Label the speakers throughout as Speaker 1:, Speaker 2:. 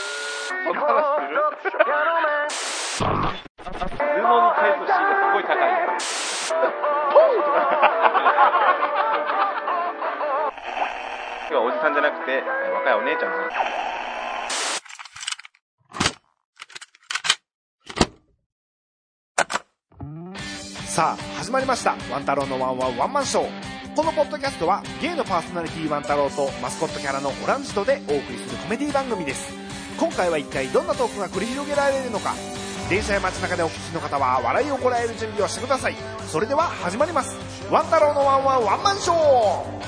Speaker 1: そんな話する頭脳にタイプ C がすごい高いんですよ。今日はおじさんじゃなくて、若いお姉ちゃんです。
Speaker 2: さあ始まりました「ワン太郎のワンワンワンマンショー」このポッドキャストはゲイのパーソナリティワン太郎とマスコットキャラのオランジとでお送りするコメディ番組です今回は一体どんなトークが繰り広げられるのか電車や街中でお聞きの方は笑いをこらえる準備をしてくださいそれでは始まります「ワン太郎のワンワンワンマンショー」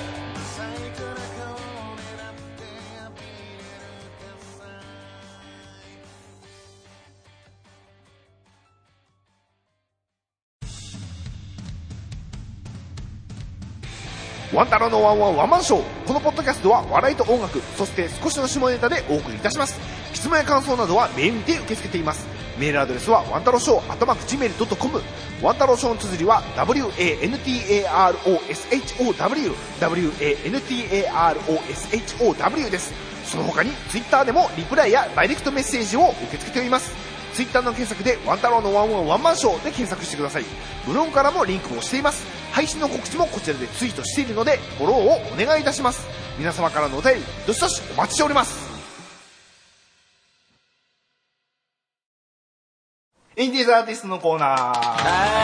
Speaker 2: ワンタロのワンワンワンマンショー。このポッドキャストは笑いと音楽、そして少しの下ネタでお送りいたします。質問や感想などはメールにて受け付けています。メールアドレスはワンタロショー、頭くじめる .com。ワンタロショーの綴りは WANTAROSHOW、WANTAROSHOW です。その他にツイッターでもリプライやダイレクトメッセージを受け付けています。ツイッターの検索で「ワンタロウのワンワンワンマンショー」で検索してくださいブログからもリンクをしています配信の告知もこちらでツイートしているのでフォローをお願いいたします皆様からのお便りどしどしお待ちしておりますインディーズアーティストのコーナー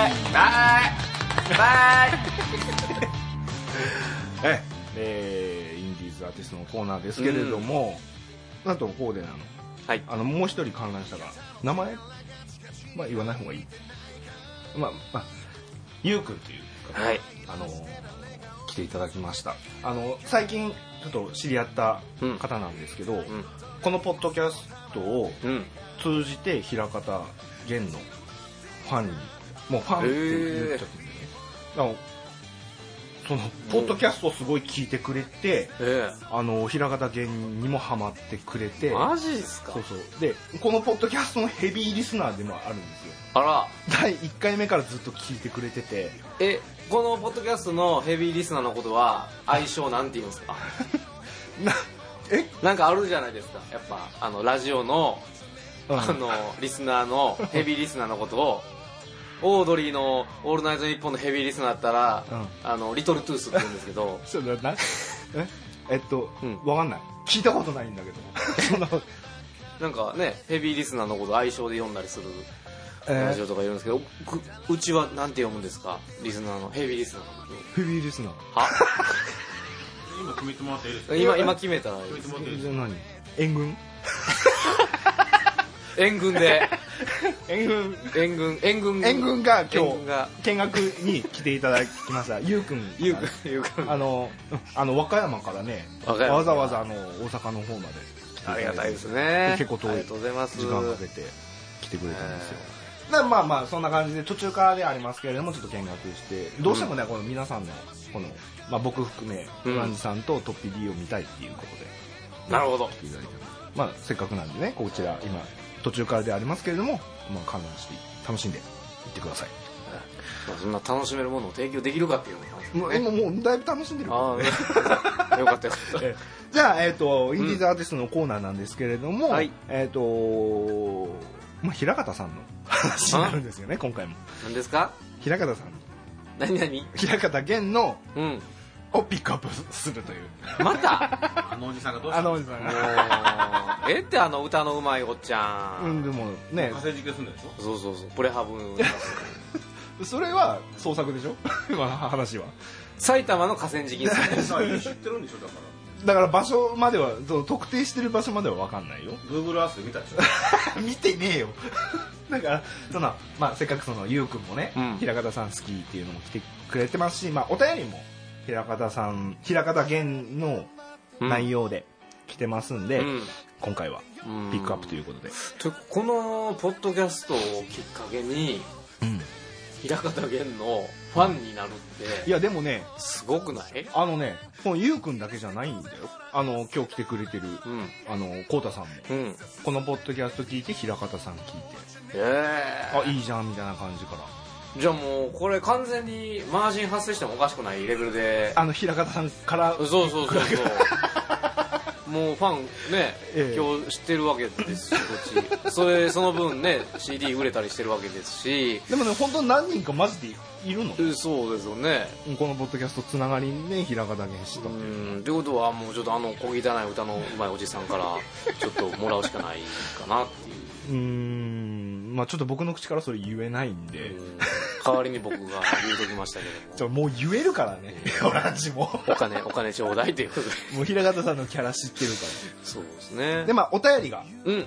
Speaker 3: ええーインディーズアーティストのコーナーですけれども、なんとここであの,、
Speaker 1: はい
Speaker 3: あのもう一人観覧したが名前、まあ、言わない方がいいまあまあゆうくんという方、
Speaker 1: はい
Speaker 3: あの来ていただきましたあの最近ちょっと知り合った方なんですけど、
Speaker 1: ん
Speaker 3: このポッドキャストを
Speaker 1: うん。
Speaker 3: 通じて枚方源のファンにもうファンって言っちゃってるね、だからそのポッドキャストをすごい聞いてくれて
Speaker 1: え
Speaker 3: あの平方源にもハマってくれて
Speaker 1: えマジですか
Speaker 3: そうそうでこのポッドキャストのヘビーリスナーでもあるんですよ
Speaker 1: あら。
Speaker 3: 第1回目からずっと聞いてくれて て
Speaker 1: え、このポッドキャストのヘビーリスナーのことは、相性なんて言うんですか
Speaker 3: なえ
Speaker 1: なんかあるじゃないですか。やっぱ、あの、ラジオの、
Speaker 3: うん
Speaker 1: あの、リスナーの、ヘビーリスナーのことを、オードリーの「オールナイトニッポン」のヘビーリスナーだったら、
Speaker 3: うん
Speaker 1: あのリトルトゥースって言うんですけど
Speaker 3: それ なええっと、
Speaker 1: うん
Speaker 3: わかんない聞いたことないんだけど その
Speaker 1: なんかねヘビーリスナーのこと愛称で呼んだりする
Speaker 3: え
Speaker 1: ラ
Speaker 3: ー
Speaker 1: ジオとか言うんですけど、くうちはなんて読むんですかリスナーのヘビーリスナーのこと
Speaker 3: ヘビーリスナー
Speaker 1: は
Speaker 4: 今決めてもらっていいですか
Speaker 1: 今今決めたらいいで
Speaker 4: 決
Speaker 1: す
Speaker 4: めてもらっていいです
Speaker 3: じゃあ何援軍
Speaker 1: 援軍で
Speaker 3: 援軍
Speaker 1: 援軍援軍
Speaker 3: 援軍が今
Speaker 1: 援軍が
Speaker 3: 日見学に来ていただきましたゆうくん
Speaker 1: ゆうくんゆうくん
Speaker 3: あのうんあの和歌山からね
Speaker 1: 和歌山
Speaker 3: わざわざあの大阪の方まで来ていた
Speaker 1: あ
Speaker 3: だ
Speaker 1: り
Speaker 3: いて
Speaker 1: がたいですね
Speaker 3: 結構遠い
Speaker 1: ありがとうございます
Speaker 3: 時間かけて来てくれたんですよ、なまあまあそんな感じで途中からではありますけれどもちょっと見学してどうしてもね、この皆さんのこの、まあ、僕含め
Speaker 1: うん
Speaker 3: フランジさんとトッピ D を見たいっていうことで、
Speaker 1: なるほど
Speaker 3: 来ていただいてますまあせっかくなんでねこちら今途中からではありますけれども、まあ、観覧して楽しんでいってください
Speaker 1: まあそんな楽しめるものを提供できるかっていう話
Speaker 3: もうもうもうだいぶ楽しんでるけ
Speaker 1: あ
Speaker 3: どね
Speaker 1: あよかったよかった
Speaker 3: えじゃあ、えっとインディーズアーティストのコーナーなんですけれども、
Speaker 1: はい
Speaker 3: えっとまあ、平方さんの話になるんですよね今回も
Speaker 1: 何ですか
Speaker 3: 平方さん
Speaker 1: 何何
Speaker 3: 平方源の
Speaker 1: うん
Speaker 3: をピックアップするという
Speaker 1: また
Speaker 4: あのおじさんがどうし
Speaker 3: あ
Speaker 4: た
Speaker 3: の
Speaker 4: の
Speaker 3: おじさん
Speaker 1: もう
Speaker 3: が
Speaker 1: ええってあの歌のうまいおっちゃ
Speaker 3: うん
Speaker 1: ん
Speaker 3: でもね
Speaker 4: 火星実験するんでしょ
Speaker 1: そうそうそうプレハブの歌
Speaker 3: それは創作でしょ 今の話は
Speaker 1: 埼玉の河川敷に住 んでる
Speaker 4: さ あ知ってるんでしょだから
Speaker 3: だから場所まではそう特定してる場所までは分かんないよ
Speaker 4: Google Earth で見たでしょ
Speaker 3: 見てねえよだからその、まあ、せっかくそのゆうくんもね、
Speaker 1: うん
Speaker 3: 平方さん好きっていうのも来てくれてますし、まあ、お便りも平方さん平方源の内容で来てますんで、今回は
Speaker 1: うん
Speaker 3: ピックアップということで、
Speaker 1: とこのポッドキャストをきっかけに
Speaker 3: うん
Speaker 1: 平方源のファンになるっ
Speaker 3: い
Speaker 1: て
Speaker 3: やでもね
Speaker 1: すごくない
Speaker 3: あのねこのゆうくんだけじゃないんだよあの今日来てくれてる
Speaker 1: うん
Speaker 3: あのこうたさんも
Speaker 1: うん
Speaker 3: このポッドキャスト聞いて平方さん聞いて
Speaker 1: ええ
Speaker 3: あいいじゃんみたいな感じから
Speaker 1: じゃあもうこれ完全にマージン発生してもおかしくないレベルで
Speaker 3: あの平方さんから
Speaker 1: そうそうそうそうもうファンね、
Speaker 2: ええ
Speaker 1: 今日知ってるわけですしこっちそれその分ね CD 売れたりしてるわけですし
Speaker 3: でもね本当何人かマジでいるの
Speaker 1: えそうですよね
Speaker 3: このポッドキャストつながりにね平方源氏
Speaker 1: う
Speaker 3: と、
Speaker 1: んということはもうちょっとあの小汚い歌のうまいおじさんからちょっともらうしかないかなっていう
Speaker 3: うーんまあちょっと僕の口からそれ言えないんで、
Speaker 1: うん代わりに僕が言うときましたけ
Speaker 3: じ
Speaker 1: ど
Speaker 3: ゃあ
Speaker 1: も
Speaker 3: もう言えるからね 俺たちも
Speaker 1: お金お金ちょうだいということで
Speaker 3: もう平方さんのキャラ知ってるか
Speaker 1: そうです
Speaker 3: ら
Speaker 1: ね
Speaker 3: でまあお便りが
Speaker 1: うん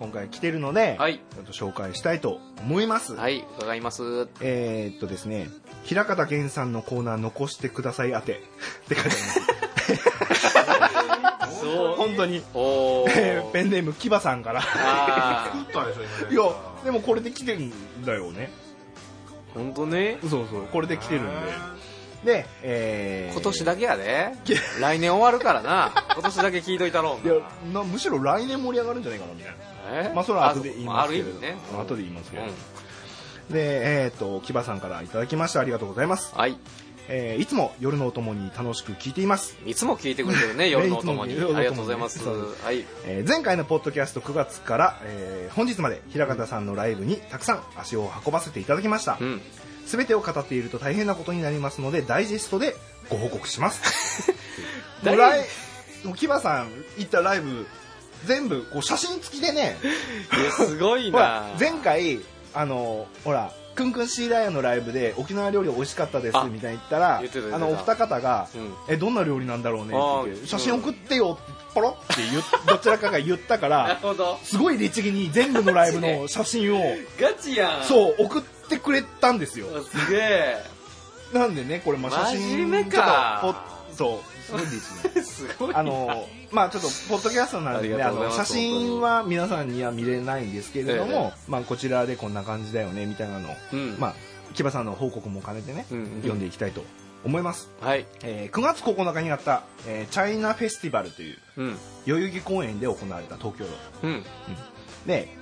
Speaker 3: 今回来てるので、
Speaker 1: はい
Speaker 3: ちょっと紹介したいと思います、
Speaker 1: はい伺います
Speaker 3: えー、っとですね平方源さんのコーナー残してください宛 てって書いてあります
Speaker 1: そう
Speaker 3: 本当に、
Speaker 1: お
Speaker 3: えー
Speaker 1: ー
Speaker 3: ペンネームキバさんから
Speaker 1: あ
Speaker 4: ったでしょ今
Speaker 3: いやでもこれで来てるんだよね
Speaker 1: ー本当ね
Speaker 3: そうそうこれで来てるんでで、えー、
Speaker 1: 今年だけやで来年終わるからな今年だけ聞いといたろう
Speaker 3: い
Speaker 1: な
Speaker 3: やなむしろ来年盛り上がるんじゃないかなみたいな
Speaker 1: え
Speaker 3: まあそれは後で言いますけれど、
Speaker 1: あある意味ね
Speaker 3: まあ後で言いますけ
Speaker 1: う
Speaker 3: ど、
Speaker 1: ん
Speaker 3: でえっ、とキバさんからいただきましたありがとうございます、
Speaker 1: はい
Speaker 3: えーいつも夜のお供に楽しく聞いています、
Speaker 1: いつも聞いてくれてるね夜のお供
Speaker 3: ね
Speaker 1: に
Speaker 3: いつも
Speaker 1: ありがとうございます
Speaker 3: 夜のお供にね
Speaker 1: はい
Speaker 3: えー前回のポッドキャスト9月から、えー本日まで平方さんのライブにたくさん足を運ばせていただきました
Speaker 1: うん
Speaker 3: すべてを語っていると大変なことになりますのでダイジェストでご報告します もう来もうキバさん行ったライブ全部こう写真付きでね
Speaker 1: いやすごい
Speaker 3: ほら
Speaker 1: な
Speaker 3: 前回あのほらくんくんシーラヤのライブで沖縄料理美味しかったです
Speaker 1: あ
Speaker 3: みたいに言ったら
Speaker 1: 言ってた言ってた
Speaker 3: あのお二方が、
Speaker 1: うん
Speaker 3: えどんな料理なんだろうねって言っ
Speaker 1: あー
Speaker 3: て写真送ってよってポロって言っどちらかが言ったか
Speaker 1: なる
Speaker 3: ら
Speaker 1: ほど
Speaker 3: すごい律儀に全部のライブの写真を
Speaker 1: ガチやん
Speaker 3: そう送ってくれたんですよ
Speaker 1: うすげえ
Speaker 3: なんでねこれまあ写真
Speaker 1: 真面目か
Speaker 3: ちょっとポそうすごいです ね
Speaker 1: すごいな
Speaker 3: あのまあちょっとポッドキャストなんで
Speaker 1: あ
Speaker 3: ね
Speaker 1: り
Speaker 3: あ
Speaker 1: がとうござい
Speaker 3: の
Speaker 1: ます
Speaker 3: 写真は皆さんには見れないんですけれど
Speaker 1: え
Speaker 3: も、まあこちらでこんな感じだよねみたいなのを
Speaker 1: うん
Speaker 3: まあ木場さんの報告も兼ねてね、
Speaker 1: うんうん
Speaker 3: 読んでいきたいと思います、
Speaker 1: はい
Speaker 3: えー9月9日にあった、えーチャイナフェスティバルという
Speaker 1: うん
Speaker 3: 代々木公園で行われた東京ドーム
Speaker 1: うん
Speaker 3: で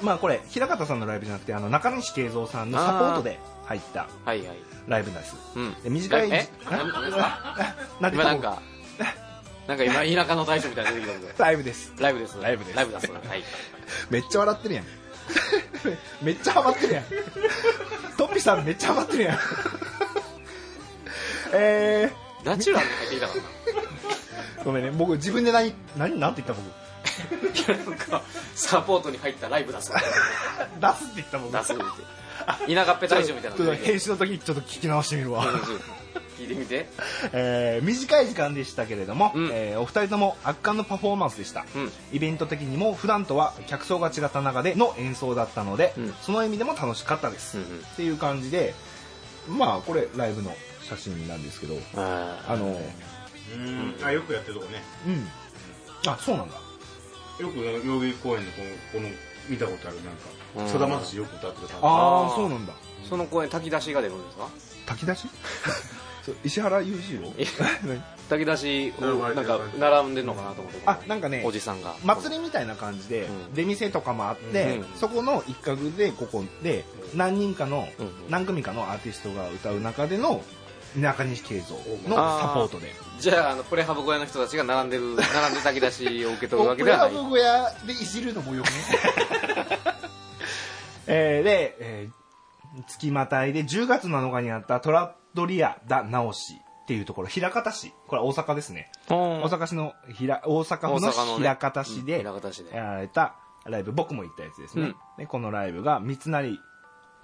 Speaker 3: まあこれ平方さんのライブじゃなくてあの中西慶三さんのサポートで入った
Speaker 1: はいはい
Speaker 3: ライブなんです
Speaker 1: うん
Speaker 3: で短い
Speaker 1: え
Speaker 3: な なんで
Speaker 1: 今なんかなんか今田舎の大将みたいなの出てきたけど
Speaker 3: ライブです
Speaker 1: ライブです
Speaker 3: ライブです
Speaker 1: ライブだそうですはい
Speaker 3: めっちゃ笑ってるやん めっちゃハマってるやんトッピさんめっちゃハマってるやん え
Speaker 1: ナチュラルに入ってきたからな
Speaker 3: ー、ごめんね僕自分で何何なんて言った
Speaker 1: なんかサポートに入ったライブだそう
Speaker 3: 僕出すって言った僕
Speaker 1: 出すって田舎っぺ大将みたいな
Speaker 3: ちょっと
Speaker 1: の
Speaker 3: 編集の時にちょっと聞き直してみるわ、
Speaker 1: 聞いてみて
Speaker 3: えー短い時間でしたけれども、
Speaker 1: うん
Speaker 3: えーお二人とも圧巻のパフォーマンスでした、
Speaker 1: うん
Speaker 3: イベント的にも普段とは客層が違った中での演奏だったので、
Speaker 1: うん
Speaker 3: その意味でも楽しかったです、
Speaker 1: うんうん
Speaker 3: っていう感じでまあこれライブの写真なんですけどあ
Speaker 1: あ
Speaker 3: の
Speaker 4: うんあよくやってるとこね
Speaker 3: うんあそうなんだ
Speaker 4: よく代々木公園のこのこの見たことあるなん
Speaker 1: うん
Speaker 4: かさだまさしよく歌ってた
Speaker 3: あ
Speaker 1: あ
Speaker 3: あ
Speaker 1: ー
Speaker 3: そうなんだ
Speaker 1: その公演炊き出しが出るんですか
Speaker 3: 炊き出し そう石原裕次郎何
Speaker 1: 炊き出しをなんか並んでんのかなと思って
Speaker 3: あなんかね
Speaker 1: おじさんが
Speaker 3: 祭りみたいな感じで、
Speaker 1: うん
Speaker 3: 出店とかもあって、
Speaker 1: うん
Speaker 3: そこの一角でここで何人かの、
Speaker 1: うん
Speaker 3: 何組かのアーティストが歌う中での中西慶三のサポートで
Speaker 1: じゃああのプレハブ小屋の人たちが並んで る並んで炊き出しを受け取るわけ
Speaker 3: ク
Speaker 1: で
Speaker 3: ラ
Speaker 1: はない
Speaker 3: ブ小屋でいじるのもよく ねえーで、えー月またいで10月7日にあったトラッドリア・ダ・ナオシっていうところ枚方市これは大阪ですね、
Speaker 1: 大
Speaker 3: 大阪市のひら大阪府の枚方市で、
Speaker 1: 平方市で
Speaker 3: やられたライブ僕も行ったやつですね、
Speaker 1: うん
Speaker 3: でこのライブが三成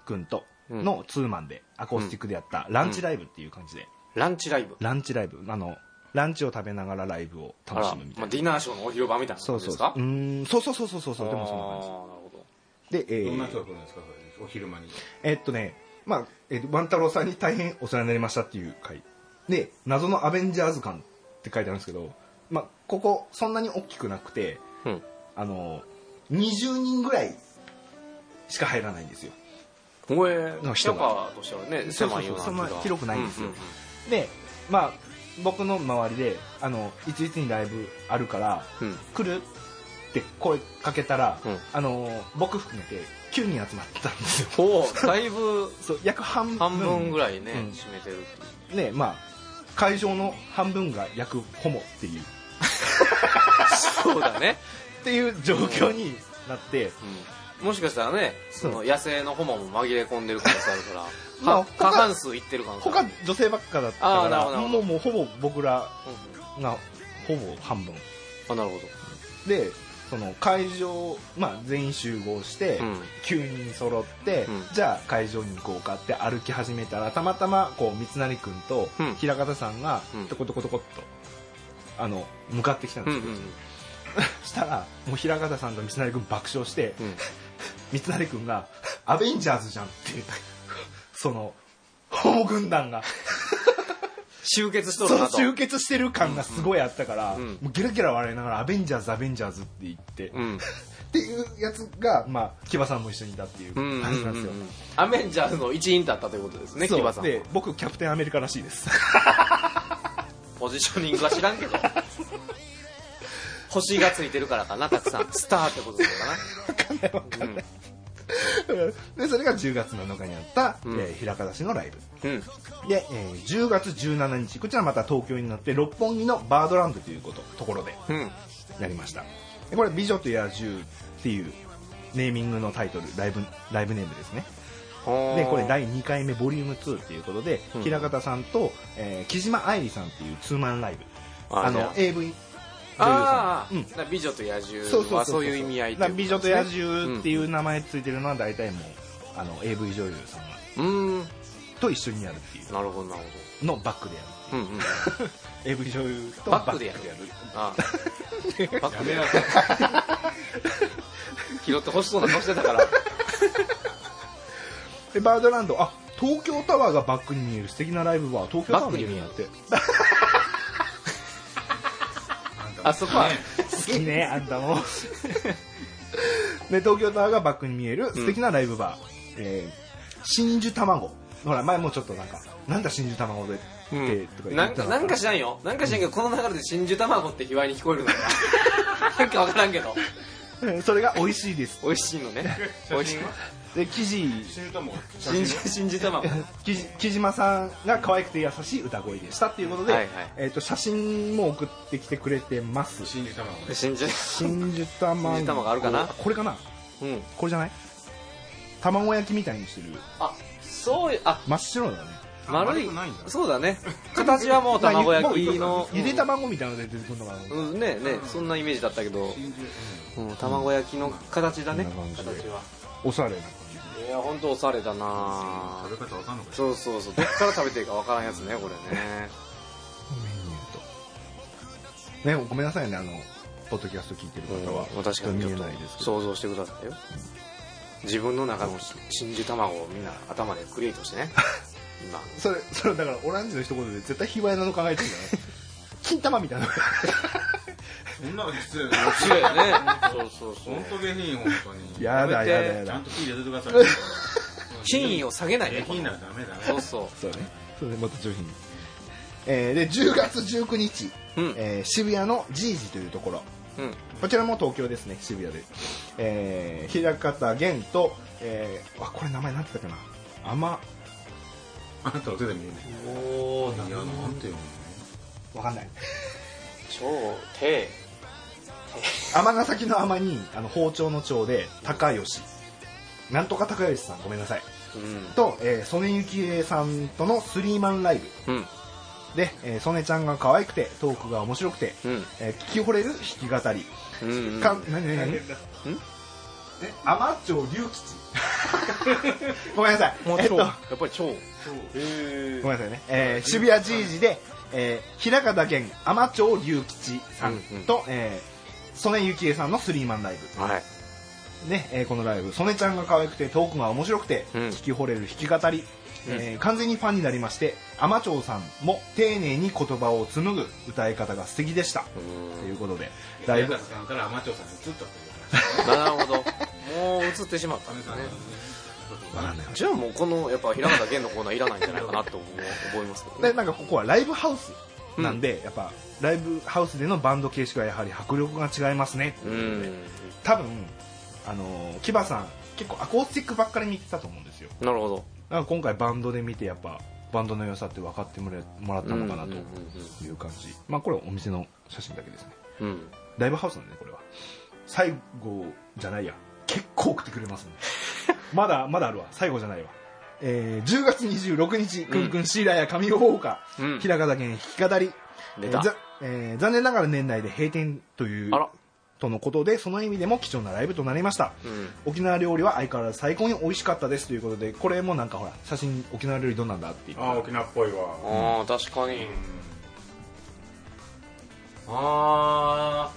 Speaker 3: 君とのツーマンでアコースティックでやったランチライブっていう感じで、
Speaker 1: ランチライブ
Speaker 3: ランチライブあのランチを食べながらライブを楽しむみたい
Speaker 1: まあ
Speaker 3: な
Speaker 1: ディナーショーのお広場みたいな
Speaker 3: そ
Speaker 1: 感
Speaker 3: うそ
Speaker 1: じ
Speaker 3: う
Speaker 1: です
Speaker 3: そう
Speaker 1: か
Speaker 3: うーんそうそうそうそうそうそうでもそんな
Speaker 1: あ
Speaker 3: 感じ
Speaker 1: ーなるほど
Speaker 3: で、え
Speaker 4: どんな
Speaker 3: ー
Speaker 4: 人が来るんですかそれお昼間に
Speaker 3: えっとね、まあ、えっと、万太郎さんに大変お世話になりましたっていう回。で、謎のアベンジャーズ館って書いてあるんですけど、まあ、ここ、そんなに大きくなくて、
Speaker 1: うん
Speaker 3: あの、20人ぐらいしか入らないんですよ。
Speaker 1: おえ
Speaker 3: の
Speaker 1: キャ
Speaker 3: 人が
Speaker 1: パとしてはね
Speaker 3: そう
Speaker 1: 狭
Speaker 3: そう
Speaker 1: い
Speaker 3: そう
Speaker 1: ような
Speaker 3: そんな
Speaker 1: 気が
Speaker 3: 広くないんですよ
Speaker 1: う
Speaker 3: で、まあ、僕の周りで、あの、いついつにライブあるから、
Speaker 1: うんうん
Speaker 3: 来るって声かけたら、
Speaker 1: うん
Speaker 3: あの、僕含めて9人集まってたんですよ。
Speaker 1: おーだいぶ
Speaker 3: そう、約半分。
Speaker 1: 半分ぐらいね、
Speaker 3: うん
Speaker 1: 占めてる
Speaker 3: ねまあ、会場の半分が約ホモっていう
Speaker 1: そうだね、
Speaker 3: っていう状況になって、
Speaker 1: うん、もしかしたらねその野生のホモも紛れ込んでる可能性あるから
Speaker 3: まあ
Speaker 1: は過半数いってる可能性あ
Speaker 3: 他
Speaker 1: る
Speaker 3: 女性ばっかだった
Speaker 1: あ
Speaker 3: か
Speaker 1: ーなるほどな
Speaker 3: らも
Speaker 1: るほど
Speaker 3: うもうほぼ僕ら
Speaker 1: うんうん
Speaker 3: がほぼ半分
Speaker 1: あなるほ
Speaker 3: でその会場、まあ、全員集合して、
Speaker 1: ど、うん、
Speaker 3: 9人揃って、
Speaker 1: うん
Speaker 3: じゃあ会場に行こうかって歩き始めたらたまたまこう三成君と
Speaker 1: うん
Speaker 3: 平方さんが
Speaker 1: うん
Speaker 3: トコトコトコっと、あの向かってきたん
Speaker 1: う
Speaker 3: で
Speaker 1: ん
Speaker 3: す
Speaker 1: う
Speaker 3: よ、
Speaker 1: ん
Speaker 3: したらもう平方さんと三成君爆笑して、
Speaker 1: うん
Speaker 3: 三成君が「アベンジャーズじゃん」ってそのホモ軍団が
Speaker 1: 集結しと
Speaker 3: そ
Speaker 1: る
Speaker 3: の
Speaker 1: なと
Speaker 3: 集結してる感がすごいあったから、
Speaker 1: うんうん
Speaker 3: もうゲラゲラ笑いながら「アベンジャーズアベンジャーズ」って言って、っ
Speaker 1: うん
Speaker 3: ていうやつが、まあ、木場さんも一緒にいたっていう
Speaker 1: うんうん
Speaker 3: 感じなんですよ、
Speaker 1: うんうんアベンジャーズの一員だったということですね
Speaker 3: そう
Speaker 1: 木場さん
Speaker 3: で僕キャプテンアメリカらしいです
Speaker 1: ポジショニングは知らんけど星がついてるからかなたくさんスターってことだからな
Speaker 3: でそれが10月7日にあった、
Speaker 1: うん
Speaker 3: えー平方市のライブ
Speaker 1: うんうん
Speaker 3: で、えー10月17日こちらまた東京になって六本木のバードランドということところで
Speaker 1: うん
Speaker 3: やりましたでこれ「美女と野獣」っていうネーミングのタイトルライブライブネームですねでこれ第2回目ボリューム2っていうことで、
Speaker 1: うん
Speaker 3: 平方さんと、えー木島愛理さんっていうツーマンライブ
Speaker 1: あ
Speaker 3: あ
Speaker 1: じ
Speaker 3: の
Speaker 1: ゃ
Speaker 3: AV
Speaker 1: ああ、
Speaker 3: うん
Speaker 1: だから美女と野獣はそういう意味合い
Speaker 3: だから美女と野獣っていうう名前ついてるのは大体もうあの AV 女優さんが
Speaker 1: うん、うん
Speaker 3: と一緒にやるってい
Speaker 1: なるほどなる
Speaker 3: うのをバックでやる
Speaker 1: ほど、うんうん、
Speaker 3: AV 女優と
Speaker 1: バックでやるああバック でやる拾ってほしそうな顔してたから
Speaker 3: でバードランドあ東京タワーがバックに見える素敵なライブは東京タワーに見えるって
Speaker 1: あそこは
Speaker 3: 好き ねあんたもで東京タワーがバックに見える素敵なライブバー、えー真珠卵ほら前もちょっとなんかなんだ真珠卵でって、
Speaker 1: うん
Speaker 3: とか言
Speaker 1: な
Speaker 3: っ
Speaker 1: ん
Speaker 3: てた
Speaker 1: か
Speaker 3: の
Speaker 1: なんか知らんよなんか知らんけどこの流れで真珠卵って卑猥に聞こえるの よなんかわからんけど
Speaker 3: うんそれが美味しいです
Speaker 1: 美味しい のね美味しい
Speaker 3: で生地
Speaker 4: 死ぬとも写
Speaker 1: 真
Speaker 4: 真
Speaker 1: 珠 真珠卵
Speaker 3: 木木島さんが可愛くて優しい歌声でしたっていうことで、
Speaker 1: はいはい
Speaker 3: えー、と写真も送ってきてくれてます
Speaker 4: 死んでたの
Speaker 1: 真珠
Speaker 3: 真珠卵
Speaker 1: 真珠卵あるかな
Speaker 3: これかな
Speaker 1: うん
Speaker 3: これじゃない卵焼きみたいにしてる
Speaker 1: あそういうあ
Speaker 3: 真っ白だね
Speaker 1: 丸い
Speaker 4: 丸くないんだ
Speaker 1: そうだね形はもう卵焼きの
Speaker 3: ゆで卵みたいなので出てくるのかな、
Speaker 1: うんねねそんなイメージだったけど、うん、卵焼きの形だね
Speaker 3: こんな感じで
Speaker 1: 形は
Speaker 3: おしゃれない
Speaker 1: や本当おしゃれだな
Speaker 4: 食べ方わかんのか
Speaker 1: そうそうそうどっから食べていいかわからんやつねこれね
Speaker 3: メニューとねごめんなさいねあのポッドキャスト聞いてる方は、
Speaker 1: うん確かに
Speaker 3: ちょっと
Speaker 1: ちょっ
Speaker 3: 見えないですけ
Speaker 1: と
Speaker 3: ど
Speaker 1: 想像してくださいよ自分の中の真珠卵をみんな頭でクリエイト してね今
Speaker 3: それそれだからオランジの一言で絶対卑猥なの考えてるんだ ね金玉みたいな
Speaker 4: そんなの失礼だよ
Speaker 1: 強いよねそうそうそう
Speaker 4: 本当下品本当に
Speaker 3: やだやだや
Speaker 4: ちゃん
Speaker 3: だ
Speaker 4: と火入れてください
Speaker 1: 品位を下げない
Speaker 4: 下
Speaker 1: で
Speaker 4: 品ならダメだね
Speaker 1: そうそ
Speaker 3: そうねそれでまた上品に、えーで10月19日、
Speaker 1: ううん
Speaker 3: えー渋谷のジージというところ
Speaker 1: うん
Speaker 3: こちらも東京ですね、渋谷で。えー、枚方玄と、えー、あ、これ名前なんて言ったかな。あま、
Speaker 4: あなたは手で見えない
Speaker 1: おお
Speaker 4: いやなんていうの
Speaker 3: わかんない。
Speaker 1: 超低
Speaker 3: 天崎の天に、あの、包丁の長で、高吉。なんとか高吉さん、ごめんなさい。
Speaker 1: う
Speaker 3: と、えー、曽根幸恵さんとのスリーマンライブ。
Speaker 1: んうん
Speaker 3: で、えー、曽根ちゃんが可愛くて、トークが面白くて、
Speaker 1: うん
Speaker 3: えー、聞き惚れる弾き語り。
Speaker 1: うんうん
Speaker 3: か、なになになにえ、天町龍吉。 ごめんなさい。
Speaker 1: もう超、
Speaker 3: えっと
Speaker 1: やっぱり超
Speaker 4: へ
Speaker 3: ごめんなさいね、えー渋谷じいじで、えー、枚方玄天町龍吉さんと、えー曽根幸恵さんのスリーマンライ
Speaker 1: はい
Speaker 3: ブ、ねえーこのライブ曽根ちゃんが可愛くてトークが面白くて、
Speaker 1: うん
Speaker 3: 聞き惚れる弾き語り、えー完全にファンになりまして天町さんも丁寧に言葉を紡ぐ歌い方が素敵でしたということでライ
Speaker 4: 平
Speaker 3: ブ
Speaker 4: 方さんからアマチュアさんに移ったという
Speaker 1: なるほどもう映ってしまったんですねじゃあもうこのやっぱ平方玄のコーナーいらないんじゃないかなと思う思いますけど
Speaker 3: で
Speaker 1: ね
Speaker 3: なんかここはライブハウスなんで、やっぱライブハウスでのバンド形式はやはり迫力が違いますねって
Speaker 1: う
Speaker 3: いうことで
Speaker 1: ん
Speaker 3: 多分あのーキバさん結構アコースティックばっかり見てたと思うんですよ
Speaker 1: なるほど
Speaker 3: だから今回バンドで見てやっぱバンドの良さって分かってもらもらったのかなという感じ、まあ、これはお店の写真だけですね
Speaker 1: うん
Speaker 3: ライブハウスなんでねこれは最後じゃないや結構送ってくれますね まだまだあるわ最後じゃないわえー10月26日、くんくんシーラーや神尾放火、
Speaker 1: うん
Speaker 3: 平方県弾き語り、
Speaker 1: 出
Speaker 3: え
Speaker 1: た
Speaker 3: ーざえー残念ながら年内で閉店という
Speaker 1: あら
Speaker 3: とのことでその意味でも貴重なライブとなりました、
Speaker 1: うん
Speaker 3: 沖縄料理は相変わらず最高に美味しかったですということでこれもなんかほら写真沖縄料理どんなんだっていう
Speaker 4: ああ沖縄っぽいわ
Speaker 1: ああ確かに、
Speaker 4: うん
Speaker 1: あ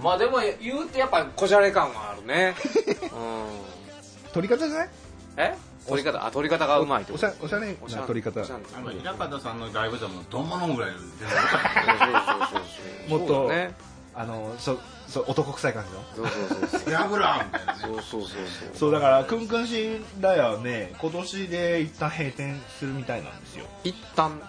Speaker 1: ーまあでも言うてやっぱこじゃれ感はあるね うん
Speaker 3: 撮り方じゃない
Speaker 1: え取り方あ取り方がうまいって
Speaker 3: お
Speaker 1: こ
Speaker 3: し
Speaker 1: と
Speaker 3: ゃおしゃれ
Speaker 1: おしゃ
Speaker 3: な
Speaker 1: れ
Speaker 3: 撮り方
Speaker 1: おしゃれな
Speaker 4: あの平方さんのライブじゃもうどんまのぐらい全然
Speaker 1: そうそうそうそう
Speaker 3: もっと
Speaker 1: そうだね
Speaker 3: あのそそ男臭い感じの
Speaker 1: そうそうそう
Speaker 4: やぶらみたいなね
Speaker 1: そうそうそうそう
Speaker 3: そうだからくんくんしらやはね今年で一旦閉店するみたいなんですよ
Speaker 1: 一旦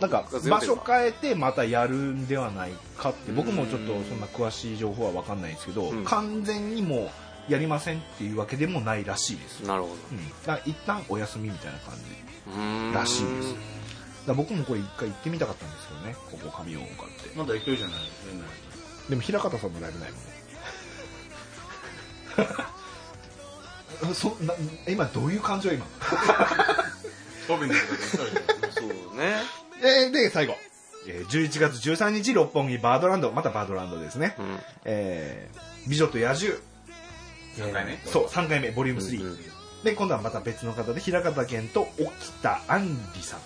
Speaker 3: なんか
Speaker 1: 全部
Speaker 3: 場所変えてまたやるんではないかって僕もちょっとそんな詳しい情報は分かんないですけど、
Speaker 1: うん
Speaker 3: 完全にもうやりませんっていうわけでもないらしいです、
Speaker 1: なるほど
Speaker 3: うん、だから一旦お休みみたいな感じ
Speaker 1: うーん
Speaker 3: らしいですだから僕もこれ一回行ってみたかったんですけどねここ神尾岡って
Speaker 4: まだ行ってるじゃない
Speaker 3: でも平方さんのライブないもんね そな今どういう感情今
Speaker 4: 飛びに行ってたら
Speaker 1: そうね
Speaker 3: えーで最後えー11月13日六本木バードランドまたバードランドですね、
Speaker 1: うん
Speaker 3: えー美女と野獣
Speaker 4: 3回目
Speaker 3: えーそう3回目ボリューム3、
Speaker 1: うん
Speaker 3: で今度はまた別の方で平方健と沖田杏里さ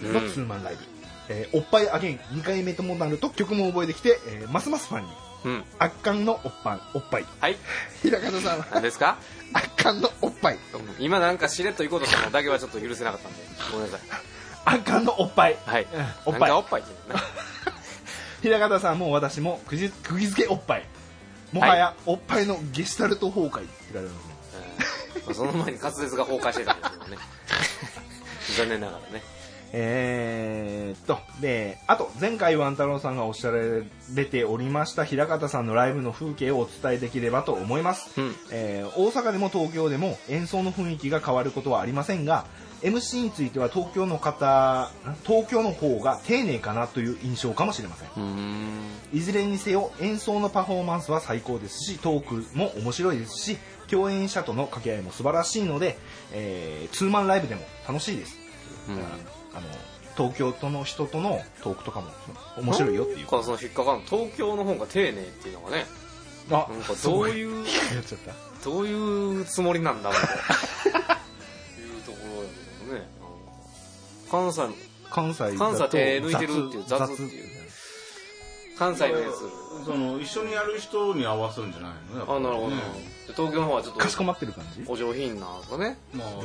Speaker 3: んのツーマンライブ、えーおっぱいアゲイン2回目ともなると曲も覚えてきて、えーますますファンに
Speaker 1: うん
Speaker 3: 圧巻のおっぱんおっぱい
Speaker 1: はい
Speaker 3: 平方さんは
Speaker 1: 何ですか
Speaker 3: 圧巻のおっぱい
Speaker 1: 今なんかしれっと行こうとしたのだけはちょっと許せなかったんでごめんなさい
Speaker 3: 圧巻のおっぱい
Speaker 1: はい
Speaker 3: うんおっ
Speaker 1: なん
Speaker 3: ぱ
Speaker 1: か
Speaker 3: い
Speaker 1: おっぱいって言うのね
Speaker 3: 平方さんも私もくじ釘付けおっぱいもはやおっぱいのゲシュタルト崩壊って言われるの
Speaker 1: えーまあその前に滑舌が崩壊してたんですけ どね残念ながらね
Speaker 3: えーっとであと前回ワン太郎さんがおっしゃられておりました平方さんのライブの風景をお伝えできればと思います、
Speaker 1: うん
Speaker 3: えー大阪でも東京でも演奏の雰囲気が変わることはありませんが MC については東京の方ん東京の方が丁寧かなという印象かもしれません
Speaker 1: うん
Speaker 3: いずれにせよ演奏のパフォーマンスは最高ですしトークも面白いですし共演者との掛け合いも素晴らしいので、えーツーマンライブでも楽しいです、だからあの東京との人とのトークとかも面白いよっていう
Speaker 1: なんかその引っかかん東京の方が丁寧っていうのがね
Speaker 3: あ
Speaker 1: なんかどういうう
Speaker 3: やっちゃった
Speaker 1: どういうつもりなんだろう というところやけどね関西の
Speaker 3: 関西だと
Speaker 1: 関西手抜いてるっていう雑っていう関西のやつ
Speaker 4: その一緒にやる人に合わせるんじゃないのやっぱ
Speaker 1: あ
Speaker 4: りね
Speaker 1: なるほど、で東京の方はちょっ
Speaker 3: かしことまってる感じ
Speaker 1: お上品なんですかね
Speaker 4: まあ
Speaker 3: うん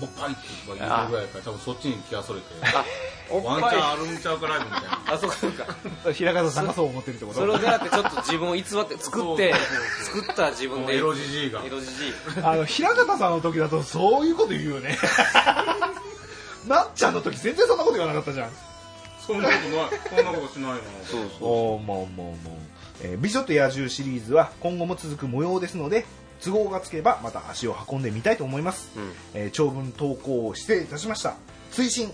Speaker 4: ボッパイって言えば言うぐらいから多分そっちに気がそれて
Speaker 1: あお
Speaker 4: ワ
Speaker 1: っ
Speaker 4: ン
Speaker 1: ぱ
Speaker 4: チ
Speaker 1: い
Speaker 4: ャンあるんちゃうかライブみたいな
Speaker 1: あそうかそうか
Speaker 3: 平方さんがそう思ってるってこ
Speaker 1: それを
Speaker 3: と
Speaker 1: 狙ってちょっと自分を偽って作って
Speaker 4: そうそう
Speaker 1: 作った自分
Speaker 4: もう
Speaker 1: で
Speaker 4: エロじじいが
Speaker 1: エロじじい
Speaker 3: あの平方さんの時だとそういうこと言うよ ねなっちゃんの時全然そんなこと言わなかったじゃん
Speaker 4: そんなことないそんなことしないの
Speaker 1: そうそう
Speaker 3: おーもうもうもう、えー美女と野獣シリーズは今後も続く模様ですので都合がつけばまた足を運んでみたいと思います、
Speaker 1: うん
Speaker 3: えー長文投稿を失礼いたしました推進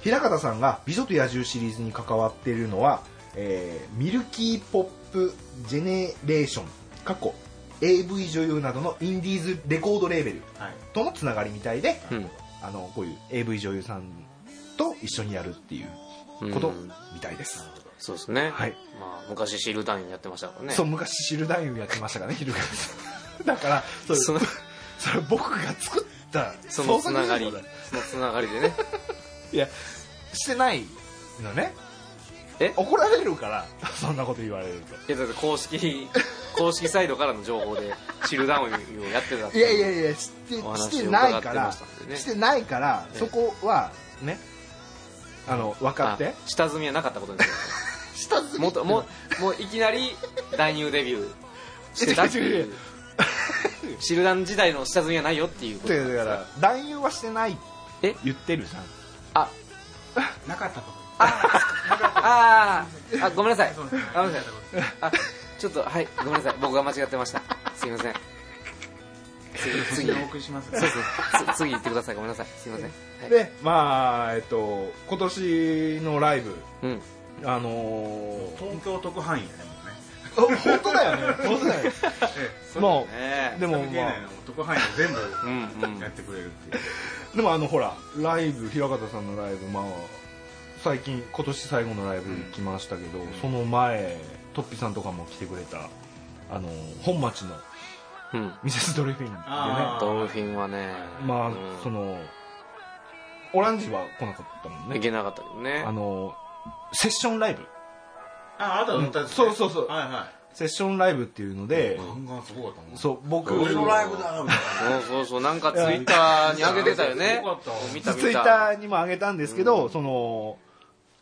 Speaker 3: 平方さんが「美女と野獣」シリーズに関わっているのは、えーミルキーポップジェネレーション過去 AV 女優などのインディーズレコードレーベル
Speaker 4: はい
Speaker 3: とのつながりみたいで、
Speaker 1: うん
Speaker 3: あのこういう AV 女優さんと一緒にやるっていうこと
Speaker 1: うん
Speaker 3: みたいです、
Speaker 1: そうですね
Speaker 3: はい
Speaker 1: まあ昔シールダインやってましたからね
Speaker 3: そう昔シルダインやってました からね昼からだからそれ
Speaker 1: そ
Speaker 3: そ
Speaker 1: の
Speaker 3: れ僕が作った
Speaker 1: そのつな
Speaker 3: 創
Speaker 1: がり
Speaker 3: 作情報
Speaker 1: そのつながりでね
Speaker 3: いやしてないのね
Speaker 1: え
Speaker 3: 怒られるから そんなこと言われる
Speaker 1: いやだって 公式公式サイトからの情報でシルダウンをやってたっ
Speaker 3: と
Speaker 1: て
Speaker 3: いやいやいやし
Speaker 1: お
Speaker 3: て
Speaker 1: 話を
Speaker 3: してないか
Speaker 1: 伺
Speaker 3: ら
Speaker 1: ってましたんでね
Speaker 3: してないから
Speaker 1: ええ
Speaker 3: そこはねあの分かって
Speaker 1: あ下積みはなかったことにす
Speaker 3: 下積
Speaker 1: る
Speaker 3: み
Speaker 1: もっとももういきなり大乳デビューしてたって
Speaker 3: 違う違
Speaker 1: いう
Speaker 3: 違
Speaker 1: うシルダン時代の下積みはないよっていうことなんです
Speaker 3: だから男優はしてないっ
Speaker 1: え
Speaker 3: て言ってるじゃん
Speaker 1: あ
Speaker 4: なかったとこ
Speaker 1: あーあごめんなさい
Speaker 4: そう
Speaker 1: ごめんなさいあちょっとはいごめんなさい僕が間違ってましたすいません次次
Speaker 5: 次
Speaker 1: そう
Speaker 5: お送りします
Speaker 1: そうつ 次行ってくださいごめんなさいすいません、はい、
Speaker 3: でまあえっと今年のライブ
Speaker 1: うん
Speaker 3: あのー、
Speaker 4: 東京特派員やねもうね
Speaker 3: あ本当だよね本当だよね
Speaker 4: ええそ
Speaker 3: も
Speaker 1: ね
Speaker 3: うで
Speaker 4: で
Speaker 3: も
Speaker 4: も、
Speaker 3: まあ
Speaker 4: 特派員全部
Speaker 1: うんうん
Speaker 4: やってくれるっていう
Speaker 3: でもあのほらライブ平方さんのライブまあ最近今年最後のライブ行きましたけど、その前トッピさんとかも来てくれたあの本町の
Speaker 1: うん
Speaker 3: ミセスドルフィンでね
Speaker 4: あ
Speaker 1: ドルフィンはね
Speaker 3: まあ、
Speaker 1: うん
Speaker 3: そのオランジは来なかったもん
Speaker 1: い
Speaker 3: ね
Speaker 1: けなかったけどね
Speaker 3: あのセッションライブ
Speaker 4: ああとは歌って
Speaker 3: そうそうそう
Speaker 4: はいは
Speaker 3: セッションライブっていうので
Speaker 4: い、ガンガンすごかったもん
Speaker 3: そう僕
Speaker 4: 俺のライブだみたい
Speaker 1: そうそうそうなんかツイッターに上げてたよね
Speaker 4: よかったわ
Speaker 1: 見た見た
Speaker 3: ツイッターにも上げたんですけど、その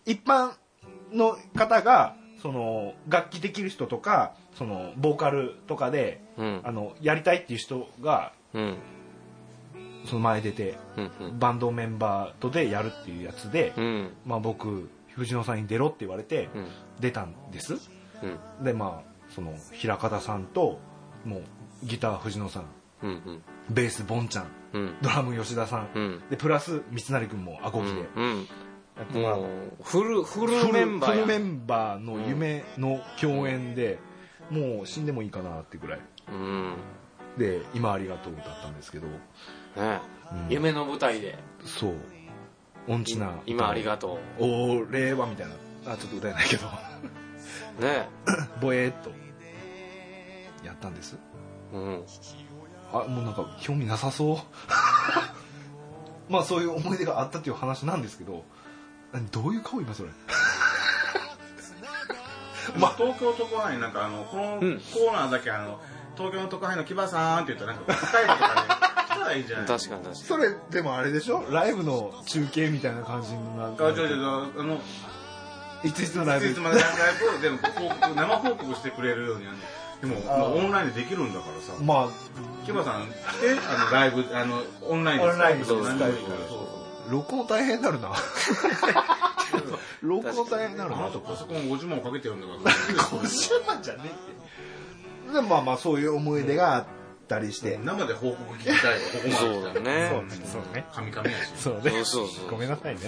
Speaker 3: 一般の方がその楽器できる人とかそのボーカルとかで
Speaker 1: うん
Speaker 3: あのやりたいっていう人が
Speaker 1: うん
Speaker 3: その前出て
Speaker 1: うんうん
Speaker 3: バンドメンバーとでやるっていうやつで、
Speaker 1: うん
Speaker 3: まあ、僕藤野さんに出ろって言われて
Speaker 1: うん
Speaker 3: 出たんです、
Speaker 1: うん
Speaker 3: でまあその平方さんともうギター藤野さん
Speaker 1: うん
Speaker 3: ベースボンちゃん
Speaker 1: うん
Speaker 3: ドラム吉田さん、
Speaker 1: うん
Speaker 3: でプラス三成君もアコギで
Speaker 1: うん
Speaker 3: やってもらう
Speaker 1: もうフルフ
Speaker 3: フ
Speaker 1: ル
Speaker 3: ル
Speaker 1: メンバ
Speaker 3: フル
Speaker 1: ー
Speaker 3: メ
Speaker 1: や
Speaker 3: ンバーの夢の共演で、もう死んでもいいかなってぐらい
Speaker 1: うん
Speaker 3: で「今ありがとう」だったんですけど
Speaker 1: ね
Speaker 3: うん
Speaker 1: 夢の舞台で
Speaker 3: そう音痴な
Speaker 1: 今ありがと
Speaker 3: とう俺はみたいなあちょっと歌えないけど
Speaker 1: うね
Speaker 3: ぼえーっとやったんです
Speaker 1: うん
Speaker 3: あもうなんか興味なさそう まあそういう思い出があったっていう話なんですけどどういう顔今それ
Speaker 4: まあ、東京特派員なんかあのこのコ
Speaker 1: うん
Speaker 4: ーナーだけあの東京の特派員の木場さんって言ったらなんか答えとかで来たらいいんじゃない
Speaker 1: 確かに確か
Speaker 3: それでもあれでしょライブの中継みたいな感じのなんか
Speaker 4: あちょちょちょあの
Speaker 3: いついつのライブ
Speaker 4: いつまでライブをでも報告生報告してくれるようにあのでもまあオンラインでできるんだからさ
Speaker 3: ま
Speaker 4: 木場さん来てあのライブあのオンラインで
Speaker 3: オンラインで
Speaker 4: スカイ
Speaker 3: ス
Speaker 4: プとか何
Speaker 3: カ
Speaker 4: で
Speaker 3: イプ
Speaker 4: もいいからそうそう
Speaker 3: あ録音大変になるな 録音大変にな
Speaker 4: あ
Speaker 3: る
Speaker 4: の
Speaker 3: な
Speaker 4: 人
Speaker 3: とか
Speaker 4: パソコン50万かけてるんだから50万じゃね
Speaker 3: でもまあまあそういう思い出があったりして
Speaker 4: 生で報告聞きたいわここま
Speaker 1: にそ
Speaker 4: で
Speaker 1: うだね
Speaker 3: そうね
Speaker 4: カミカミやし
Speaker 3: そうね
Speaker 1: そうそうそう
Speaker 3: めんなさいね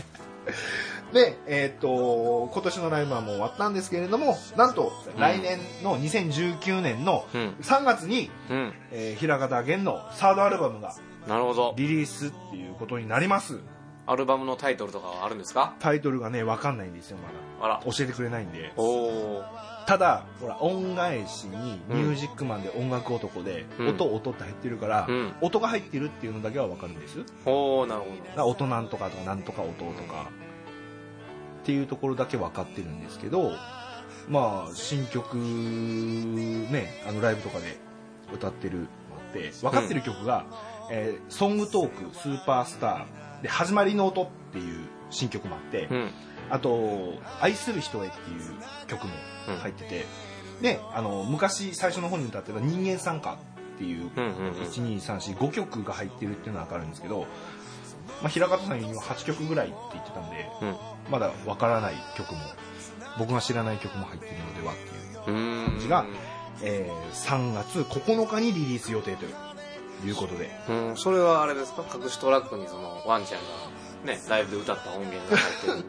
Speaker 3: でえーっと今年のライブはもう終わったんですけれどもなんと来年の2019年の
Speaker 1: うん
Speaker 3: 3月に、
Speaker 1: うん
Speaker 3: えー平方源のサードアルバムが
Speaker 1: なるほど
Speaker 3: リリースっていうことになります
Speaker 1: アルバムのタイトルとかはあるんですか
Speaker 3: タイトルがね分かんないんですよま
Speaker 1: あら
Speaker 3: だ教えてくれないんで
Speaker 1: おおー
Speaker 3: ただほら音返しに「
Speaker 1: うん
Speaker 3: ミュージックマン」で「音楽男で」
Speaker 1: うん
Speaker 3: 音音って入ってるから、
Speaker 1: うん
Speaker 3: 音が入ってるっていうのだけは分かるんですだか
Speaker 1: おおなるほ
Speaker 3: ら音なんとかとかなんとか音とかっていうところだけ分かってるんですけどまあ新曲ねあのライブとかで歌ってるのって分かってる曲が「えーソングトークスーパースター」で「始まりの音」っていう新曲もあって、
Speaker 1: どうん
Speaker 3: あと「愛する人へ」っていう曲も入ってて、であの昔最初の方に歌ってた「人間参加」っていう、
Speaker 1: うんうんうん
Speaker 3: 12345曲が入ってるっていうのは分かるんですけど、まあ、平方さんには8曲ぐらいって言ってたんで
Speaker 1: うん
Speaker 3: まだ分からない曲も僕が知らない曲も入ってるのではっていう、
Speaker 1: うーん
Speaker 3: 感じがえー3月9日にリリース予定ということで
Speaker 1: うんそれはあれですか隠しトラックにそのワンちゃんがねライブで歌った音源が入って る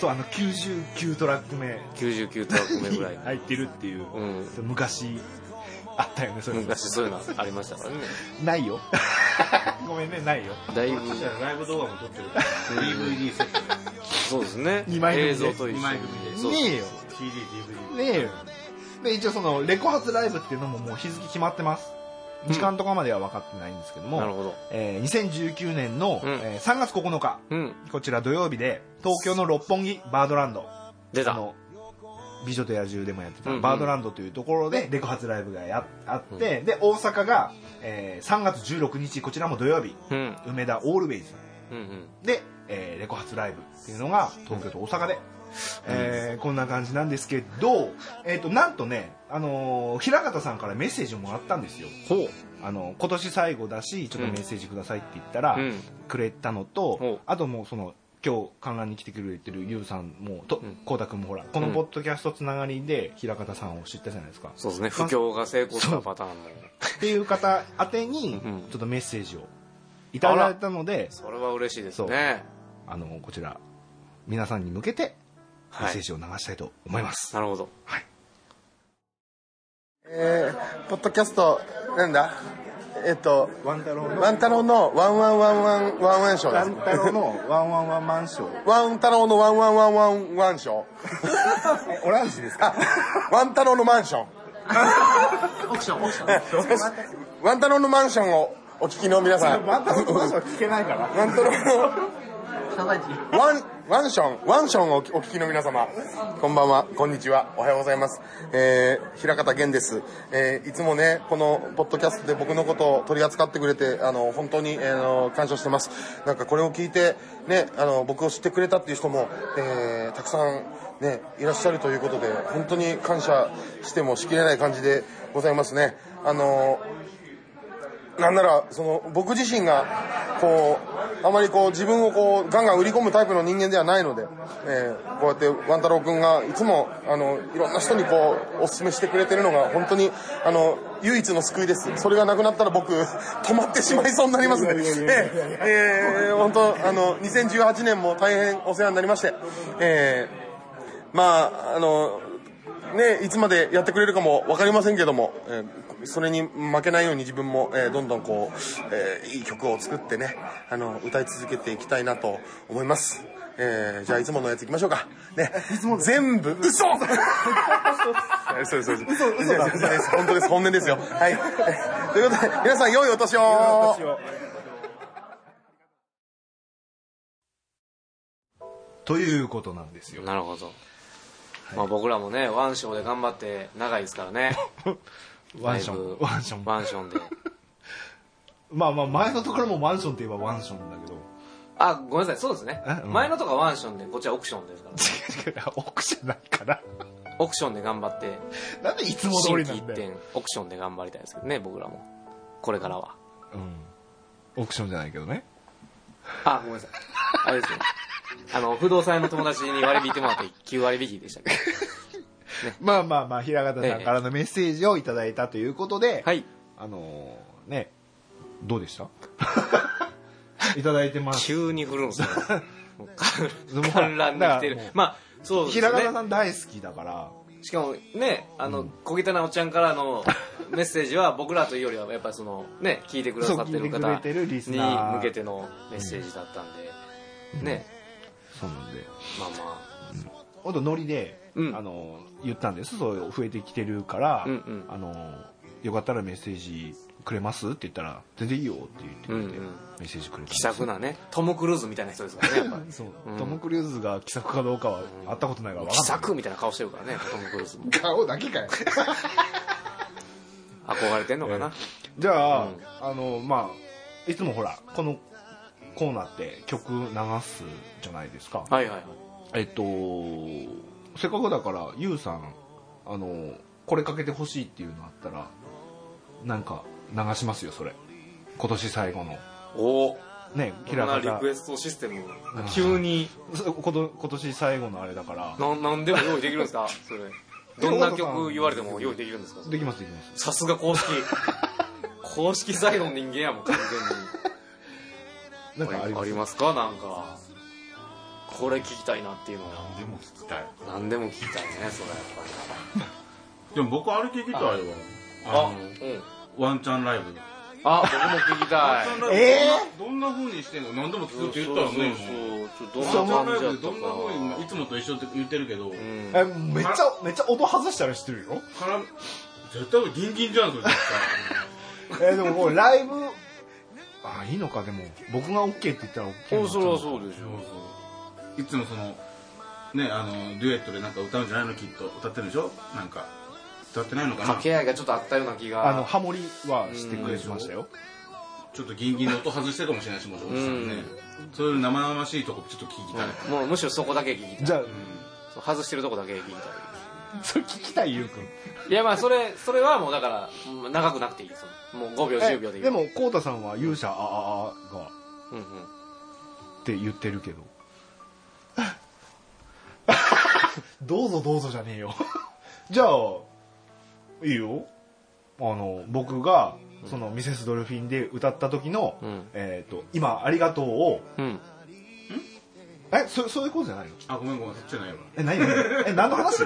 Speaker 3: そうあの99トラック目
Speaker 1: 99トラック目
Speaker 3: に
Speaker 1: ぐらい
Speaker 3: 入ってるっていう、
Speaker 1: うん
Speaker 3: 昔あったよねそれ
Speaker 1: 昔そういうのありましたからね
Speaker 3: ないよ ごめんねないよ
Speaker 1: だいぶ
Speaker 4: そしたらライブ動画も撮ってるから DVD セットで
Speaker 1: そうですね
Speaker 3: 二枚組で
Speaker 1: 映像と一緒
Speaker 4: 2枚組で
Speaker 1: そう
Speaker 3: ねえよ
Speaker 4: CD、DVD
Speaker 3: ねえよで一応そのレコ発ライブっていうのももう日付決まってます
Speaker 1: うん
Speaker 3: 時間とかまでは分かってないんですけども、
Speaker 1: なるほど
Speaker 3: えー2019年の、
Speaker 1: うん
Speaker 3: えー3月9日
Speaker 1: うん
Speaker 3: こちら土曜日で東京の六本木バードランド
Speaker 1: 出
Speaker 3: あ
Speaker 1: た
Speaker 3: の美女と野獣でもやってた、
Speaker 1: うんうん
Speaker 3: バードランドというところでレコ発ライブがやあって、で大阪が、えー3月16日こちらも土曜日
Speaker 1: うんうん
Speaker 3: 梅田オールウェイズ
Speaker 1: うん
Speaker 3: で、えーレコ発ライブっていうのが東京と大阪で、えーこんな感じなんですけど、えー、となんとね、あのー平方さんからメッセージをもらったんですよ、
Speaker 1: ほう
Speaker 3: あの今年最後だしちょっとメッセージくださいって言ったら、
Speaker 1: うん
Speaker 3: くれたのと、
Speaker 1: お
Speaker 3: あともうその今日観覧に来てくれてるゆうさんもと
Speaker 1: ん
Speaker 3: こうたくんもほらこのポッドキャストつながりで平方さんを知ったじゃないですか、
Speaker 1: そうですね不況が成功したパターンも
Speaker 3: っていう方宛てに
Speaker 1: うん
Speaker 3: ちょっとメッセージをいただいたので
Speaker 1: それは嬉しいですね
Speaker 3: あのこちら皆さんに向けてメッ
Speaker 1: は
Speaker 3: セー
Speaker 1: い
Speaker 3: ジを流したいと思います、
Speaker 1: なるほど
Speaker 5: えー、ポッドキャスト、なんだえっと、
Speaker 3: ワンタロウ
Speaker 5: ワンタロウのワンワンワンワンワンワンショーです。
Speaker 3: タロウのワンワンワンマンショー
Speaker 5: ワンタロウのワンワンワンワンワンショー。
Speaker 3: オランジですか
Speaker 5: あ、ワンタロウのマンション。 ワンタロウのマンションをお聞きの皆さん。 ワン
Speaker 3: タロウのマンショー聞けないから
Speaker 5: タロウのワン、ワンション、ワンションをお聞きの皆様。こんばんは、こんにちは、おはようございます。えー、平方源です。えー、いつもね、このポッドキャストで僕のことを取り扱ってくれて、あの、本当に、あの、感謝してます。なんかこれを聞いて、ね、あの、僕を知ってくれたっていう人も、えー、たくさん、ね、いらっしゃるということで、本当に感謝してもしきれない感じでございますね。あの、なんならその僕自身がこうあまりこう自分をこうガンガン売り込むタイプの人間ではないので、えーこうやって万太郎君がいつもあのいろんな人にこうお勧めしてくれてるのが本当にあの唯一の救いですそれがなくなったら僕止まってしまいそうになりますねえーえー本当あの2018年も大変お世話になりまして、えーまあ、あの、ね、いつまでやってくれるかも分かりませんけども、えーそれに負けないように自分も、えーどんどんこう、えーいい曲を作ってね、あの、歌い続けていきたいなと思います。えーじゃあいつものやついきましょうか。ね。全部、嘘 えそうです、そうです。嘘、嘘です。本当です、本音ですよ。はい。ということで、皆さん良いお年を
Speaker 3: ということなんですよ
Speaker 1: なるほどまあ僕らもねワンショーで頑張って長いですからね
Speaker 3: ワンショ
Speaker 1: だい
Speaker 3: ン
Speaker 1: ぶ
Speaker 3: ワンション
Speaker 1: ワンションで
Speaker 3: まあまあ前のところもマンションといえばワンションだけど
Speaker 1: あごめんなさいそうですね
Speaker 3: えうん
Speaker 1: 前のとこはワンションでこっちはオクションですか
Speaker 3: 違
Speaker 1: ら
Speaker 3: う違う奥じゃないから
Speaker 1: オクションで頑張って
Speaker 3: なんでいつも通
Speaker 1: 新
Speaker 3: りな
Speaker 1: 規一
Speaker 3: んだよ、
Speaker 1: 点オクションで頑張りたいですけどね僕らもこれからは
Speaker 3: うん、オークションじゃないけどね
Speaker 1: あごめんなさいあれですねあの不動産屋の友達に割り引いてもらって9割引きでしたけど
Speaker 3: まあまあまあ平方さんからのメッセージをいただいたということで、
Speaker 1: はい
Speaker 3: あのーねどうでした いただいてます
Speaker 1: 急に振るんですよ もう
Speaker 3: でもほら
Speaker 1: 観覧に来てる
Speaker 3: だからもう
Speaker 1: まあそうですね
Speaker 3: 平方さん大好きだから
Speaker 1: しかもねあの、小汚いおっちゃんからのメッセージは 僕らというよりはやっぱりそのね聞いてくださってる
Speaker 3: そう聞
Speaker 1: 方
Speaker 3: いてくれてるリス
Speaker 1: に
Speaker 3: ナー
Speaker 1: 向けてのメッセージだったんで、ね
Speaker 3: そうなんで
Speaker 1: まあま
Speaker 3: ほんとノリで、
Speaker 1: うん
Speaker 3: あのー言ったんですそう増えてきてるから、
Speaker 1: うんうん
Speaker 3: あのーよかったらメッセージくれますって言ったら全然いいよって言ってくれて、
Speaker 1: うんうん
Speaker 3: メッセージくれたんで
Speaker 1: あ気
Speaker 3: す
Speaker 1: さくなねトム・クルーズみたいな人ですからねやっぱり
Speaker 3: そう、
Speaker 1: うん
Speaker 3: トム・クルーズが気さくかどうかは会ったことないから分
Speaker 1: 気
Speaker 3: か
Speaker 1: さ
Speaker 3: んない
Speaker 1: くみたいな顔してるからねトム・クルーズも
Speaker 3: 顔だけかよ
Speaker 1: 憧れてんのかな、
Speaker 3: じゃあ、
Speaker 1: うん
Speaker 3: あのまあいつもほらこのコーナーって曲流すじゃないですか、
Speaker 1: はいはいはい
Speaker 3: えっとせっかくだからゆうさんあのこれかけてほしいっていうのあったらなんか流しますよそれ今年最後の
Speaker 1: おお
Speaker 3: ね
Speaker 1: こん
Speaker 3: 平
Speaker 1: な
Speaker 3: 方
Speaker 1: リクエストシステム急に
Speaker 3: そうこと今年最後のあれだから
Speaker 1: な何でも用意できるんですかそれどんな曲言われても用意できるんですかそれ
Speaker 3: できますできます
Speaker 1: さすが公 式公式サイドの人間やもん完全に
Speaker 3: なんかあります
Speaker 1: ありますかなんかこれ聞きたいなっていうのは
Speaker 4: でも聞きたい
Speaker 1: 何でも聞きたいねそれやっ
Speaker 4: でも僕あれ聞きたいわあ
Speaker 1: ぱ
Speaker 4: の
Speaker 1: りあうん
Speaker 4: ワンチャンライブ
Speaker 1: あ僕も聞きたい
Speaker 4: ええどんな風にしてんの何でも作って言ったらね
Speaker 1: そうそう
Speaker 4: 今
Speaker 1: そう
Speaker 4: ワン
Speaker 1: どんな
Speaker 4: チャンラ
Speaker 1: 感じ
Speaker 4: イ
Speaker 1: や
Speaker 4: ブ
Speaker 1: っ
Speaker 4: でどんな風にまあい
Speaker 1: た
Speaker 4: つもと一緒って言ってるけど、
Speaker 1: か
Speaker 3: えめっちゃめっちゃ音外したら知ってるよ
Speaker 4: から絶対ギンギンじゃんそれ絶
Speaker 3: えーでももう ライブあいいのかでも僕が OK って言ったら OK
Speaker 1: う
Speaker 3: なんの
Speaker 1: それはそうでし
Speaker 4: 対
Speaker 1: ょ
Speaker 4: いつもそのねあのデュエットでなんか歌うんじゃないのきっと歌ってるでしょなんか歌ってないのかな
Speaker 1: 掛け合いがちょっとあったような気が
Speaker 3: あのハモリはしてくれてましたよ
Speaker 4: ちょっとギンギンの音外してるかもしれないしもしかしたらねそういう生々しいとこちょっと聞きたい、
Speaker 1: うんもうむしろそこだけ聞きたい
Speaker 3: じゃ
Speaker 1: そう外してるとこだけ聞きた
Speaker 3: あそれ聞きたいゆうくん
Speaker 1: いいやまあそれそれはもうだからうん長くなくていいですもう5秒10秒でいい
Speaker 3: でもこうたさんは勇者あああが
Speaker 1: うんうん
Speaker 3: って言ってるけどどうぞどうぞじゃねえよ じゃあいいよあの僕がそのミセスドルフィンで歌った時の「
Speaker 1: うん
Speaker 3: えー、と今ありがとうを」
Speaker 1: うん
Speaker 3: えそそういうことじゃないの
Speaker 4: あごめんごめんそっちじゃないわ
Speaker 3: え何何え何の 話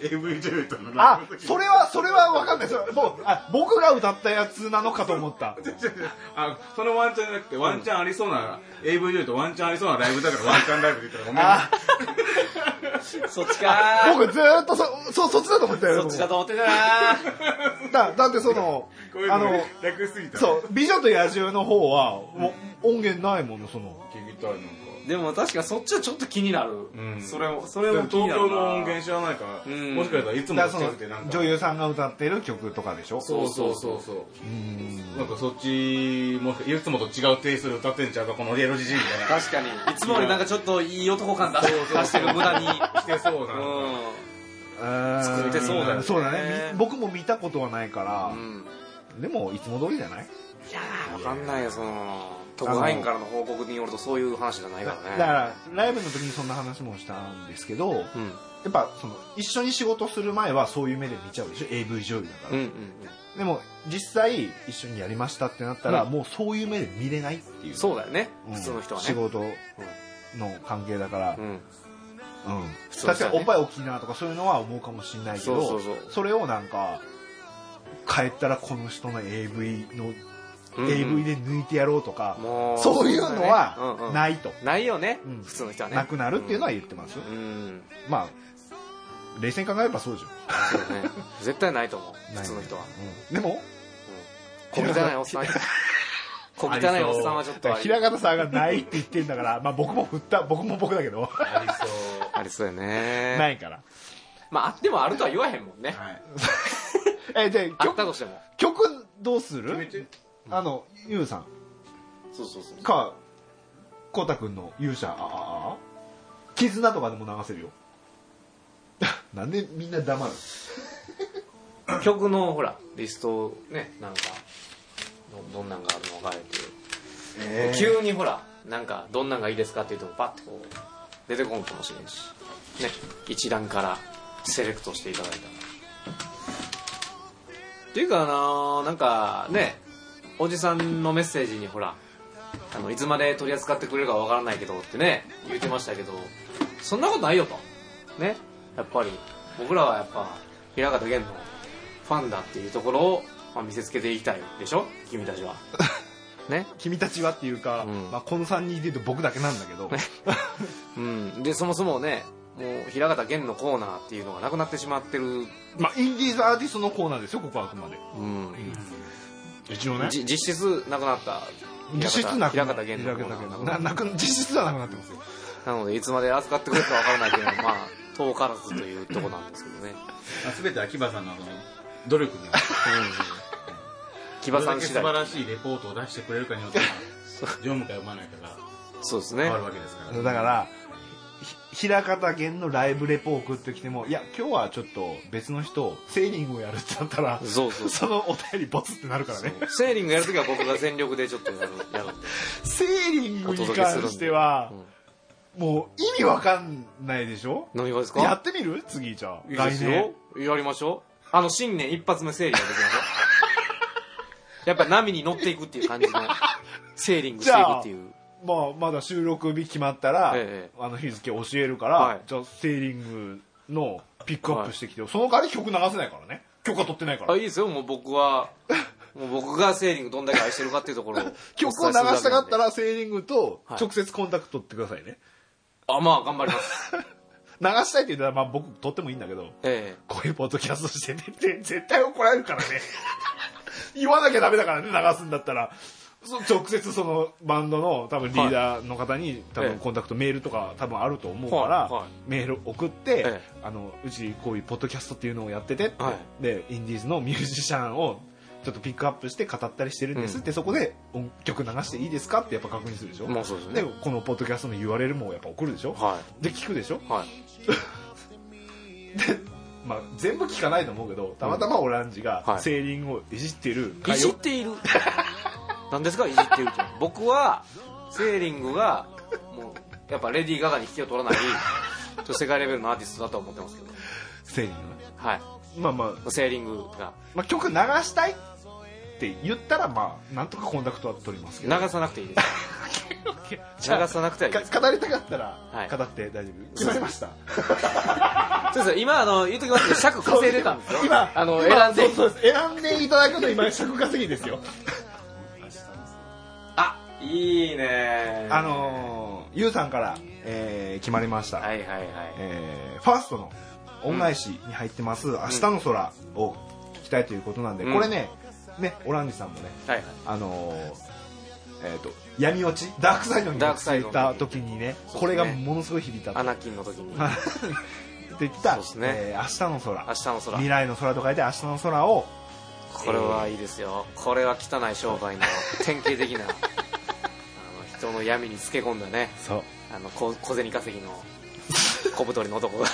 Speaker 4: AV デビュートのライ
Speaker 3: あ
Speaker 4: ブの時
Speaker 3: それはそれは分かんないそれもうあ僕が歌ったやつなのかと思った
Speaker 4: あそのワンチャンじゃなくてワンチャンありそうな AV デビュートワンチャンありそうなライブだからワンチャンライブって言ったら
Speaker 1: そっちか
Speaker 3: 僕ずーっとそそそっちだと思ったよ
Speaker 1: そっちだと思ってたな
Speaker 3: だだってその
Speaker 4: ごめん
Speaker 3: あ
Speaker 4: こういう
Speaker 3: の
Speaker 4: の楽すぎた
Speaker 3: そう「美女と野獣」の方はもう音源ないものその
Speaker 4: 聞きたいなんか
Speaker 1: でも確かにそっちはちょっと気になる、
Speaker 4: うん
Speaker 1: それもそれも
Speaker 4: 東
Speaker 1: 気になるな
Speaker 4: 京の音源知らないから、
Speaker 1: うん
Speaker 4: もしかしたらいつ
Speaker 3: だから
Speaker 4: もやっ
Speaker 3: そ
Speaker 4: て
Speaker 3: の
Speaker 4: くてなんか
Speaker 3: 女優さんが歌ってる曲とかでしょ
Speaker 4: そうそうそうそうなんかそっちもいつもと違うテイストで歌ってんちゃうかこのエロジジイみたいな
Speaker 1: 確かにいつもよりなんかちょっといい男感出して出してる無 駄に
Speaker 4: してそうな
Speaker 1: う
Speaker 3: 作
Speaker 1: ってそうだよね
Speaker 3: そうだねみ僕も見たことはないから
Speaker 1: ん、うん、
Speaker 3: でもいつも通りじゃない
Speaker 1: 分かんないよその特派員からの報告によるとそういう話じゃない
Speaker 3: だ
Speaker 1: か
Speaker 3: から
Speaker 1: ね
Speaker 3: らライブの時にそんな話もしたんですけどや
Speaker 1: うん
Speaker 3: っぱその一緒に仕事する前はそういう目で見ちゃうでしょ AV 女優だから
Speaker 1: うんうんうん
Speaker 3: でも実際一緒にやりましたってなったら
Speaker 1: うん
Speaker 3: もうそういう目で見れないっていう
Speaker 1: そうだよね、
Speaker 3: うん
Speaker 1: 普通の人はね
Speaker 3: 仕事の関係だから
Speaker 1: うん
Speaker 3: うん
Speaker 1: 普通の
Speaker 3: 確
Speaker 1: 人
Speaker 3: かに
Speaker 1: はね
Speaker 3: おっぱい大きいなとかそういうのは思うかもしれないけど
Speaker 1: そうそうそう
Speaker 3: れをなんか帰ったらこの人の AV の、
Speaker 1: うんうん
Speaker 3: AV で抜いてやろうとか
Speaker 1: もう
Speaker 3: そういうの
Speaker 1: うんう
Speaker 3: は
Speaker 1: ん
Speaker 3: ないと、
Speaker 1: ないよね、
Speaker 3: うん
Speaker 1: 普通の人はね
Speaker 3: なくなるっていうのは言ってますよ、
Speaker 1: うん
Speaker 3: まあ冷静に考えればそうでしょ、
Speaker 1: そうだね絶対ないと思う
Speaker 3: ない
Speaker 1: 普通の人は
Speaker 3: うんでも
Speaker 1: 小汚いおっさん小汚いおっさんはちょっとあり
Speaker 3: 平方さんがないって言ってんだから、まあ、僕も振った僕も僕だけど
Speaker 4: ありそう
Speaker 1: ありそうよ ね
Speaker 3: ないから
Speaker 1: まああってもあるとは言わへんもんね
Speaker 4: はい
Speaker 3: えで
Speaker 1: あっ
Speaker 3: 曲
Speaker 1: たとしても
Speaker 3: 曲どうす
Speaker 4: 決め
Speaker 3: る
Speaker 4: て
Speaker 3: あのゆうさん
Speaker 1: そうそうそう
Speaker 3: か、こうたくんの勇者、あああ絆とかでも流せるよ。 なんでみんな黙る
Speaker 1: 曲のほらリストをねなんかどどんなんがあるのかあれって急にほらなんかどんなんがいいですかって言ってもパッとこう出てこんかもしれんしね一覧からセレクトしていただいたらっていうかあのーなんかねおじさんのメッセージにほらあのいつまで取り扱ってくれるかわからないけどってね言ってましたけどそんなことないよとねやっぱり僕らはやっぱ平方玄のファンだっていうところを、まあ、見せつけていきたいでしょ君たち はね
Speaker 3: 君たちはっていうか、
Speaker 1: うん
Speaker 3: まあ、この3人で言うと僕だけなんだけど、
Speaker 1: うんでそもそもねもう平方玄のコーナーっていうのがなくなってしまってる、
Speaker 3: まあ、インディーズアーティストのコーナーですよ、ここはあくまで。
Speaker 1: うん
Speaker 3: 一応
Speaker 1: じ実質なくなった
Speaker 3: 実質なく
Speaker 1: 平
Speaker 3: なっ
Speaker 1: 方玄のコーナーがなくな
Speaker 3: な
Speaker 1: った
Speaker 3: なく実質はなくなってますよ。
Speaker 1: なのでいつまで扱ってくれるかわからないけどまあ遠からずというとこなんですけどね
Speaker 4: あ全て秋葉さんのあの努力に
Speaker 1: 木場
Speaker 4: どれ
Speaker 1: さ
Speaker 4: だ
Speaker 1: ん
Speaker 4: け
Speaker 1: 次
Speaker 4: 素
Speaker 1: 第
Speaker 4: 晴らしいレポートを出してくれるかによって読むか読まないかが
Speaker 1: そうですね
Speaker 4: 変わるわけですから、
Speaker 3: だから、ひ平方弦のライブレポを送ってきても、いや、今日はちょっと別の人、セーリングをやるってなったら、
Speaker 1: そうそうそ
Speaker 3: そのお便りボツってなるからね。
Speaker 1: うセーリングやるときは僕が全力でちょっとやるやるんで
Speaker 3: セーリングに関しては、もう意味わかんないでしょ
Speaker 1: 何がですか
Speaker 3: やってみる次じゃあ
Speaker 1: いいですよ。やりましょう。あの、新年一発目整理ができましょう。やっぱ波に乗っていくっていう感じの、セーリングしていくっていう。
Speaker 3: まあ、まだ収録日決まったら、
Speaker 1: ええ
Speaker 3: あの日付教えるから、
Speaker 1: はい
Speaker 3: じゃあセーリングのピックアップしてきてよ、その代わり曲流せないからね許可取ってないか
Speaker 1: あ、
Speaker 3: ら
Speaker 1: いいですよ、もう僕 は。もう僕がセーリングどんだけ愛してるかっていうと ころを。
Speaker 3: 曲を流したかった
Speaker 1: ら。
Speaker 3: らセーリングと
Speaker 1: はい
Speaker 3: 直接コンタクト取ってくださいね、
Speaker 1: あ、まあ、頑張ります。
Speaker 3: 流したいって言ったら、まあ、僕取ってもいいんだけど
Speaker 1: え
Speaker 3: こういうポッドキャストしてねって 絶対怒られるからね 言わなきゃダメだからね流すんだったらそ直接そのバンドの多分リーダーの方に多
Speaker 1: え
Speaker 3: 分
Speaker 1: え
Speaker 3: コンタクトメールとか多分あると思うから、
Speaker 1: はいはい
Speaker 3: メール送って、
Speaker 1: え
Speaker 3: あのうちこういうポッドキャストっていうのをやってて、
Speaker 1: は
Speaker 3: でインディーズのミュージシャンをちょっとピックアップして語ったりしてるんですって、そこで音曲流していいですかってやっぱ確認するでしょ、
Speaker 1: まあそうですよね
Speaker 3: でこのポッドキャストの URL もやっぱ送るでしょ、
Speaker 1: えは
Speaker 3: で聞くでしょ
Speaker 1: い。はい。
Speaker 3: まあ、全部聞かないと思うけどたまたまオランジ
Speaker 1: うんは
Speaker 3: が
Speaker 1: い
Speaker 3: セーリングをいじってる
Speaker 1: い
Speaker 3: 会
Speaker 1: じ
Speaker 3: を
Speaker 1: って いる何ですかいじっているって僕はセーリングがもうやっぱレディー・ガガに引けを取らないちょっと世界レベルのアーティストだとは思ってますけど
Speaker 3: セーリング
Speaker 1: はい
Speaker 3: まあまあ、
Speaker 1: セーリングが
Speaker 3: まあ、曲流したいって言ったらまあなんとかコンダクトは取りますけど
Speaker 1: 流さなくていいです 流さなくてはいいです
Speaker 3: か語りたかったら
Speaker 1: はい
Speaker 3: 語って大丈夫決まりました
Speaker 1: そうです今あの言うときますけど尺稼いでたんですよ
Speaker 3: 今
Speaker 1: あの
Speaker 3: 今
Speaker 1: 選んで
Speaker 3: そうそうです選んでいただくの今尺稼ぎですよ
Speaker 1: あいいね
Speaker 3: あのー、ゆうさんから、えー決まりました、
Speaker 1: はいはいはい
Speaker 3: えーファーストの恩返しに入ってます「明日の空」を聞きたいということなんで、
Speaker 1: うん
Speaker 3: これねねオランジさんもね
Speaker 1: はいはい
Speaker 3: あのーえっと闇落ちダークサイドに
Speaker 1: ダークサイ
Speaker 3: 落
Speaker 1: ド
Speaker 3: ち
Speaker 1: の時
Speaker 3: た時にね
Speaker 1: そうですね
Speaker 3: これがものすごい響いたと
Speaker 1: アナキンの時に
Speaker 3: はい って言った、
Speaker 1: そうですね
Speaker 3: えー明日の空
Speaker 1: 明日の空
Speaker 3: 未来の空と書いて明日の空を
Speaker 1: これはいいですよこれは汚い商売の典型 的なあの人の闇につけ込んだね
Speaker 3: そう
Speaker 1: あの小小銭稼ぎの小太りの 男が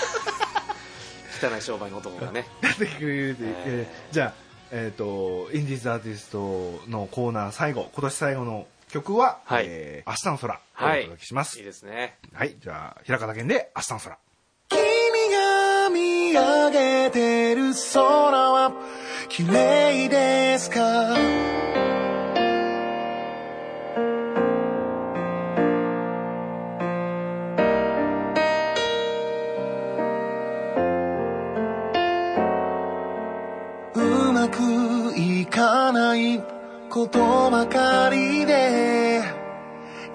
Speaker 1: 汚い商売の男がね
Speaker 3: 出てくれるって、
Speaker 1: え
Speaker 3: えーじゃあ、えっとインディーズアーティストのコーナー最後今年最後の曲は「
Speaker 1: はい
Speaker 3: えー明日の空」
Speaker 1: は
Speaker 3: お
Speaker 1: い
Speaker 3: 届けします
Speaker 1: いいですね
Speaker 3: はい、じゃあ、平方健で明日の空。
Speaker 6: 君が見上げてる空は綺麗ですかうまくいかないことばかりで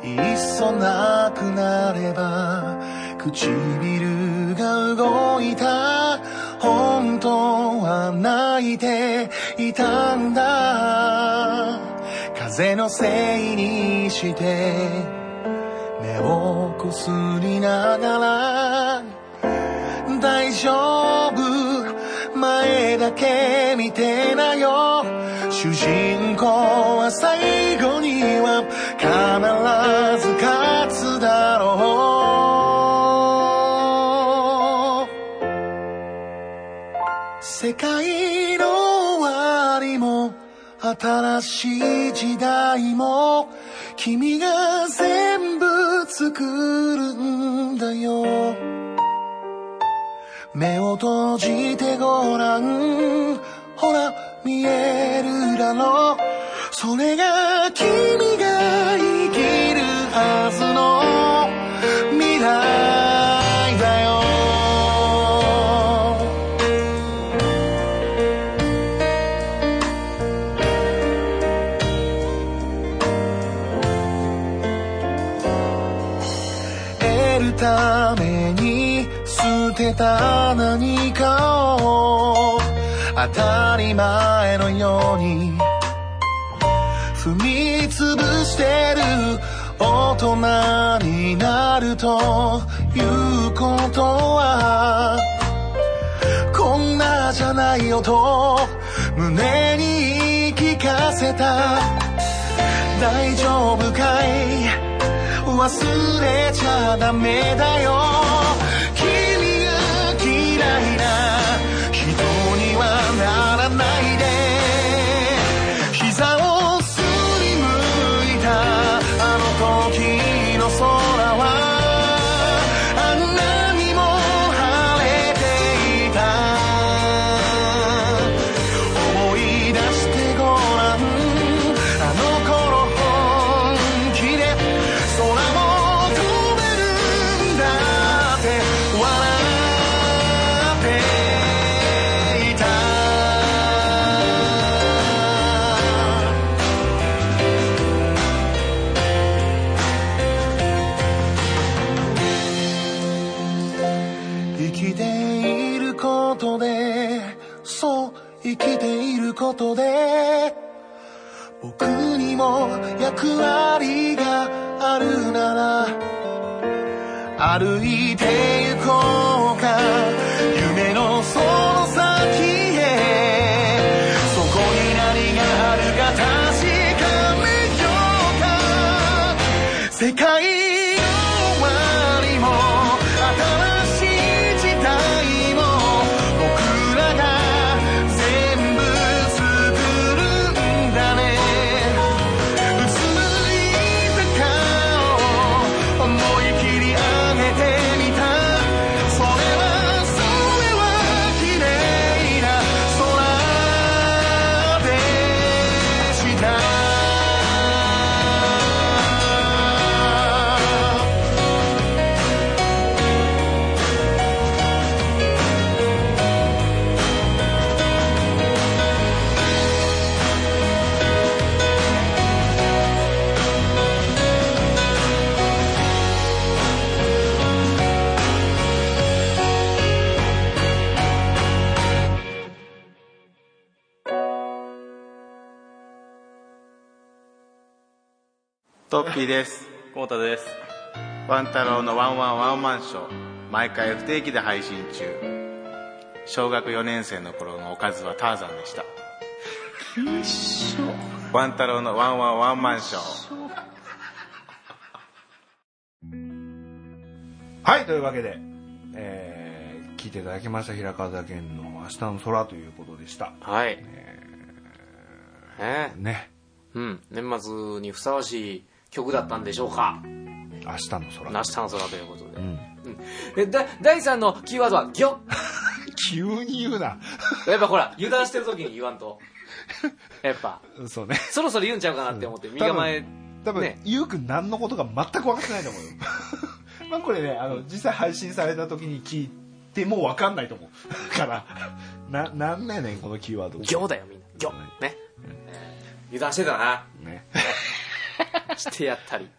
Speaker 6: いっそなくなれば唇が動いた本当は泣いていたんだ風のせいにして目をこすりながら大丈夫前だけ見てなよ主人公は最後には必ず勝つだろう世界の終わりも新しい時代も君が全部作るんだよ目を閉じてごらんほら見えるだろうそれが君が生きるはずの未来だよ得るために捨てた何かを当たり前のように踏みつぶしてる大人になるということはこんなじゃないよと胸に言い聞かせた大丈夫かい忘れちゃダメだよ君が嫌いな人にはならないで膝をすりむいたあの時の空はあんなにも晴れていた思い出してごらんあの頃本気で空を飛べるんだって笑っていた生きていることでそう生きていることで僕にも役割があるなら歩いてゆこうか夢のその先へそこに何があるか確かめようか世界の終わりも新しい時代も僕らが全部作るんだねうつむいた顔思い切り上げてみた
Speaker 7: トッピーですコ太タですワン太郎のワンワンワンマンショー毎回不定期で配信中小学4年生の頃のおかずはターザンでしたワン太郎のワンワンワンマンショー
Speaker 3: はい、というわけで、えー、聞いていただきました、平川健の明日の空ということでした。
Speaker 1: はい。ね
Speaker 3: ね、
Speaker 1: うん。年末にふさわしい曲だったんでしょうか。
Speaker 3: 明日の空。
Speaker 1: 明日の空ということで。うんえだ第3のキーワードは「ギョ
Speaker 3: 急に言うな。」
Speaker 1: やっぱほら油断してる時に言わん とやっぱ
Speaker 3: そうね。
Speaker 1: そろそろ言うんちゃうかなって思って身構え
Speaker 3: 多分、
Speaker 1: ね
Speaker 3: ゆうくん何のことか全く分かってないと思うよ。 まあこれね、あの、実際配信された時に聞いても分かんないと思う。 から、な、なんなんやねん、このキーワード。
Speaker 1: 「ギョ」だよみんな「ギョ」ね、油断してたな
Speaker 3: ね。
Speaker 1: してやったり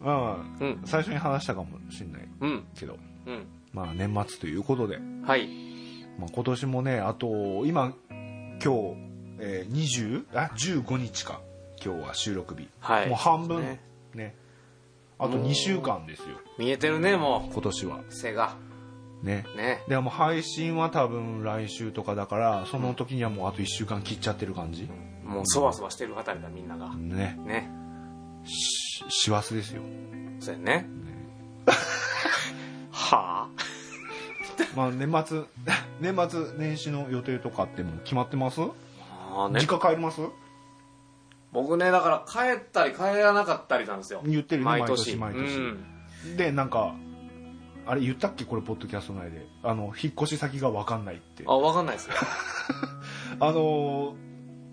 Speaker 3: まあ、
Speaker 1: うん
Speaker 3: 最初に話したかもしれない
Speaker 1: うん
Speaker 3: けど、
Speaker 1: うん
Speaker 3: まあ年末ということで、
Speaker 1: はい
Speaker 3: まあ、今年もねあと今今日、えー、20あ15日か今日は収録日、
Speaker 1: はい
Speaker 3: もう半分
Speaker 1: ね
Speaker 3: ねあと2週間ですよ
Speaker 1: 見えてるねも
Speaker 3: 今年は
Speaker 1: う背が
Speaker 3: ね
Speaker 1: ね
Speaker 3: でもう配信は多分来週とかだからその時にはもうあと1週間切っちゃってる感じ、
Speaker 1: もうそわそわしてるあたりだみんなが
Speaker 3: ね
Speaker 1: ね
Speaker 3: し師走ですよ
Speaker 1: そうやね はあ
Speaker 3: まあ年末 年末年始の予定とかってもう決まってます
Speaker 1: ああね
Speaker 3: 実家帰ります
Speaker 1: 僕ねだから帰ったり帰らなかったりなんですよ
Speaker 3: 言ってるね
Speaker 1: 毎年
Speaker 3: 毎年毎年
Speaker 1: うん
Speaker 3: でなんかあれ言ったっけこれポッドキャスト内であの引っ越し先が分かんないって
Speaker 1: あ分かんないですよ
Speaker 3: あのー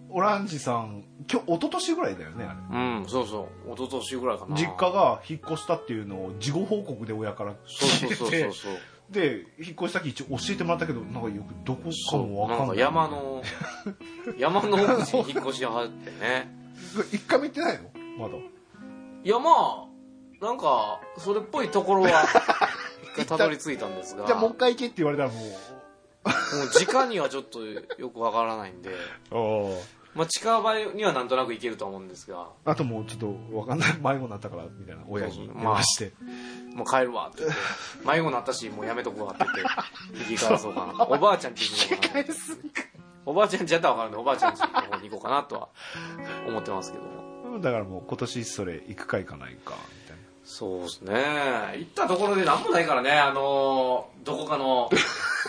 Speaker 3: オランジさん今日一昨年ぐらいだよねあ
Speaker 1: うんそうそう一昨年ぐらいか
Speaker 3: れ
Speaker 1: な
Speaker 3: 実家が引っ越したっていうのを事後報告で親から
Speaker 1: そう
Speaker 3: 聞
Speaker 1: そ
Speaker 3: い
Speaker 1: うそうそ
Speaker 3: て
Speaker 1: うそう
Speaker 3: で引っ越し先一応教えてもらったけどなんかよくどこかも分か
Speaker 1: な
Speaker 3: ん
Speaker 1: ん
Speaker 3: な
Speaker 1: か
Speaker 3: い
Speaker 1: 山の山の奥地に引っ越しやがってね
Speaker 3: 一回も行ってないのまだ
Speaker 1: いやまあなんかそれっぽいところは一回たどり着いたんです が
Speaker 3: じゃあもう
Speaker 1: も
Speaker 3: 一回行けって言われたらも
Speaker 1: う直にはちょっとよくわからないんで、
Speaker 3: う
Speaker 1: まあ、近場にはなんとなく行けると思うんですが
Speaker 3: あともうちょっと分かんない迷子になったからみたいな親に電話して、
Speaker 1: もう帰るわって言って迷子になったしもうやめとこうわって言って引き返そうかなおばあちゃんち行こうかなおばあちゃんちやったら分かるんでおばあちゃんちの方に行こうかなとは思ってますけど
Speaker 3: だからもう今年それ行くか行かないかみたいな
Speaker 1: そうですね行ったところで何もないからねあのーどこか の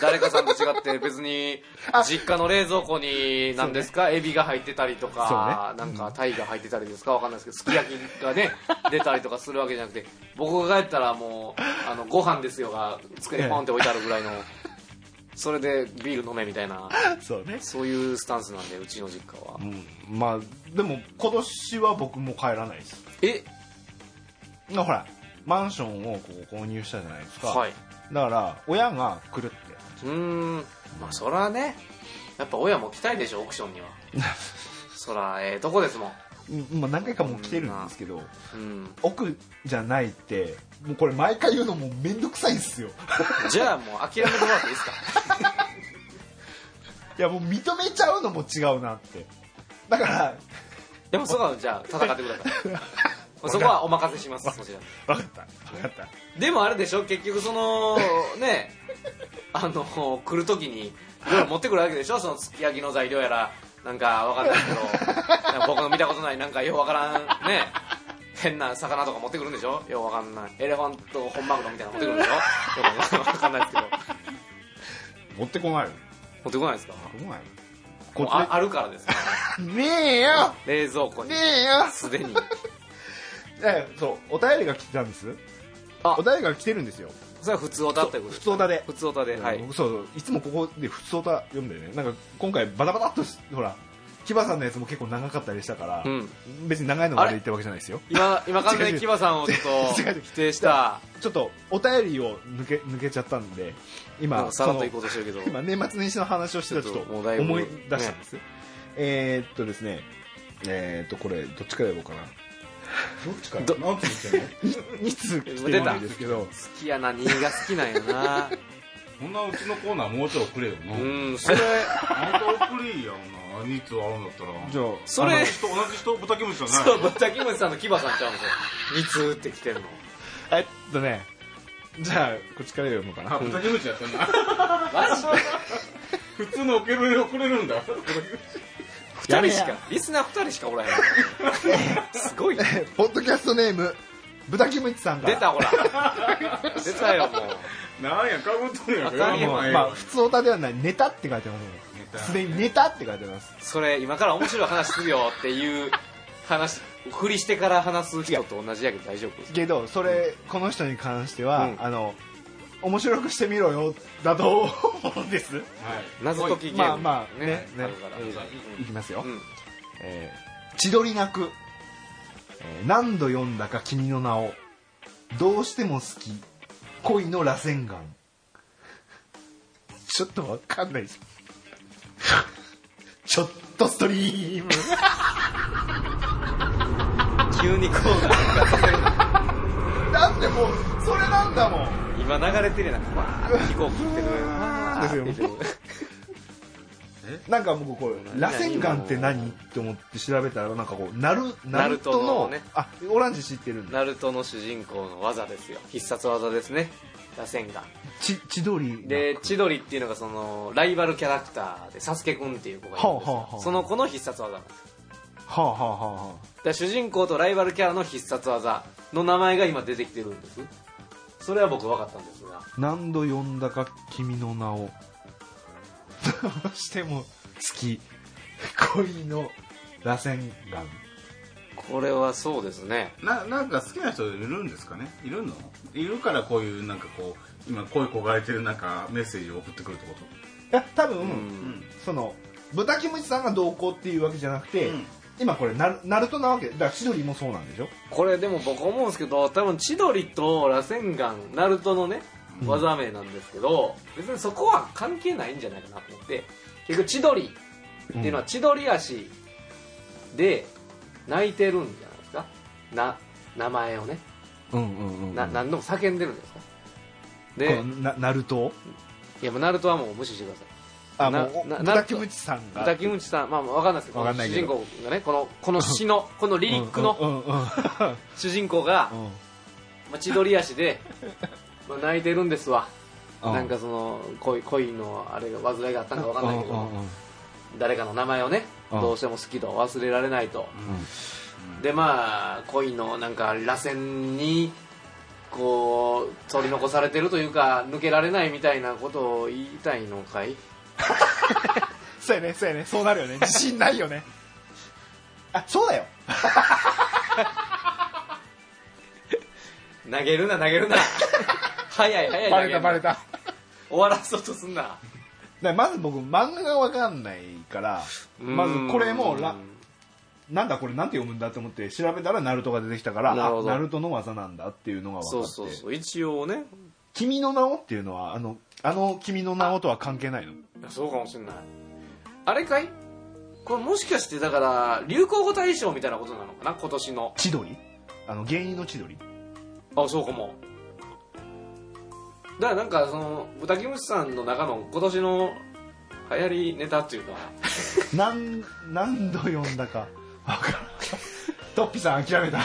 Speaker 1: 誰かさんと違って別に実家の冷蔵庫に何ですか、エビが入ってたりとか、なんかタイが入ってたりですかわかんないですけどすき焼きがね出たりとかするわけじゃなくて僕が帰ったらもうあのご飯ですよが机にポンって置いてあるぐらいのそれでビール飲めみたいな
Speaker 3: そうね
Speaker 1: そういうスタンスなんでうちの実家は
Speaker 3: うん、まあでも今年は僕も帰らないです
Speaker 1: え
Speaker 3: ほらマンションをこう購入したじゃないですか、
Speaker 1: はい
Speaker 3: だから親が来るって
Speaker 1: うーんまあそらねやっぱ親も来たいでしょオークションにはそらええとこですもん
Speaker 3: うんまあ、何回かもう来てるんですけど
Speaker 1: うん
Speaker 3: 奥じゃないってもうこれ毎回言うのもうめんどくさいんです よ
Speaker 1: じゃあもう諦めてもらっていいですか
Speaker 3: いやもう認めちゃうのも違うなってだから
Speaker 1: でもそこはじゃあ戦ってくださいそこはお任せしますそちらに
Speaker 3: 分かった分かった
Speaker 1: でもあれでしょ結局そのねあの来る時にいろいろ持ってくるわけでしょそのすき焼きの材料やらなんかわかんないけどなんか僕の見たことないなんかようわからんね変な魚とか持ってくるんでしょようわかんないエレファント本マグロみたいなの持ってくるんでしょよくわかんないですけど
Speaker 3: 持ってこないよ
Speaker 1: 持ってこないですか
Speaker 3: 持ってこないよ
Speaker 1: もうああるからですよ
Speaker 3: ねえよ
Speaker 1: 冷蔵庫に
Speaker 3: ねえよ
Speaker 1: すでに
Speaker 3: えそうお便りが来てたんです
Speaker 1: あ
Speaker 3: お便りが来てるんですよ
Speaker 1: それは普通オタって
Speaker 3: 普
Speaker 1: ことです
Speaker 3: 通だで
Speaker 1: 普通オタではい
Speaker 3: 僕そうそういつもここで普通歌読んでねなんか今回バタバタっとしほらキバさんのやつも結構長かったりしたから、
Speaker 1: うん
Speaker 3: 別に長いのまで言ってわけじゃないですよ
Speaker 1: 今今完全にキバさんをちょっ
Speaker 3: 違う違
Speaker 1: と
Speaker 3: う
Speaker 1: 否定した
Speaker 3: ちょっとお便りを抜け抜けちゃったんで
Speaker 1: なん
Speaker 3: 今
Speaker 1: かさらっと
Speaker 3: そ
Speaker 1: 行こう
Speaker 3: の
Speaker 1: としてるけど
Speaker 3: 今年末年始の話をしてたらちょっ
Speaker 1: ちょっともう
Speaker 3: と
Speaker 1: だいぶ
Speaker 3: 思い出したんです、えー、っとですねえー、っとこれどっちからやろうかな
Speaker 4: どっちから何て言ってんの
Speaker 3: 2通来てるんですけど
Speaker 1: 好きやな新が好きなんやな
Speaker 4: そんなうちのコーナーもうちょい遅れよな
Speaker 1: うんそれ
Speaker 4: また遅れいやんな2頭あるんだったら
Speaker 3: じゃあ
Speaker 1: それ
Speaker 4: 人同じ人豚キムチじゃない
Speaker 1: そうぶったきもちさんの牙さんちゃうんですよ2通ってきてるの
Speaker 3: えっとねじゃあこっちから読むかな
Speaker 4: あ豚キムチやってんな
Speaker 1: マジ
Speaker 4: 普通のオケロに送れるんだ豚キム
Speaker 1: 2人しかリスナー2人しかおらへんすごいね
Speaker 6: ポッドキャストネーム豚キムチさんか
Speaker 1: 出
Speaker 6: ら
Speaker 1: たほら出たよもう
Speaker 4: チなんやかぶっとるやん
Speaker 1: 当たり
Speaker 4: もうえ
Speaker 1: 前
Speaker 4: えよ
Speaker 3: まあ普通オタではないネタって書いてます
Speaker 4: ネ
Speaker 3: ね
Speaker 4: タ
Speaker 3: すでにネタって書いてます
Speaker 1: それ今から面白い話するよっていう話ふりしてから話す人と同じやけど大丈夫
Speaker 3: けどそれ、この人に関しては、
Speaker 1: うん
Speaker 3: あの面白くしてみろよだと思うんです
Speaker 4: はい
Speaker 1: 謎解きゲーム
Speaker 3: まあまあねね
Speaker 1: あるから、
Speaker 3: うんいきますよ、
Speaker 1: うん
Speaker 3: えー千鳥泣く、えー何度読んだか君の名をどうしても好き恋の螺旋丸ちょっとわかんないです ちょっとストリーム
Speaker 1: 急にこうなんかさせる
Speaker 3: だってもうそれなんだもん
Speaker 1: 今流れてるやんかバーって飛行機行ってる わーって言ってる
Speaker 3: なんか僕こう螺旋丸って何って思って調べたらなんかこうナルナ
Speaker 1: ナ
Speaker 3: ル
Speaker 1: ル
Speaker 3: ト
Speaker 1: ト
Speaker 3: の
Speaker 1: のね
Speaker 3: あオランジ知ってるんだ
Speaker 1: ナルトの主人公の技ですよ必殺技ですね螺旋が
Speaker 3: ち千鳥
Speaker 1: で千鳥っていうのがそのライバルキャラクターでサスケくんっていう子がいるんです
Speaker 3: は
Speaker 1: よ、
Speaker 3: あはあはあ
Speaker 1: その子の必殺技なんです
Speaker 3: はあはあはあは
Speaker 1: だから主人公とライバルキャラの必殺技の名前が今出てきてるんですそれは僕分かったんですが
Speaker 3: あ何度呼んだか君の名をどうしても好き恋の螺旋丸
Speaker 1: これはそうですね
Speaker 4: ななんか好きな人いるんですかねいるのいるからこういうなんかこう今恋焦がれてる中メッセージを送ってくるってこ
Speaker 3: いや多分、
Speaker 4: とうん
Speaker 3: その豚キムチさんがどうこうっていうわけじゃなくて、
Speaker 4: うん
Speaker 3: 今これナルナルトなわけだから千鳥もそうなんでしょ
Speaker 1: これでも僕思うんですけど多分千鳥と螺旋丸ナルトのね技名なんですけど、別にそこは関係ないんじゃないかなと思って結局千鳥っていうのは千鳥足で泣いてるんじゃないですかな名前をね
Speaker 3: うんうんうん
Speaker 1: な何度も叫んでるんですか
Speaker 3: こ
Speaker 1: で
Speaker 3: のなナルト
Speaker 1: いやもうナルトはもう無視してください
Speaker 3: あ
Speaker 1: な
Speaker 3: もう
Speaker 1: な
Speaker 3: 豚キムチさんが
Speaker 1: 滝口さん、まあ、まあわかんないですけど
Speaker 3: わかんないけど
Speaker 1: 主人公がねこのこの詩のこのリリックの
Speaker 3: の
Speaker 1: 主人公が、まあ、千鳥足で、 まあ、泣いてるんですわなんかその恋恋のあれが煩いがあったのかわかんないけど誰かの名前をね
Speaker 3: うん
Speaker 1: どうしても好きと忘れられないと、でまあ恋のなんか螺旋にこう取り残されてるというか抜けられないみたいなことを言いたいのかい
Speaker 3: そうやねそうやねそうなるよね自信ないよねあそうだよ
Speaker 1: 投げるな投げるな 早い早い
Speaker 6: バレたバレ
Speaker 1: た
Speaker 6: た
Speaker 1: 終わらそうとすんな
Speaker 3: だからまず僕漫画がわかんないからまずこれもラなんだこれなんて読むんだと思って調べたらナルトが出てきたから
Speaker 1: なるほ
Speaker 3: あ
Speaker 1: ど
Speaker 3: ナルトの技なんだっていうのが分
Speaker 1: そう
Speaker 3: かって
Speaker 1: そうそう一応ね
Speaker 3: 君の名をっていうのはあのあの君の名をとは関係ないの
Speaker 1: いやそうかもしれないあれかいこれもしかしてだから流行語大賞みたいなことなのかな今年の
Speaker 3: 千鳥あの芸人の千鳥
Speaker 1: あそうかもだからなんかその豚キムチさんの中の今年の流行りネタっていうか
Speaker 3: なん何度読んだかわからんトッピさん諦めた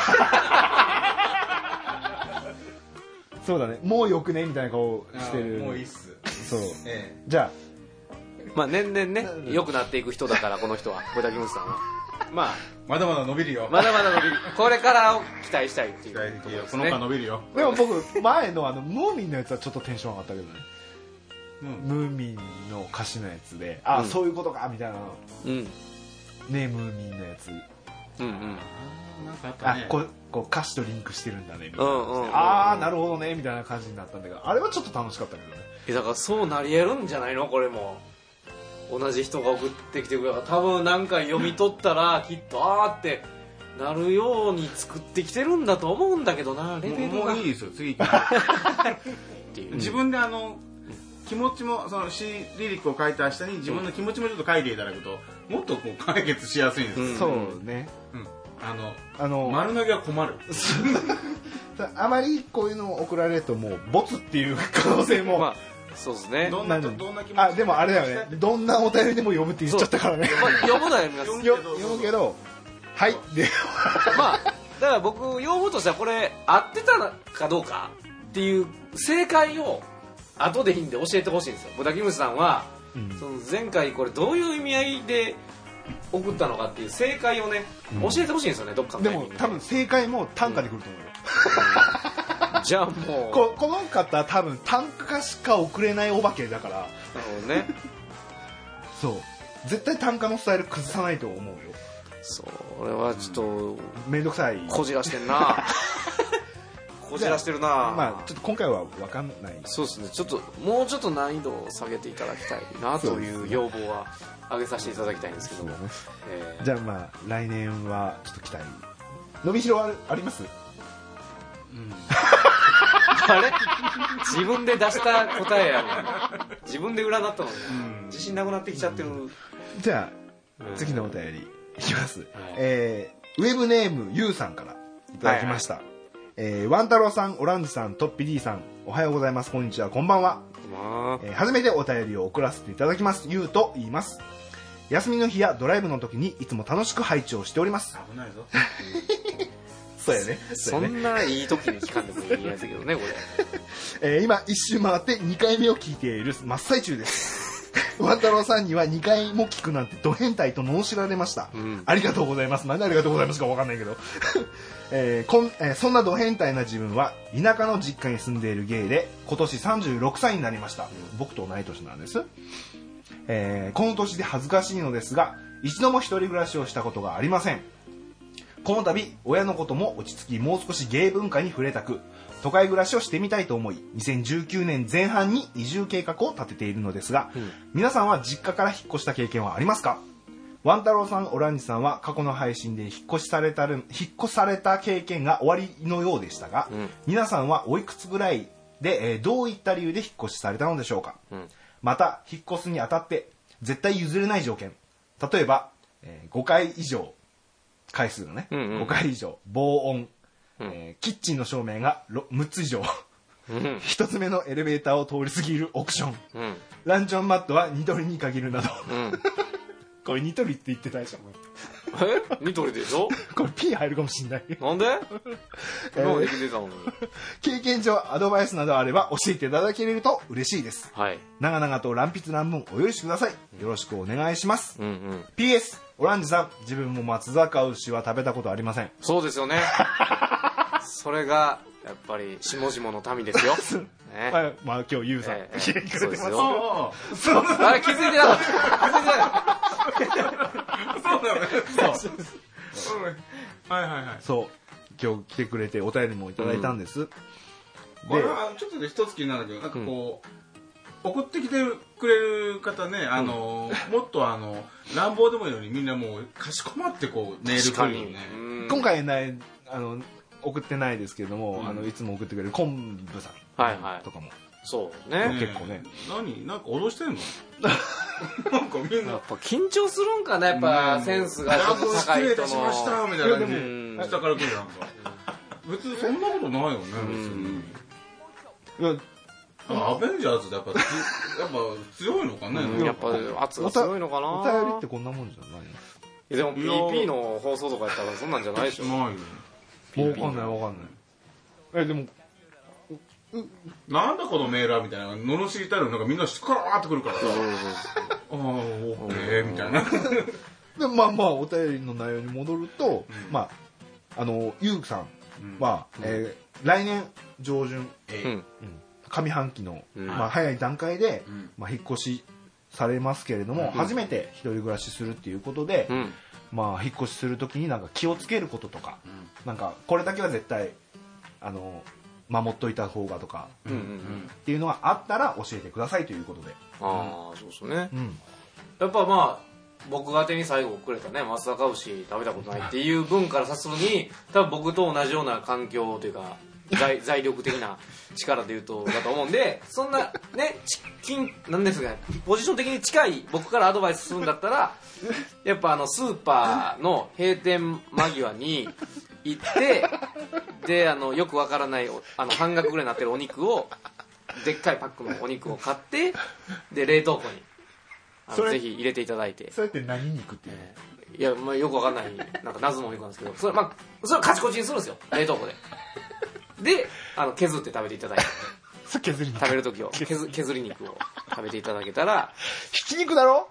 Speaker 3: そうだねもうよくねみたいな顔してる
Speaker 4: もういいっす
Speaker 3: そう
Speaker 4: え
Speaker 3: じゃ
Speaker 1: まあ年々ね良くなっていく人だからこの人は豚キムチさんはまあ
Speaker 4: えまだまだ伸びるよ
Speaker 1: まだまだ伸びるこれからを期待したいってい
Speaker 4: いうや
Speaker 1: ところ
Speaker 4: いや
Speaker 1: で
Speaker 4: こ
Speaker 1: す
Speaker 4: の
Speaker 1: ね
Speaker 4: 間伸びるよ
Speaker 3: あでも僕前のあのムーミンのやつはちょっとテンション上がったけどね、
Speaker 4: うん
Speaker 3: ムーミンの歌詞のやつであ、
Speaker 1: うん
Speaker 3: そういうことかみたいなの
Speaker 1: うん
Speaker 3: ねムーミンのやつ、
Speaker 1: うんうん
Speaker 4: なんかやっぱ
Speaker 3: あ
Speaker 4: ね
Speaker 3: こうこう歌詞とリンクしてるんだねみた
Speaker 1: う
Speaker 3: いな、
Speaker 1: んうんうん
Speaker 3: ああなるほどねみたいな感じになったんだけどあれはちょっと楽しかったけどね
Speaker 1: えだからそうなり得るんじゃないのこれも同じ人が送ってきてくれたから多分なんか読み取った らきっとあーってなるように作ってきてるんだと思うんだけどなレベ
Speaker 4: も
Speaker 1: ル
Speaker 4: う
Speaker 1: が
Speaker 4: も
Speaker 1: っ
Speaker 4: ういいですよ次行きます
Speaker 1: ていう、
Speaker 4: 自分であの気持ちもその詩リリックを書いた明日に自分の気持ちもちょっと書いていただくともっとこう解決しやすいんです、
Speaker 1: うん
Speaker 3: そうね
Speaker 4: うんあの
Speaker 3: あの、
Speaker 4: 丸投げは困る
Speaker 3: あまりこういうのを送られるともうボツっていう可能性も
Speaker 1: まあそうですね。
Speaker 4: どんなどんな気持ち
Speaker 3: あでもあれだよねどんなお便りでも読むって言っちゃったからね
Speaker 1: まあ、読むのは読みます。
Speaker 3: よ 読むけどはいで
Speaker 1: まあ、だから僕、読むとしたらこれ、合ってたのかどうかっていう正解を後でいいんで教えてほしいんですよ。小田キムさんは、その前回これどういう意味合いで送ったのかっていう正解をね、教えてほしいんですよね、どっかの
Speaker 3: で
Speaker 1: タイミン
Speaker 3: も
Speaker 1: グ
Speaker 3: 多分正解も短歌で来ると思うよ、
Speaker 1: じゃあもう、
Speaker 3: ここの方多分短歌しか送れないお化けだから
Speaker 1: なるほどね。
Speaker 3: そう絶対短歌のスタイル崩さないと思うよ
Speaker 1: それはちょっと、
Speaker 3: めんどくさい
Speaker 1: こじらしてん なこじらしてるな
Speaker 3: まあちょっと今回は分かんない
Speaker 1: そうですねちょっともうちょっと難易度を下げていただきたいなという要望は上げさせていただきたいんですけども、えー
Speaker 3: じゃあまあ来年はちょっと期待伸びしろはあります
Speaker 1: あれ自分で出した答えやのに自分で占ったのに、自信なくなってきちゃってる、
Speaker 3: じゃあ、次のお便りいきます、えーウェブネームゆうさんからいただきました、えーワン太郎さんオランジさんトッピリーさんおはようございますこんにちはこんばんは、
Speaker 1: ま
Speaker 3: えー初めてお便りを送らせていただきますゆうと言います休みの日やドライブの時にいつも楽しく配置をしております
Speaker 4: 危ないぞ
Speaker 3: そうやね
Speaker 1: あそんないい時に聞かんでもいいやつだけどねこれ
Speaker 3: えー今一周回って2回目を聞いている真っ最中ですワン太郎さんには2回も聞くなんてド変態と罵られました、
Speaker 1: ん
Speaker 3: ありがとうございます何でありがとうございますか分かんないけど、 えーこんえーそんなド変態な自分は田舎の実家に住んでいるゲイで今年36歳になりました、僕と同い年なんです、えーこの年で恥ずかしいのですが一度も一人暮らしをしたことがありませんこの度親のことも落ち着きもう少し芸文化に触れたく都会暮らしをしてみたいと思い2019年前半に移住計画を立てているのですが、皆さんは実家から引っ越した経験はありますかワン太郎さんオランジさんは過去の配信で引っ越しされたる引っ越された経験が終わりのようでしたが、皆さんはおいくつぐらいで、えーどういった理由で引っ越しされたのでしょうか、また引っ越すにあたって絶対譲れない条件例えば、え5回以上回数のね、
Speaker 1: んうん
Speaker 3: 5回以上防音、えーキッチンの照明がろ6つ以上
Speaker 1: うん
Speaker 3: 1つ目のエレベーターを通り過ぎるオプション
Speaker 1: うん
Speaker 3: ランチョンマットはニトリに限るなど
Speaker 1: うん
Speaker 3: これニトリって言ってたでしょ
Speaker 1: えニトリでしょ
Speaker 3: これ P 入るかもしんない
Speaker 1: なんで
Speaker 3: え
Speaker 1: 今まで
Speaker 3: ー
Speaker 1: 聞いてたのに
Speaker 3: 経験上アドバイスなどあれば教えていただけると嬉しいです
Speaker 1: はい
Speaker 3: 長々と乱筆乱文お許しくださいよろしくお願いします
Speaker 1: うんうん
Speaker 3: PS オランジさん自分も松阪牛は食べたことありません
Speaker 1: そうですよねそれがやっぱり下々の民ですよ、ね
Speaker 3: はいまあ今日ユウさん
Speaker 1: ええ
Speaker 3: 来てくれてます
Speaker 1: そうです
Speaker 4: あ
Speaker 1: よ
Speaker 4: あ
Speaker 1: あれ気づいてなかった気づいてなか
Speaker 4: ああそうだよねそうはいはいはい
Speaker 3: そう今日来てくれてお便りもいただいたんです、
Speaker 4: これはちょっとで一つ気になるんだけどなんかこう、送ってきてくれる方ねあの、もっとあの乱暴でもいいのにみんなもうかしこまってこうメール
Speaker 1: った
Speaker 4: 来るよね
Speaker 1: うん
Speaker 3: 今回ないあの送ってないですけども、
Speaker 4: うん
Speaker 3: あのいつも送ってくれる昆布さん
Speaker 1: はいはい
Speaker 3: とかも、
Speaker 1: そうね
Speaker 4: ね
Speaker 3: 結構ね
Speaker 4: 何なんか脅してん のなんかみん
Speaker 1: やっ
Speaker 4: な
Speaker 1: ぱ緊張するんかなやっぱセンスがちょっと高い
Speaker 4: 失礼い
Speaker 1: 人
Speaker 4: たしました
Speaker 1: の
Speaker 4: みたいな感じ
Speaker 1: うん
Speaker 4: で下から来るなんか別にそんなことないよね別に
Speaker 3: いや
Speaker 4: アベンジャーズってやっぱつやっぱ強いのかね
Speaker 1: うんやっぱ圧が強いのかな
Speaker 3: お便りってこんなもんじゃない
Speaker 1: いやでも
Speaker 4: いや
Speaker 1: PP の放送とかやったらそんなんじゃないでしょ
Speaker 4: ないよ
Speaker 3: もうわかんないわかんないえでも
Speaker 4: なんだこのメールはみたいな罵りたるのがみんなしからーってくるからさああオッケーみたいな
Speaker 3: でまあまあお便りの内容に戻ると、まああのゆうさんは、えー来年上旬、
Speaker 1: うん
Speaker 3: 上半期の、
Speaker 1: うん
Speaker 3: まあ、早い段階で、まあ、引っ越しされますけれども、初めて一人暮らしするっていうことで、
Speaker 1: うん
Speaker 3: まあ、引っ越しする時になんか気をつけることとか、なんかこれだけは絶対あの守っといた方がとか
Speaker 1: うんうんうん
Speaker 3: っていうのがあったら教えてくださいということで、
Speaker 1: ああそうですね
Speaker 3: うん、
Speaker 1: やっぱまあ僕が手に最後くれたね松阪牛食べたことないっていう文から察するに多分僕と同じような環境というか財財力的な力で言うとだと思うんでそんなねち近なんですかねポジション的に近い僕からアドバイスするんだったらやっぱあのスーパーの閉店間際に行ってであのよくわからないおあの半額ぐらいになってるお肉をでっかいパックのお肉を買ってで冷凍庫にあ
Speaker 3: そ
Speaker 1: の
Speaker 3: れ
Speaker 1: ぜひ入れていただいて
Speaker 3: それって何肉っていうの
Speaker 1: えーいや、まあ、よくわかんないなんか謎のお肉なんですけどそれ,、まあ、それはカチコチにするんですよ冷 凍庫でであの削って食べていただいて
Speaker 3: それ 削り肉
Speaker 1: 食べる時を削削り肉を食べていただけたら
Speaker 3: ひき肉だろ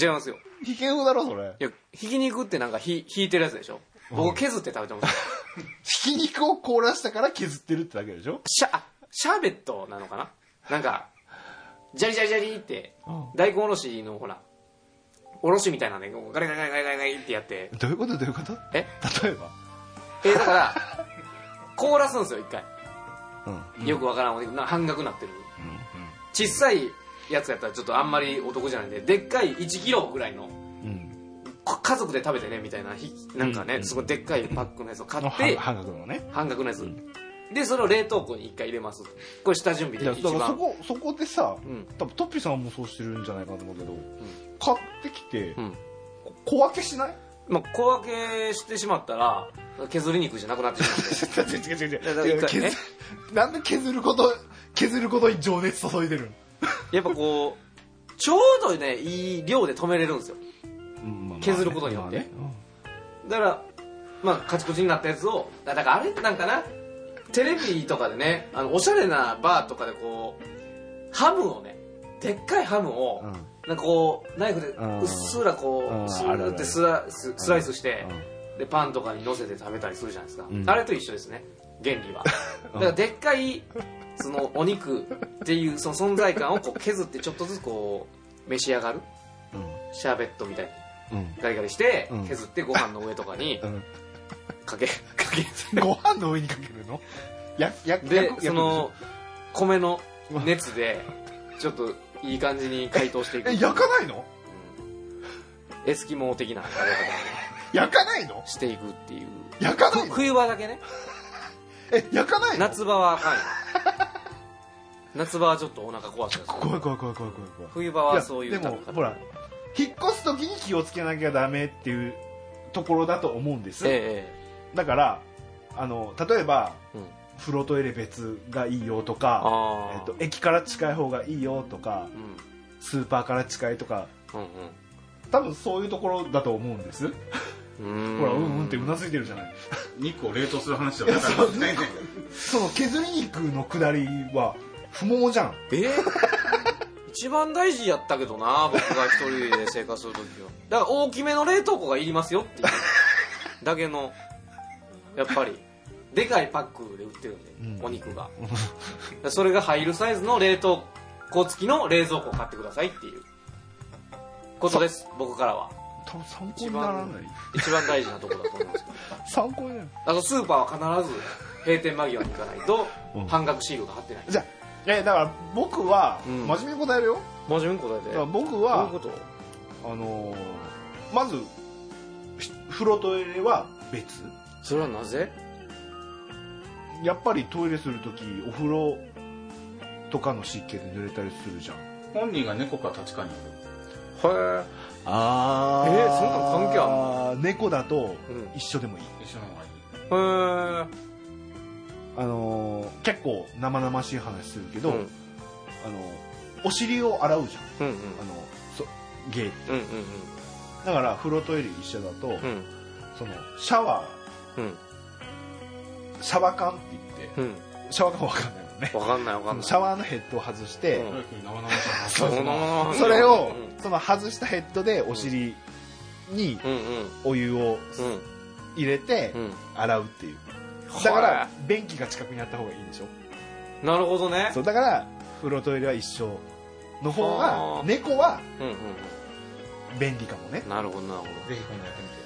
Speaker 1: 違いますよ
Speaker 3: ひき肉だろそれ
Speaker 1: いやひき肉ってなんかひ引いてるやつでしょ僕削って食べてます
Speaker 3: ひき肉を凍らしたから削ってるってだけでしょ
Speaker 1: シャあシャーベットなのかななんかジャリジャリジャリって大根おろしのほらおろしみたいなんでこうガリガリガリガリガリガリってやって
Speaker 3: どういうことどういうこと
Speaker 1: え
Speaker 3: 例えば
Speaker 1: え だから凍らすんですよ一回、
Speaker 3: う
Speaker 1: よくわからんお肉な半額なってる、小さいやつやったらちょっとあんまりお得じゃないんででっかい1キロぐらいの
Speaker 3: うん
Speaker 1: こ家族で食べてねみたいなひなんかね、すごいでっかいパックのやつを買って
Speaker 3: 半額のね
Speaker 1: 半額のやつ、でそれを冷凍庫に一回入れますこれ下準備
Speaker 3: いや
Speaker 1: で
Speaker 3: だ
Speaker 1: 一
Speaker 3: からそ
Speaker 1: 番
Speaker 3: こそこでさ、
Speaker 1: ん
Speaker 3: 多分トッピーさんもそうしてるんじゃないかなと思うけど、買ってきて、
Speaker 1: ん
Speaker 3: こ小分けしない
Speaker 1: まあ、小分けしてしまったら削り肉じゃなく なってしまって
Speaker 3: 違う違う違う違
Speaker 1: いやだから一回ね
Speaker 3: 削なんで削ること削ることに情熱注いでる
Speaker 1: やっぱこうちょうどねいい量で止めれるんですよ
Speaker 3: ん
Speaker 1: 削ることによってだからまあカチコチになったやつをだだからあれなんかなテレビとかでねあのおしゃれなバーとかでこうハムをねでっかいハムを、なんかこうナイフで
Speaker 3: ん
Speaker 1: うっすらこ
Speaker 3: うん
Speaker 1: うス
Speaker 3: あるあ
Speaker 1: ー
Speaker 3: る
Speaker 1: ってスラススライスして
Speaker 3: うん
Speaker 1: でパンとかにのせて食べたりするじゃないですか、
Speaker 3: ん
Speaker 1: あれと一緒ですね原 理はだからでっかいそのお肉っていうその存在感をこう削ってちょっとずつこう召し上がるシャーベットみたいに
Speaker 3: うん、うん
Speaker 1: ガリガリして
Speaker 3: うん
Speaker 1: 削ってご飯の上とか に
Speaker 3: うん
Speaker 1: か けかけ
Speaker 3: ご飯の上にかけるのやや
Speaker 1: て
Speaker 3: や
Speaker 1: で
Speaker 3: や
Speaker 1: その米の熱でちょっといい感じに解凍していく
Speaker 3: え焼かないの
Speaker 1: エスキモー的な食べ方
Speaker 3: 焼かないの
Speaker 1: をしていくっていう
Speaker 3: 焼かない
Speaker 1: ふ
Speaker 3: の
Speaker 1: 冬場だけね
Speaker 3: え焼かないの
Speaker 1: 夏場はあかんよ 夏場はちょっとお腹壊すから
Speaker 3: 怖い怖い怖い怖い怖い怖い
Speaker 1: 冬場はそういう
Speaker 3: やでもほら引っ越す時に気をつけなきゃダメっていうところだと思うんです、
Speaker 1: ええ
Speaker 3: だからあの例えば、
Speaker 1: うん
Speaker 3: 風呂トイレ別がいいよと
Speaker 1: あ
Speaker 3: か、
Speaker 1: あ
Speaker 3: えっと、駅から近い方がいいよとか
Speaker 1: うん
Speaker 3: スーパーから近いとか
Speaker 1: う
Speaker 3: 多分そういうところだと思うんです、
Speaker 1: んうん
Speaker 3: ほらうんうんってうなずいてるじゃない
Speaker 4: 肉を冷凍する話じゃなかったですね。
Speaker 3: その削り肉のくだりは不毛じゃん
Speaker 1: えー 一番大事やったけどな僕が一人で生活する時はだから大きめの冷凍庫がいりますよっていうだけのやっぱりでかいパックで売ってるんで、お肉がだからそれが入るサイズの冷凍庫付きの冷蔵庫を買ってくださいっていうことです僕からは
Speaker 3: 多分参考
Speaker 1: 一
Speaker 3: になら
Speaker 1: 番
Speaker 3: ない
Speaker 1: 一番大事なとこだと思い ますけど
Speaker 3: 参考にならない
Speaker 1: あとスーパーは必ず閉店間際に行かないと半額シールが貼ってない
Speaker 3: じゃあえだから僕は、
Speaker 1: うん
Speaker 3: 真面目に答えるよ
Speaker 1: 真面目に答えて
Speaker 3: だから
Speaker 1: ど
Speaker 3: 僕
Speaker 1: ういう
Speaker 3: は
Speaker 1: こと
Speaker 3: あのーまずひ風呂トイレは別
Speaker 1: それはなぜ
Speaker 3: やっぱりトイレする時お風呂とかの湿気で濡れたりするじゃん
Speaker 4: 本人が猫か立ちかに。
Speaker 1: へえ
Speaker 3: あ
Speaker 1: ーえーそんなの関係あ
Speaker 3: んの猫だと
Speaker 1: うん
Speaker 3: 一緒でもいい、
Speaker 4: 一緒の方がいい。
Speaker 1: へー
Speaker 3: あのー結構生々しい話するけど、
Speaker 1: うん
Speaker 3: あのお尻を洗うじゃん
Speaker 1: うんうん
Speaker 3: あのそゲイ
Speaker 1: うん
Speaker 3: だから風呂トイレ一緒だと、
Speaker 1: うんうん
Speaker 3: そのシャワ
Speaker 1: うん
Speaker 3: ーシャワカンって言って
Speaker 1: うん
Speaker 3: シャワカンわかんないもんね
Speaker 1: わかんないわかんない
Speaker 3: シャワーのヘッドを外して、
Speaker 1: うん
Speaker 4: 早く生々しい話
Speaker 1: そのまま
Speaker 3: それを
Speaker 1: う
Speaker 3: その外したヘッドでお尻に
Speaker 1: んうんうん
Speaker 3: お湯を
Speaker 1: うん
Speaker 3: 入れて
Speaker 1: うん
Speaker 3: 洗うっていうだから便器が近くにあった方がいいんでしょ
Speaker 1: なるほどね
Speaker 3: そうだから風呂トイレは一緒の方
Speaker 1: あ
Speaker 3: が
Speaker 1: ー
Speaker 3: 猫は
Speaker 1: うんうん
Speaker 3: 便利かもね
Speaker 1: うんなるほどなるほど
Speaker 4: ぜひ今度やってみて。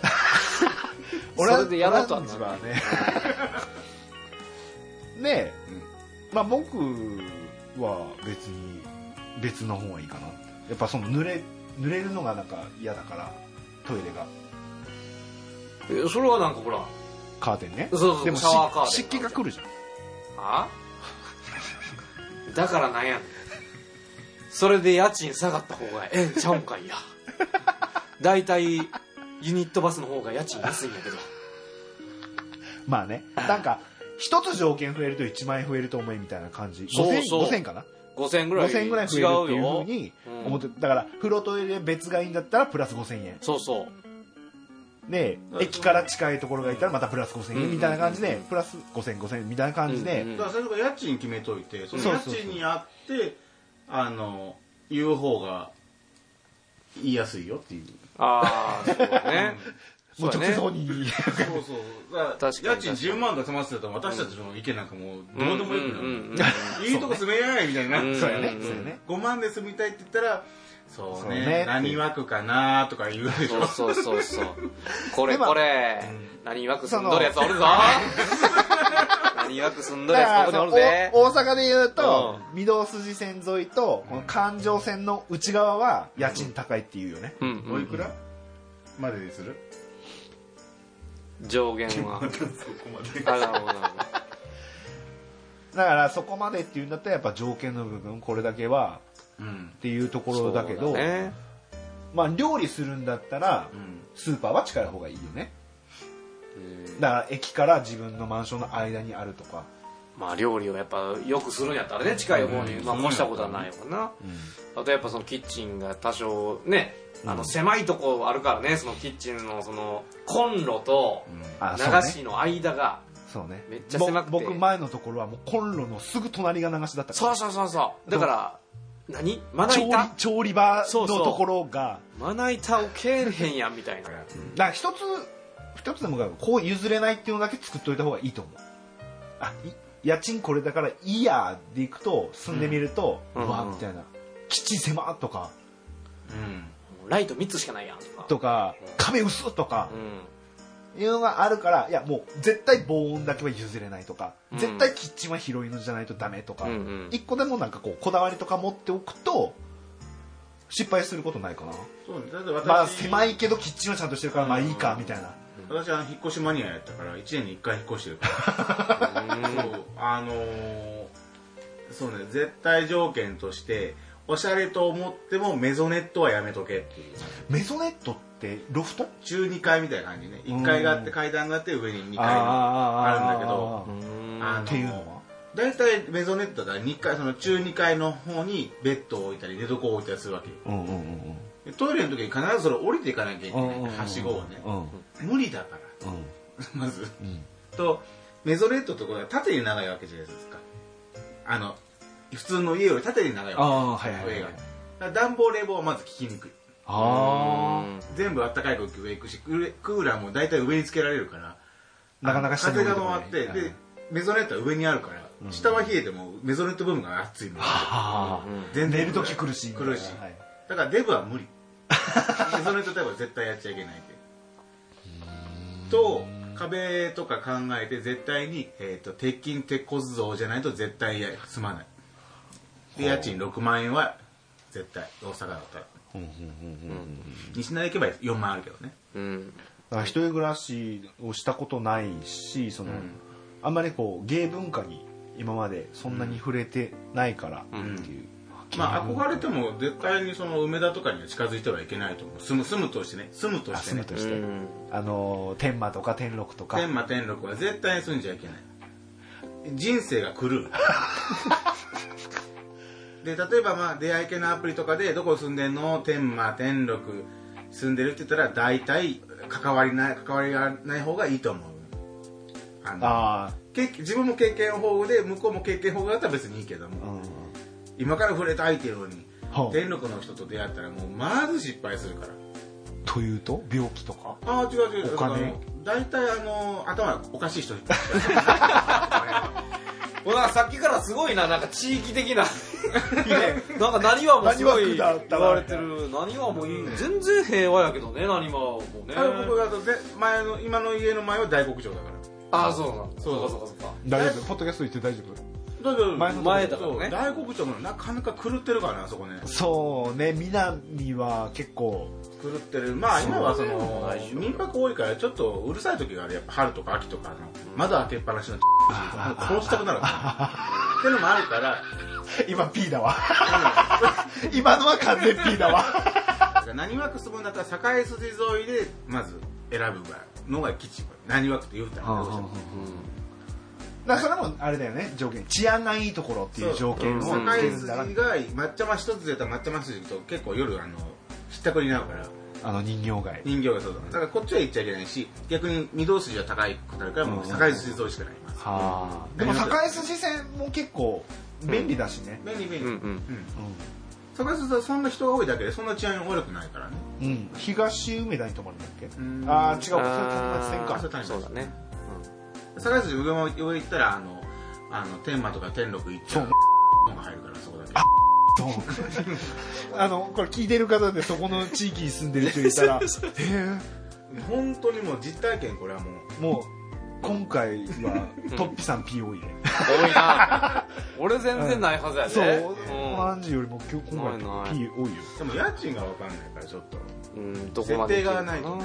Speaker 3: 俺は
Speaker 1: それでやろうとは
Speaker 3: 俺は
Speaker 1: なら
Speaker 3: 一
Speaker 1: な
Speaker 3: 番
Speaker 1: い
Speaker 3: ね ねえ、まあ、僕は別に別の方がいいかなやっぱその濡れ濡れるのがなんか嫌だからトイレが
Speaker 1: えそれはなんかほら
Speaker 3: カーテンね
Speaker 1: そうそう
Speaker 3: でも
Speaker 1: シャワーカーテン
Speaker 3: 湿気が来るじゃん
Speaker 1: あだからなんやねんそれで家賃下がった方がええんちゃうんかいや大体ユニットバスの方が家賃安いんやけど
Speaker 3: まあねなんか一つ条件増えると1万円増えると思えみたいな感じ。
Speaker 1: そう
Speaker 3: 5000
Speaker 1: そう
Speaker 3: 5000かな
Speaker 1: 5000ぐらい
Speaker 3: ?5000 ぐらい増えるって
Speaker 7: 違う
Speaker 3: いうふ
Speaker 7: よ
Speaker 3: うに
Speaker 1: うん
Speaker 3: 思って、だから、風呂トイレ別がいいんだったらプラス5000円。
Speaker 1: そうそう
Speaker 3: で、駅から近いところがいたらまたプラス5000円みたいな感じで、プラス5000、5000みたいな感じで、
Speaker 1: うんうん
Speaker 4: だから最初から家賃決めといてその
Speaker 3: そう
Speaker 4: 家
Speaker 3: そうそう
Speaker 4: 賃にあってあの言う方が言いやすいよっていう
Speaker 1: ああそうだ ね
Speaker 3: もう直接本人に。
Speaker 4: そうそうだから
Speaker 1: 確かに
Speaker 4: 家賃10万とか貯まってたら私たちの意見なんかもうどうでもよくな
Speaker 1: うんうんうんうん
Speaker 4: るいいとこ住めやいみたいな
Speaker 1: うん
Speaker 3: そうやね
Speaker 1: ん。
Speaker 3: そうやね。
Speaker 4: 5万で住みたいって言ったらそう
Speaker 3: そうね
Speaker 4: ね何枠かなとか言うでし
Speaker 1: そう
Speaker 4: ょ
Speaker 1: そうそうそうこれ
Speaker 3: でまあ
Speaker 1: これ何曰くすんどるやつおるぞ何曰くすんど
Speaker 3: だ
Speaker 1: る
Speaker 3: か
Speaker 1: や
Speaker 3: ら
Speaker 1: つここ
Speaker 3: そ
Speaker 1: にお
Speaker 3: の
Speaker 1: るぜ
Speaker 3: お大阪で言うと、御堂筋線沿いと、この環状線の内側は家賃高いっていうよね。
Speaker 1: うんうん
Speaker 4: おいくらまでにする
Speaker 1: 上限はあなるほどなるほど
Speaker 3: だからそこまでって言うんだったらやっぱ条件の部分これだけは
Speaker 4: うん
Speaker 3: っていうところだけど
Speaker 1: そうね
Speaker 3: まあ料理するんだったら
Speaker 4: うん
Speaker 3: スーパーは近い方がいいよねだから駅から自分のマンションの間にあるとか
Speaker 1: まあ料理をやっぱよくするんやったらね近い方に、まあ、越したことはないわな、あとやっぱそのキッチンが多少ねあの狭いとこあるからねそのキッチンのそのコンロと
Speaker 3: あ
Speaker 1: 流
Speaker 3: そうね
Speaker 1: しの間が
Speaker 3: そうね
Speaker 1: めっちゃ狭くて
Speaker 3: ぼ僕前のところはもうコンロのすぐ隣が流しだったか
Speaker 1: そう
Speaker 3: ら
Speaker 1: そうそうそうだから何まな
Speaker 3: 調理
Speaker 1: 板
Speaker 3: 調理場
Speaker 1: そう
Speaker 3: の
Speaker 1: そう
Speaker 3: ところが
Speaker 1: まな板置けへんやんみたいな
Speaker 3: だから一つ一つでもがこう譲れないっていうのだけ作っといた方がいいと思うあい家賃これだからいいやでいくと住んでみると、う
Speaker 1: うん
Speaker 3: わ
Speaker 1: うん
Speaker 3: みたいな基地狭っとか
Speaker 1: ライト3つしかないやんとか
Speaker 3: とか壁薄っとか
Speaker 1: うん
Speaker 3: いうのがあるからいやもう絶対防音だけは譲れないとか、
Speaker 1: うん
Speaker 3: 絶対キッチンは広いのじゃないとダメとか、
Speaker 1: う
Speaker 3: 一
Speaker 1: んうん
Speaker 3: 個でもなんかこうこだわりとか持っておくと失敗することないかな
Speaker 4: そうねだって私
Speaker 3: まあ狭いけどキッチンはちゃんとしてるからまあいいかみたいな、
Speaker 4: 私は引っ越しマニアやったから1年に1回引っ越してるから そうあのーそうね絶対条件としておしゃれと思ってもメゾネットはやめとけっていう
Speaker 3: メゾネットってロフト
Speaker 4: 中2階みたいな感じね1階があって階段があって上に2階があるんだけどあのー
Speaker 3: っていうのは
Speaker 4: 大体メゾネットだから2階その中2階の方にベッドを置いたり寝床を置いたりするわけよ
Speaker 3: うんうんうん
Speaker 4: でトイレの時に必ずそれ降りていかなきゃいけ
Speaker 3: うん
Speaker 4: ないはしごをね
Speaker 3: うん
Speaker 4: 無理だから
Speaker 3: うん
Speaker 4: まず、とメゾネットってことは縦に長いわけじゃないですかあの普通の家より縦に長い
Speaker 3: あ
Speaker 4: わ
Speaker 3: あはい
Speaker 4: け
Speaker 3: はい
Speaker 4: 上が
Speaker 3: は
Speaker 4: だ
Speaker 3: い
Speaker 4: から暖房冷房はまず効きにくい
Speaker 3: あ
Speaker 4: 全部あったかい空気上行くしクークーラーも大体上につけられるから
Speaker 3: あなかなか下に
Speaker 4: 風
Speaker 3: 降り
Speaker 4: が
Speaker 3: こない
Speaker 4: 回ってでメゾネットは上にあるから、下は冷えてもメゾネット部分が熱いの
Speaker 3: ああ
Speaker 4: 全
Speaker 3: 寝
Speaker 4: 然
Speaker 3: るとき苦しいみたいな
Speaker 4: 苦しい
Speaker 3: はい
Speaker 4: だからデブ は無理メゾネットタイプは絶対やっちゃいけないってと壁とか考えて絶対に、えー、と鉄筋鉄骨造じゃないと絶対や住まないで家賃6万円は絶対大阪だったら西成行けば4万あるけどね
Speaker 1: うん
Speaker 3: だから一人暮らしをしたことないしその、あんまりこう芸文化に今までそんなに触れてないからっていう、
Speaker 4: まあ憧れても絶対にその梅田とかには近づいてはいけないと思う住む住むとしてね住むと
Speaker 3: あ
Speaker 4: してね
Speaker 3: 住むとして、あの天満とか天禄とか
Speaker 4: 天満天禄は絶対に住んじゃいけない人生が狂 うで例えばまあ出会い系のアプリとかで「どこ住んでんの天満天禄住んでる」って言ったら大体関わりない関わりがない方がいいと思うあの
Speaker 3: あ
Speaker 4: 経自分も経験豊富で向こうも経験豊富だったら別にいいけど
Speaker 3: あ
Speaker 4: も、
Speaker 3: うん
Speaker 4: 今から触れた相手のに
Speaker 3: はあ
Speaker 4: 天禄の人と出会ったらもうまず失敗するから
Speaker 3: というと病気とか
Speaker 4: ああ違う違う
Speaker 3: お金
Speaker 4: だから大体あの頭おかしい人
Speaker 1: もうなんかさっきからすごいななんか地域的ななんか何はもすご
Speaker 3: 何
Speaker 1: い
Speaker 3: は区だった
Speaker 1: 言
Speaker 3: な
Speaker 1: われてる何はもういい全然平和やけどね何はもうね
Speaker 4: あの僕がとぜ前の今の家の前は大黒城だから
Speaker 1: ああそうなん
Speaker 4: そう
Speaker 1: かそうかそうか
Speaker 3: 大丈夫ポッドキャスト言って大丈夫
Speaker 4: だけど
Speaker 3: 前
Speaker 1: の前だからね
Speaker 4: そう大黒城もなかなか狂ってるからねあそこね
Speaker 3: そうね南は結構
Speaker 4: 狂ってるまあ今はその
Speaker 1: 大丈夫
Speaker 4: 民泊多いからちょっとうるさい時があるやっぱ春とか秋とかの窓開けっぱな しの殺したくなる からってのもあるから
Speaker 3: 今 P だわ 今のは完全 P だわ
Speaker 4: だから何枠住むんだったら栄筋沿いでまず選ぶのが吉何枠って言うたらどうしても
Speaker 3: だからそれもあれだよね条件治安がいいところっていう条件を
Speaker 4: そう
Speaker 3: つけるんだな
Speaker 4: 境筋が抹茶ま一つ出た抹茶ま筋と結構夜あのひったくりになるから
Speaker 3: あの人形街
Speaker 4: 人形がそうだだからこっちは行っちゃいけないし逆に御堂筋は高いくなるからもう境筋通りしかない
Speaker 3: はあでも境筋線も結構便利だしね
Speaker 4: 便利便利
Speaker 1: うんう
Speaker 4: うん
Speaker 1: ん
Speaker 4: 境筋はそんな人が多いだけでそんな治安悪くないからね
Speaker 3: うん、東梅田に泊まるんだっけ
Speaker 4: ん
Speaker 3: ああ違うそれ
Speaker 1: あー
Speaker 3: は立ち線
Speaker 4: そ
Speaker 3: か
Speaker 4: うタイム
Speaker 1: そうだね
Speaker 4: 境筋上も上行ったらあのあの天満とか天禄行っちゃうのが入るからそこだけ
Speaker 3: ドンあのこれ聞いてる方でそこの地域に住んでる人いたらへえ
Speaker 4: 本当にもう実体験これはもう
Speaker 3: もう今回はトッピさん P 多いね
Speaker 1: 多いな俺全然ないはずやで
Speaker 3: そう
Speaker 1: うん
Speaker 3: 何時よりも今日今
Speaker 1: ないな
Speaker 3: 回
Speaker 1: い
Speaker 3: P 多いよ
Speaker 4: でも家賃が分かんないからちょっと
Speaker 1: うん、どこまで
Speaker 4: 設定がない
Speaker 1: と
Speaker 4: とね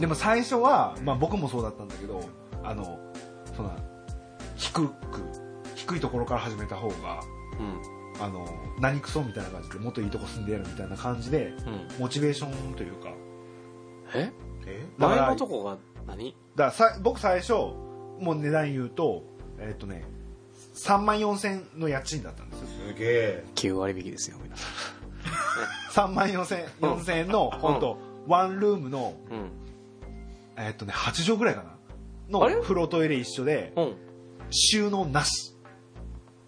Speaker 3: でも最初は、まあ、僕もそうだったんだけどあのその低く低いところから始めた方が
Speaker 1: うん
Speaker 3: あの何クソみたいな感じでもっといいとこ住んでやるみたいな感じで
Speaker 1: うん
Speaker 3: モチベーションというか
Speaker 1: え
Speaker 4: え
Speaker 3: だか
Speaker 1: 前
Speaker 3: ら
Speaker 1: のとこが何
Speaker 3: だからさ僕最初もう値段言うとえっとね3万4000円の家賃だったんですよ
Speaker 4: すげえ
Speaker 1: 9割引きですよ皆さ
Speaker 3: 3万4000 4000円の本当ワンルームの
Speaker 1: ん
Speaker 3: えっとね8畳ぐらいかな
Speaker 1: あれ
Speaker 3: の風呂トイレ一緒で
Speaker 1: うん、
Speaker 3: 収納なし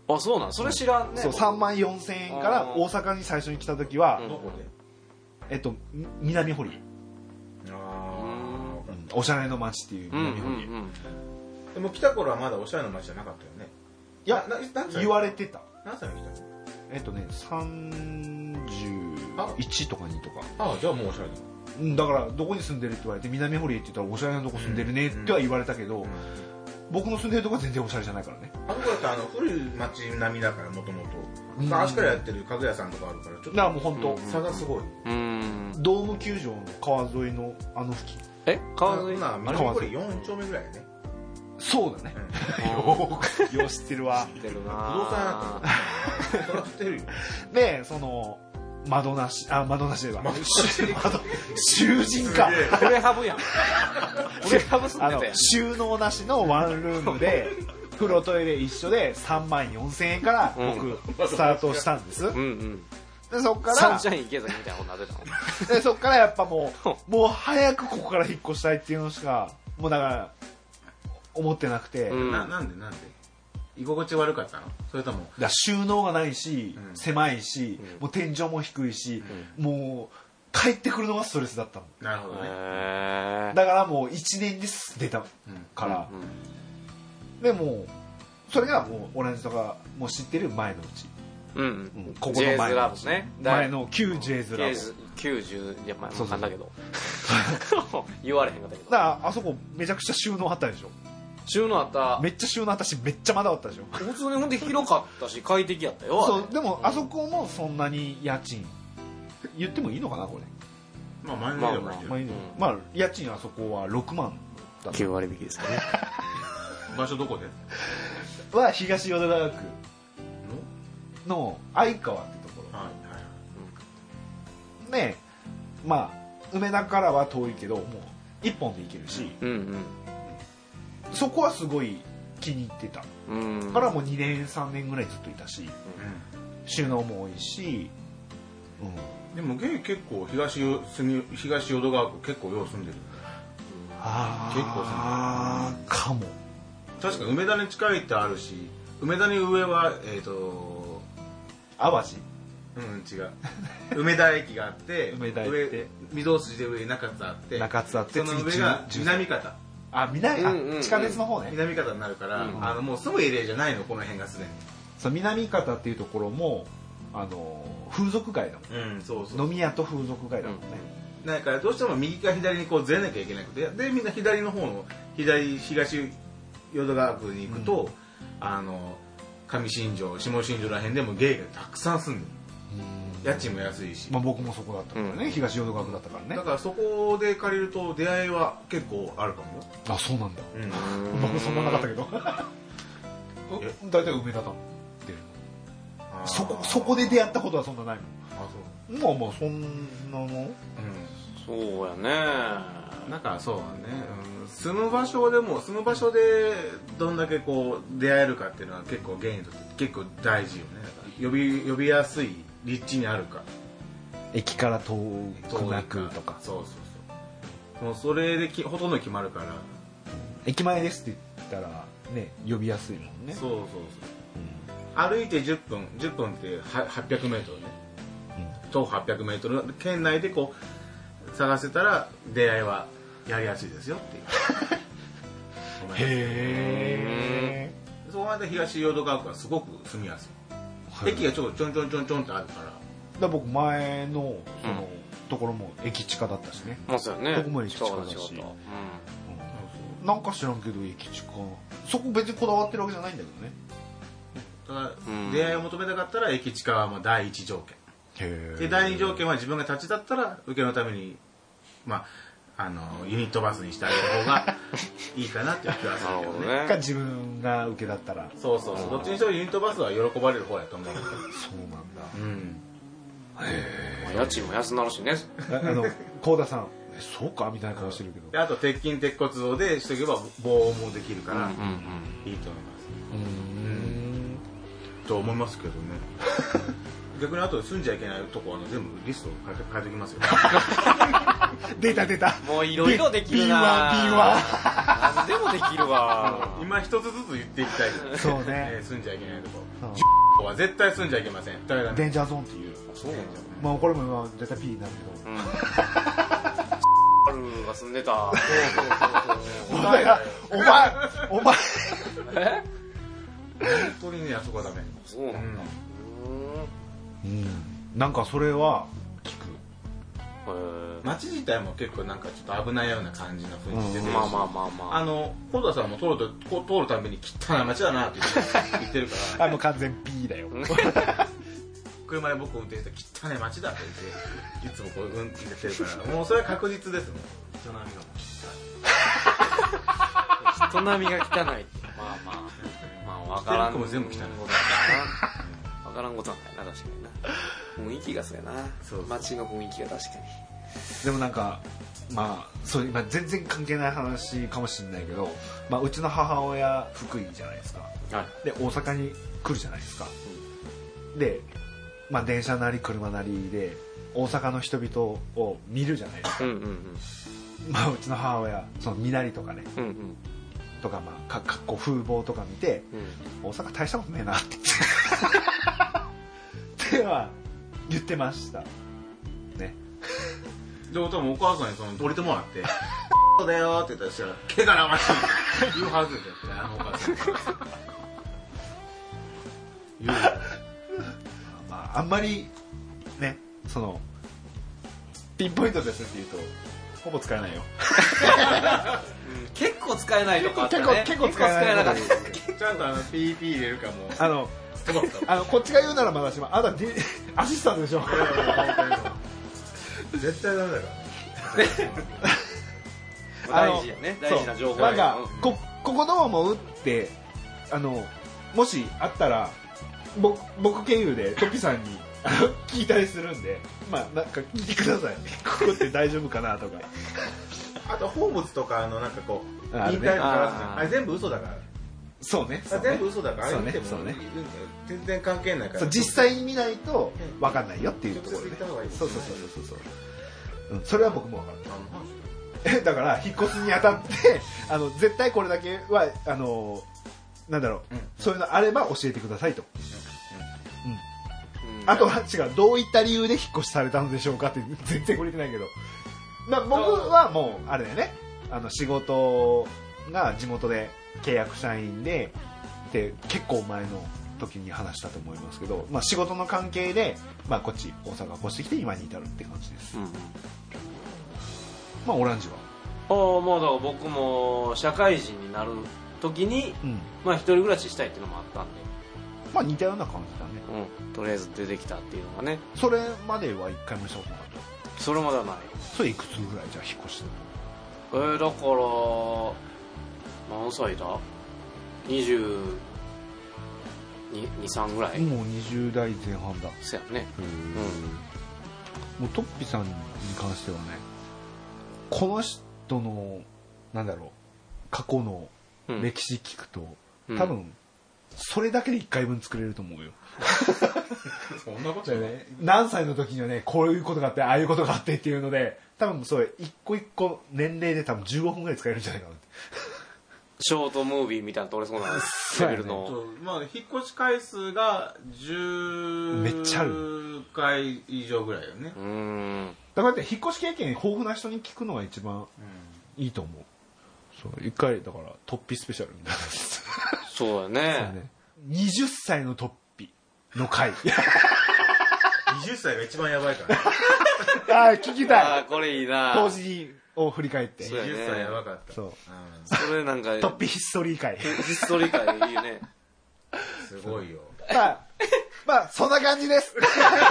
Speaker 1: うん、あそうなんそれ知らんね
Speaker 3: そう3万4000円から
Speaker 1: あー
Speaker 3: 大阪に最初に来た時は、
Speaker 1: うん
Speaker 4: どこで
Speaker 3: えっとみ南堀、
Speaker 4: あ
Speaker 3: おしゃれの街っていう
Speaker 1: うんうん
Speaker 3: 南堀、
Speaker 1: うん
Speaker 4: あでも来た頃はまだおしゃれな街じゃなかったよね
Speaker 3: いや
Speaker 4: なな何歳
Speaker 3: 言われてた
Speaker 4: 何歳に来たの
Speaker 3: えっとね31とか2とか
Speaker 4: ああじゃあもうおしゃれだ
Speaker 3: うんだからどこに住んでるって言われて南堀って言ったらおしゃれなとこ住んでるねっては言われたけど、僕の住んでるとこは全然おしゃれじゃないからね
Speaker 4: あそこだってあの古い町並みだからもともと
Speaker 3: ん
Speaker 4: 昔からやってる家具屋さんとかあるからち
Speaker 3: だ
Speaker 4: ょっ
Speaker 3: からもう本当、
Speaker 4: と差がすごい
Speaker 1: うん
Speaker 3: ドーム球場の川沿いのあの付近
Speaker 1: え川沿い
Speaker 4: な
Speaker 3: れ
Speaker 4: これ4丁目ぐらいだね
Speaker 3: そうだね、 よう知ってるわ
Speaker 1: 知ってるな
Speaker 4: 不動産屋だった らそれは知ってるよ
Speaker 3: でその窓なしあ窓なしでは窓囚人か
Speaker 1: プレハブやんプレハブ住
Speaker 3: あ
Speaker 1: ん
Speaker 3: の
Speaker 1: でたやん
Speaker 3: 収納なしのワンルームで風呂トイレ一緒で3万4000円から僕スタートしたんです、
Speaker 1: うんうん
Speaker 3: でそっか
Speaker 1: サ
Speaker 3: ら
Speaker 1: ンシャイン池崎みたいなことなってたもん
Speaker 3: でそっからやっぱもうもう早くここから引っ越したいっていうのしかもうだから思ってなくて、
Speaker 1: うん
Speaker 4: ななんでなんで居心地悪かったのそれとも
Speaker 3: だから収納がないし、
Speaker 4: うん
Speaker 3: 狭いし、もう天井も低いし、もう帰ってくるのがストレスだったの
Speaker 4: なるほどね
Speaker 1: へ
Speaker 3: だからもう1年で捨てたから、でもうそれがもうオレンジとかもう知ってる前のうち
Speaker 1: うんうん
Speaker 3: うんここの
Speaker 1: j
Speaker 3: 前
Speaker 1: s
Speaker 3: の
Speaker 1: ラブね
Speaker 3: 前の旧 J ズラボ
Speaker 1: J's 90いや前
Speaker 3: そうそう
Speaker 1: もかんだけど 言われへんかったけど
Speaker 3: だからあそこめちゃくちゃ収納あったでしょ
Speaker 1: 収納あった
Speaker 3: めっちゃ収納あったしめっちゃまだあったでしょ
Speaker 1: 普通にほんで広かったし快適やったよあれ
Speaker 3: そうでもあそこもそんなに家賃言ってもいいのかなこれ、
Speaker 4: まあ前の家だか
Speaker 1: まあ
Speaker 4: ら
Speaker 1: まあ
Speaker 4: いいよ
Speaker 3: まあいいのまあ、家賃あそこは6万だった
Speaker 1: 9割引きですかね
Speaker 4: 場所どこで
Speaker 3: は東淀川区の相川ってとこ
Speaker 4: はいはい
Speaker 3: ろねまあ梅田からは遠いけどもう1本で行けるし、
Speaker 1: うん
Speaker 3: そこはすごい気に入ってた
Speaker 1: うんうん
Speaker 3: からもう2年3年ぐらいずっといたし
Speaker 4: うん
Speaker 3: 収納も多いし、うん、
Speaker 4: でもゲイ結構東よ住み東淀川区結構よう住んでる
Speaker 3: あー
Speaker 4: 結構
Speaker 3: かも
Speaker 4: 確か梅田に近いってあるし梅田に上はえっ、と
Speaker 3: 淡路
Speaker 4: うん違 う梅田駅があって
Speaker 3: 梅田行って
Speaker 4: 上御堂筋で上に中津あって
Speaker 3: 中津あって
Speaker 4: その上
Speaker 3: 次
Speaker 4: が
Speaker 3: 中
Speaker 4: 南方
Speaker 3: あ南あ
Speaker 1: うんうんうん
Speaker 3: 地下鉄の方ね、
Speaker 4: 南方になるから、あのもう住むエリアじゃないのこの辺がすで
Speaker 3: そう南方っていうところもあのー風俗街だも
Speaker 4: にうんそうそうん
Speaker 3: 飲み屋と風俗街だもんね、
Speaker 4: だからどうしても右か左にこうずれなきゃいけなくてでみんな左の方の左東淀川区に行くと、あの上新庄下新庄ら辺でもゲイがたくさん住んでる家賃も安いし、
Speaker 3: まあ、僕もそこだったからね、東淀川区だったからね、
Speaker 4: だからそこで借りると出会いは結構あるかもよ、
Speaker 3: あそうなんだ
Speaker 4: うん、
Speaker 3: 僕そんななかったけど
Speaker 4: え
Speaker 3: お大体梅田だもん出るそこそこで出会ったことはそんなない
Speaker 4: あそう
Speaker 3: もんまあまあそんなの
Speaker 4: う
Speaker 1: そうやね
Speaker 4: なんかそうね、うん住む場所でも住む場所でどんだけこう出会えるかっていうのは結構芸にとって結構大事よねだから呼び呼びやすい立地にあるか
Speaker 3: 駅から遠
Speaker 4: 遠
Speaker 3: く
Speaker 4: い
Speaker 3: なくとか
Speaker 4: そうそうそうもうそれできほとんど決まるから
Speaker 3: 駅前ですって言ったらね呼びやすいもんね
Speaker 4: そうそうそう、歩いて10分10分っては 800m ね、徒歩 800m の圏内でこう探せたら出会いはやりやすいです よっていうごめんなさい
Speaker 3: へ
Speaker 4: そこまで東淀川区はすごく住みやすい、
Speaker 3: はい
Speaker 4: 駅がちょっとちょんちょんちょんちょんってあるから
Speaker 3: え僕前のその、ところも駅近だったしね
Speaker 1: まあそうやね
Speaker 3: どこまで近かったし
Speaker 1: 近かった
Speaker 3: なんか知らんけど駅近そこ別にこだわってるわけじゃないんだけどね
Speaker 4: ただ、
Speaker 1: うん
Speaker 4: 出会いを求めたかったら駅近はもう第一条件
Speaker 3: へ
Speaker 4: で第二条件は自分が立ちだったら受けのためにまああのユニットバスにしてあげる方がいいかなっていう気がする
Speaker 1: な
Speaker 4: け
Speaker 1: る
Speaker 4: ど
Speaker 1: ほ
Speaker 4: ね
Speaker 3: か
Speaker 1: どね
Speaker 3: 自分が受けだったら
Speaker 4: そうそうそうどっちにしてもユニットバスは喜ばれる方やと思うけど
Speaker 3: そうなんだ
Speaker 4: うん
Speaker 1: まあ家賃も安なるしね
Speaker 3: ああの幸田さん「えそうか?」みたいな顔してるけど
Speaker 4: であと鉄筋鉄骨造でしとけば防音もできるから、
Speaker 1: うんうん
Speaker 4: いいと思いま
Speaker 3: う
Speaker 4: す
Speaker 3: ん
Speaker 4: と思いますけどね 逆にあと住んじゃいけないとこはあの全部リスト変えて変えておきます よ
Speaker 3: 出た出た
Speaker 1: もういろいろできるな何でもできるわ
Speaker 4: 今一つずつ言っていきたいです
Speaker 3: そうね
Speaker 4: えー住んじゃいけないとこ
Speaker 3: うん
Speaker 4: ここ は絶対住んじゃいけません誰だ
Speaker 3: デ
Speaker 4: ね
Speaker 3: ンジャーゾーンっていう
Speaker 4: そうなんだ
Speaker 3: まあこれも今絶対 P になる
Speaker 1: うんルが住んでた
Speaker 3: けどお前らお前お前
Speaker 1: え
Speaker 4: 本当にねあそこはダメ
Speaker 1: そうなんだ
Speaker 4: うん
Speaker 3: うんなんかそれは聞く
Speaker 1: へ
Speaker 4: 街自体も結構なんかちょっと危ないような感じな雰囲気出てるし、
Speaker 1: えまあまあまあま
Speaker 4: あの小田さんも通るとこ通るたびに汚い街だなって言って言ってるから
Speaker 3: あもう完全 P だよ
Speaker 4: 車で僕運転して汚い街だって言っていつもこう運転してるからもうそれは確実ですね人並みがもう
Speaker 1: あ人並みが汚いまあまあまあわからん
Speaker 4: 着てる服も全部汚い
Speaker 1: わからんことはないな確かにな雰囲気がそうやな
Speaker 4: そうそう
Speaker 1: 街の雰囲気が確かに
Speaker 3: でもなんかまあそう今全然関係ない話かもしれないけど、まあ、うちの母親福井じゃないですか
Speaker 1: はい
Speaker 3: で大阪に来るじゃないですか、で、まあ、電車なり車なりで大阪の人々を見るじゃないですか、
Speaker 1: うんうんうん
Speaker 3: まあ、うちの母親その身なりとかね
Speaker 1: うんうん
Speaker 3: とか、まあ、か格好風貌とか見て
Speaker 1: うん
Speaker 3: 大阪大したことねえなってっては言ってましたね
Speaker 4: でも多分お母さんにその降りてもらって「そうだよ」って言ったら「汚らわしい」言うはずですよ絶対 あのお母さん言うよ
Speaker 3: まあ、あんまりねそのピンポイントですって言うとほぼ使えないよ
Speaker 1: 結構使えないとかあったね
Speaker 3: 結構結構使えなかった
Speaker 1: 結構使
Speaker 4: ちゃんとあの PP 入れるかも
Speaker 3: あのあのこっちが言うならまだしもあなたディ アシスタントでしょ
Speaker 4: 絶対ダメだから
Speaker 1: えなかった大事やね
Speaker 3: そう
Speaker 1: 大事な情報
Speaker 3: な
Speaker 1: や
Speaker 3: んか
Speaker 1: ね
Speaker 3: こここどう思うってあのもしあったら僕僕経由でトピさんにあの聞いたりするんでまあなんか聞いてくださいここって大丈夫かなとか
Speaker 4: あと放物とかあのなんかこう
Speaker 3: ああるね
Speaker 4: インターネットからすじゃ
Speaker 1: あ
Speaker 4: ん
Speaker 1: ー
Speaker 4: あれ全部嘘だから
Speaker 3: そうねそう
Speaker 4: 全
Speaker 3: ね
Speaker 4: 部嘘だからあれ見ても
Speaker 3: そうねそう
Speaker 4: 全然関係ないか
Speaker 3: そ
Speaker 4: ら
Speaker 3: う実際に見ないと分かんないよっていうところで、
Speaker 4: 直接行った方がいい
Speaker 3: そうそうそうそうそう、うん、それは僕も分かるえだから引っ越すにあたってあの絶対これだけはあのなんだろう、そういうのあれば教えてくださいと、
Speaker 1: うん
Speaker 3: あとは違うどういった理由で引っ越しされたのでしょうかって全然これてないけど、まあ、僕はもうあれだよねあの仕事が地元で契約社員でで結構前の時に話したと思いますけど、まあ、仕事の関係で、まあ、こっち大阪越してきて今に至るって感じです
Speaker 1: うんうん
Speaker 3: まあオランジは
Speaker 1: ああまあだから僕も社会人になる時に
Speaker 3: うん
Speaker 1: まあ一人暮らししたいっていうのもあったんで、
Speaker 3: まあ似たような感じだね
Speaker 1: うん、とりあえず出てきたっていうのがね
Speaker 3: それまでは一回もしたことなかった
Speaker 1: それまではない
Speaker 3: それいくつぐらいじゃあ引っ越したの
Speaker 1: えー、だから何歳だ223ぐらい、
Speaker 3: もう20代前半だ
Speaker 1: そやねうん
Speaker 3: もうトッピさんに関してはねこの人のなんだろう過去の
Speaker 1: うん
Speaker 3: 歴史聞くと、
Speaker 1: うん
Speaker 3: 多分それだけで1回分作れると思うよ
Speaker 4: そんなこと
Speaker 3: だ
Speaker 4: や
Speaker 3: よ
Speaker 4: ね
Speaker 3: ね何歳の時にはねこういうことがあってああいうことがあってっていうので多分それ一個一個年齢で多分15分ぐらい使えるんじゃないかなって
Speaker 1: ショートムービーみたいなと俺そうなレベル
Speaker 4: そ
Speaker 1: の
Speaker 4: うまあ引っ越し回数が10
Speaker 3: めっちゃあ
Speaker 4: 回以上ぐらいよね
Speaker 1: うーん
Speaker 3: だからだって引っ越し経験豊富な人に聞くのが一番いいと思うそう一回だから突飛スペシャルみたいな
Speaker 1: そうだね
Speaker 3: ね20歳の突飛の回
Speaker 4: 20歳が一番やばい からね
Speaker 3: ああ聞き
Speaker 1: あ
Speaker 3: たい
Speaker 1: あこれいいな
Speaker 3: 当時を振り返って
Speaker 1: そうやね
Speaker 4: 20歳やばかった
Speaker 3: そう
Speaker 1: それなんか
Speaker 3: 突飛ヒストリー会
Speaker 1: ヒストリカでいいよね
Speaker 4: すごいよ
Speaker 3: まあまあそんな感じです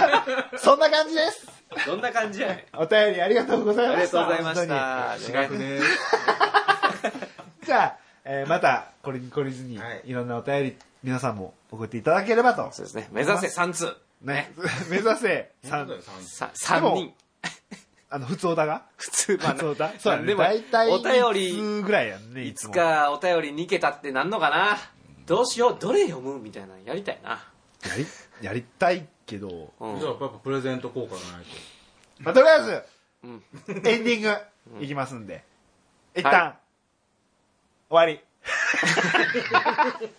Speaker 3: そんな感じです
Speaker 1: どんな感じやねん
Speaker 3: お便りありがとうござい
Speaker 1: あ
Speaker 3: ま
Speaker 1: りが
Speaker 3: し
Speaker 1: とう
Speaker 3: た
Speaker 1: ございまし
Speaker 3: 本
Speaker 1: た
Speaker 4: 違くね
Speaker 3: 当にじゃあ、えーまたこれに懲りずに、
Speaker 4: はい
Speaker 3: い、ろんなお便り皆さんも送っていただければと
Speaker 1: そうですね目指せ3通
Speaker 3: ね 目指せ三
Speaker 4: 本当だよ三十
Speaker 1: さ
Speaker 3: で
Speaker 1: 3人
Speaker 3: もあの普通だが
Speaker 1: 普通まあ
Speaker 3: 普通だ そうだ
Speaker 1: で
Speaker 3: ね
Speaker 1: も
Speaker 3: 大体
Speaker 1: お
Speaker 3: い
Speaker 1: 便
Speaker 3: つぐらいやんね
Speaker 1: りい
Speaker 3: つ
Speaker 1: つ
Speaker 3: も
Speaker 1: かお便り2桁ってなんのかなどうしようどれ読むみたいなのやりたいな
Speaker 3: やりやりたいけど、
Speaker 1: うん
Speaker 4: じゃあやっぱプレゼント効果がないと
Speaker 3: まあ、とりあえず、
Speaker 1: うん
Speaker 3: エンディングいきますんで、一旦、
Speaker 1: は
Speaker 3: 終わり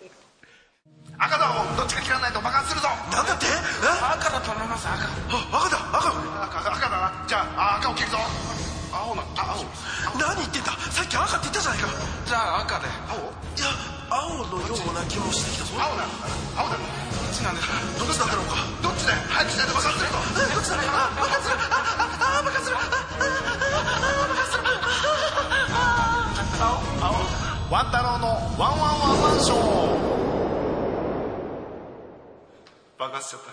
Speaker 6: 赤だろどっちか切らないと爆発するぞなんだって赤だと思います赤あ赤だ赤赤赤だなじゃああ赤を切るぞ青な青何言ってんださっき赤って言ったじゃないかじゃあ赤で青いや青のような気もしてきたぞ青だ青だどっちなんだどっちなんだろうかどっちだよ早くしないと爆発するぞどっちだろうあ爆発するあああ爆発するあ
Speaker 2: ワン太郎のワンワンワンワンショー
Speaker 6: 爆発しちゃった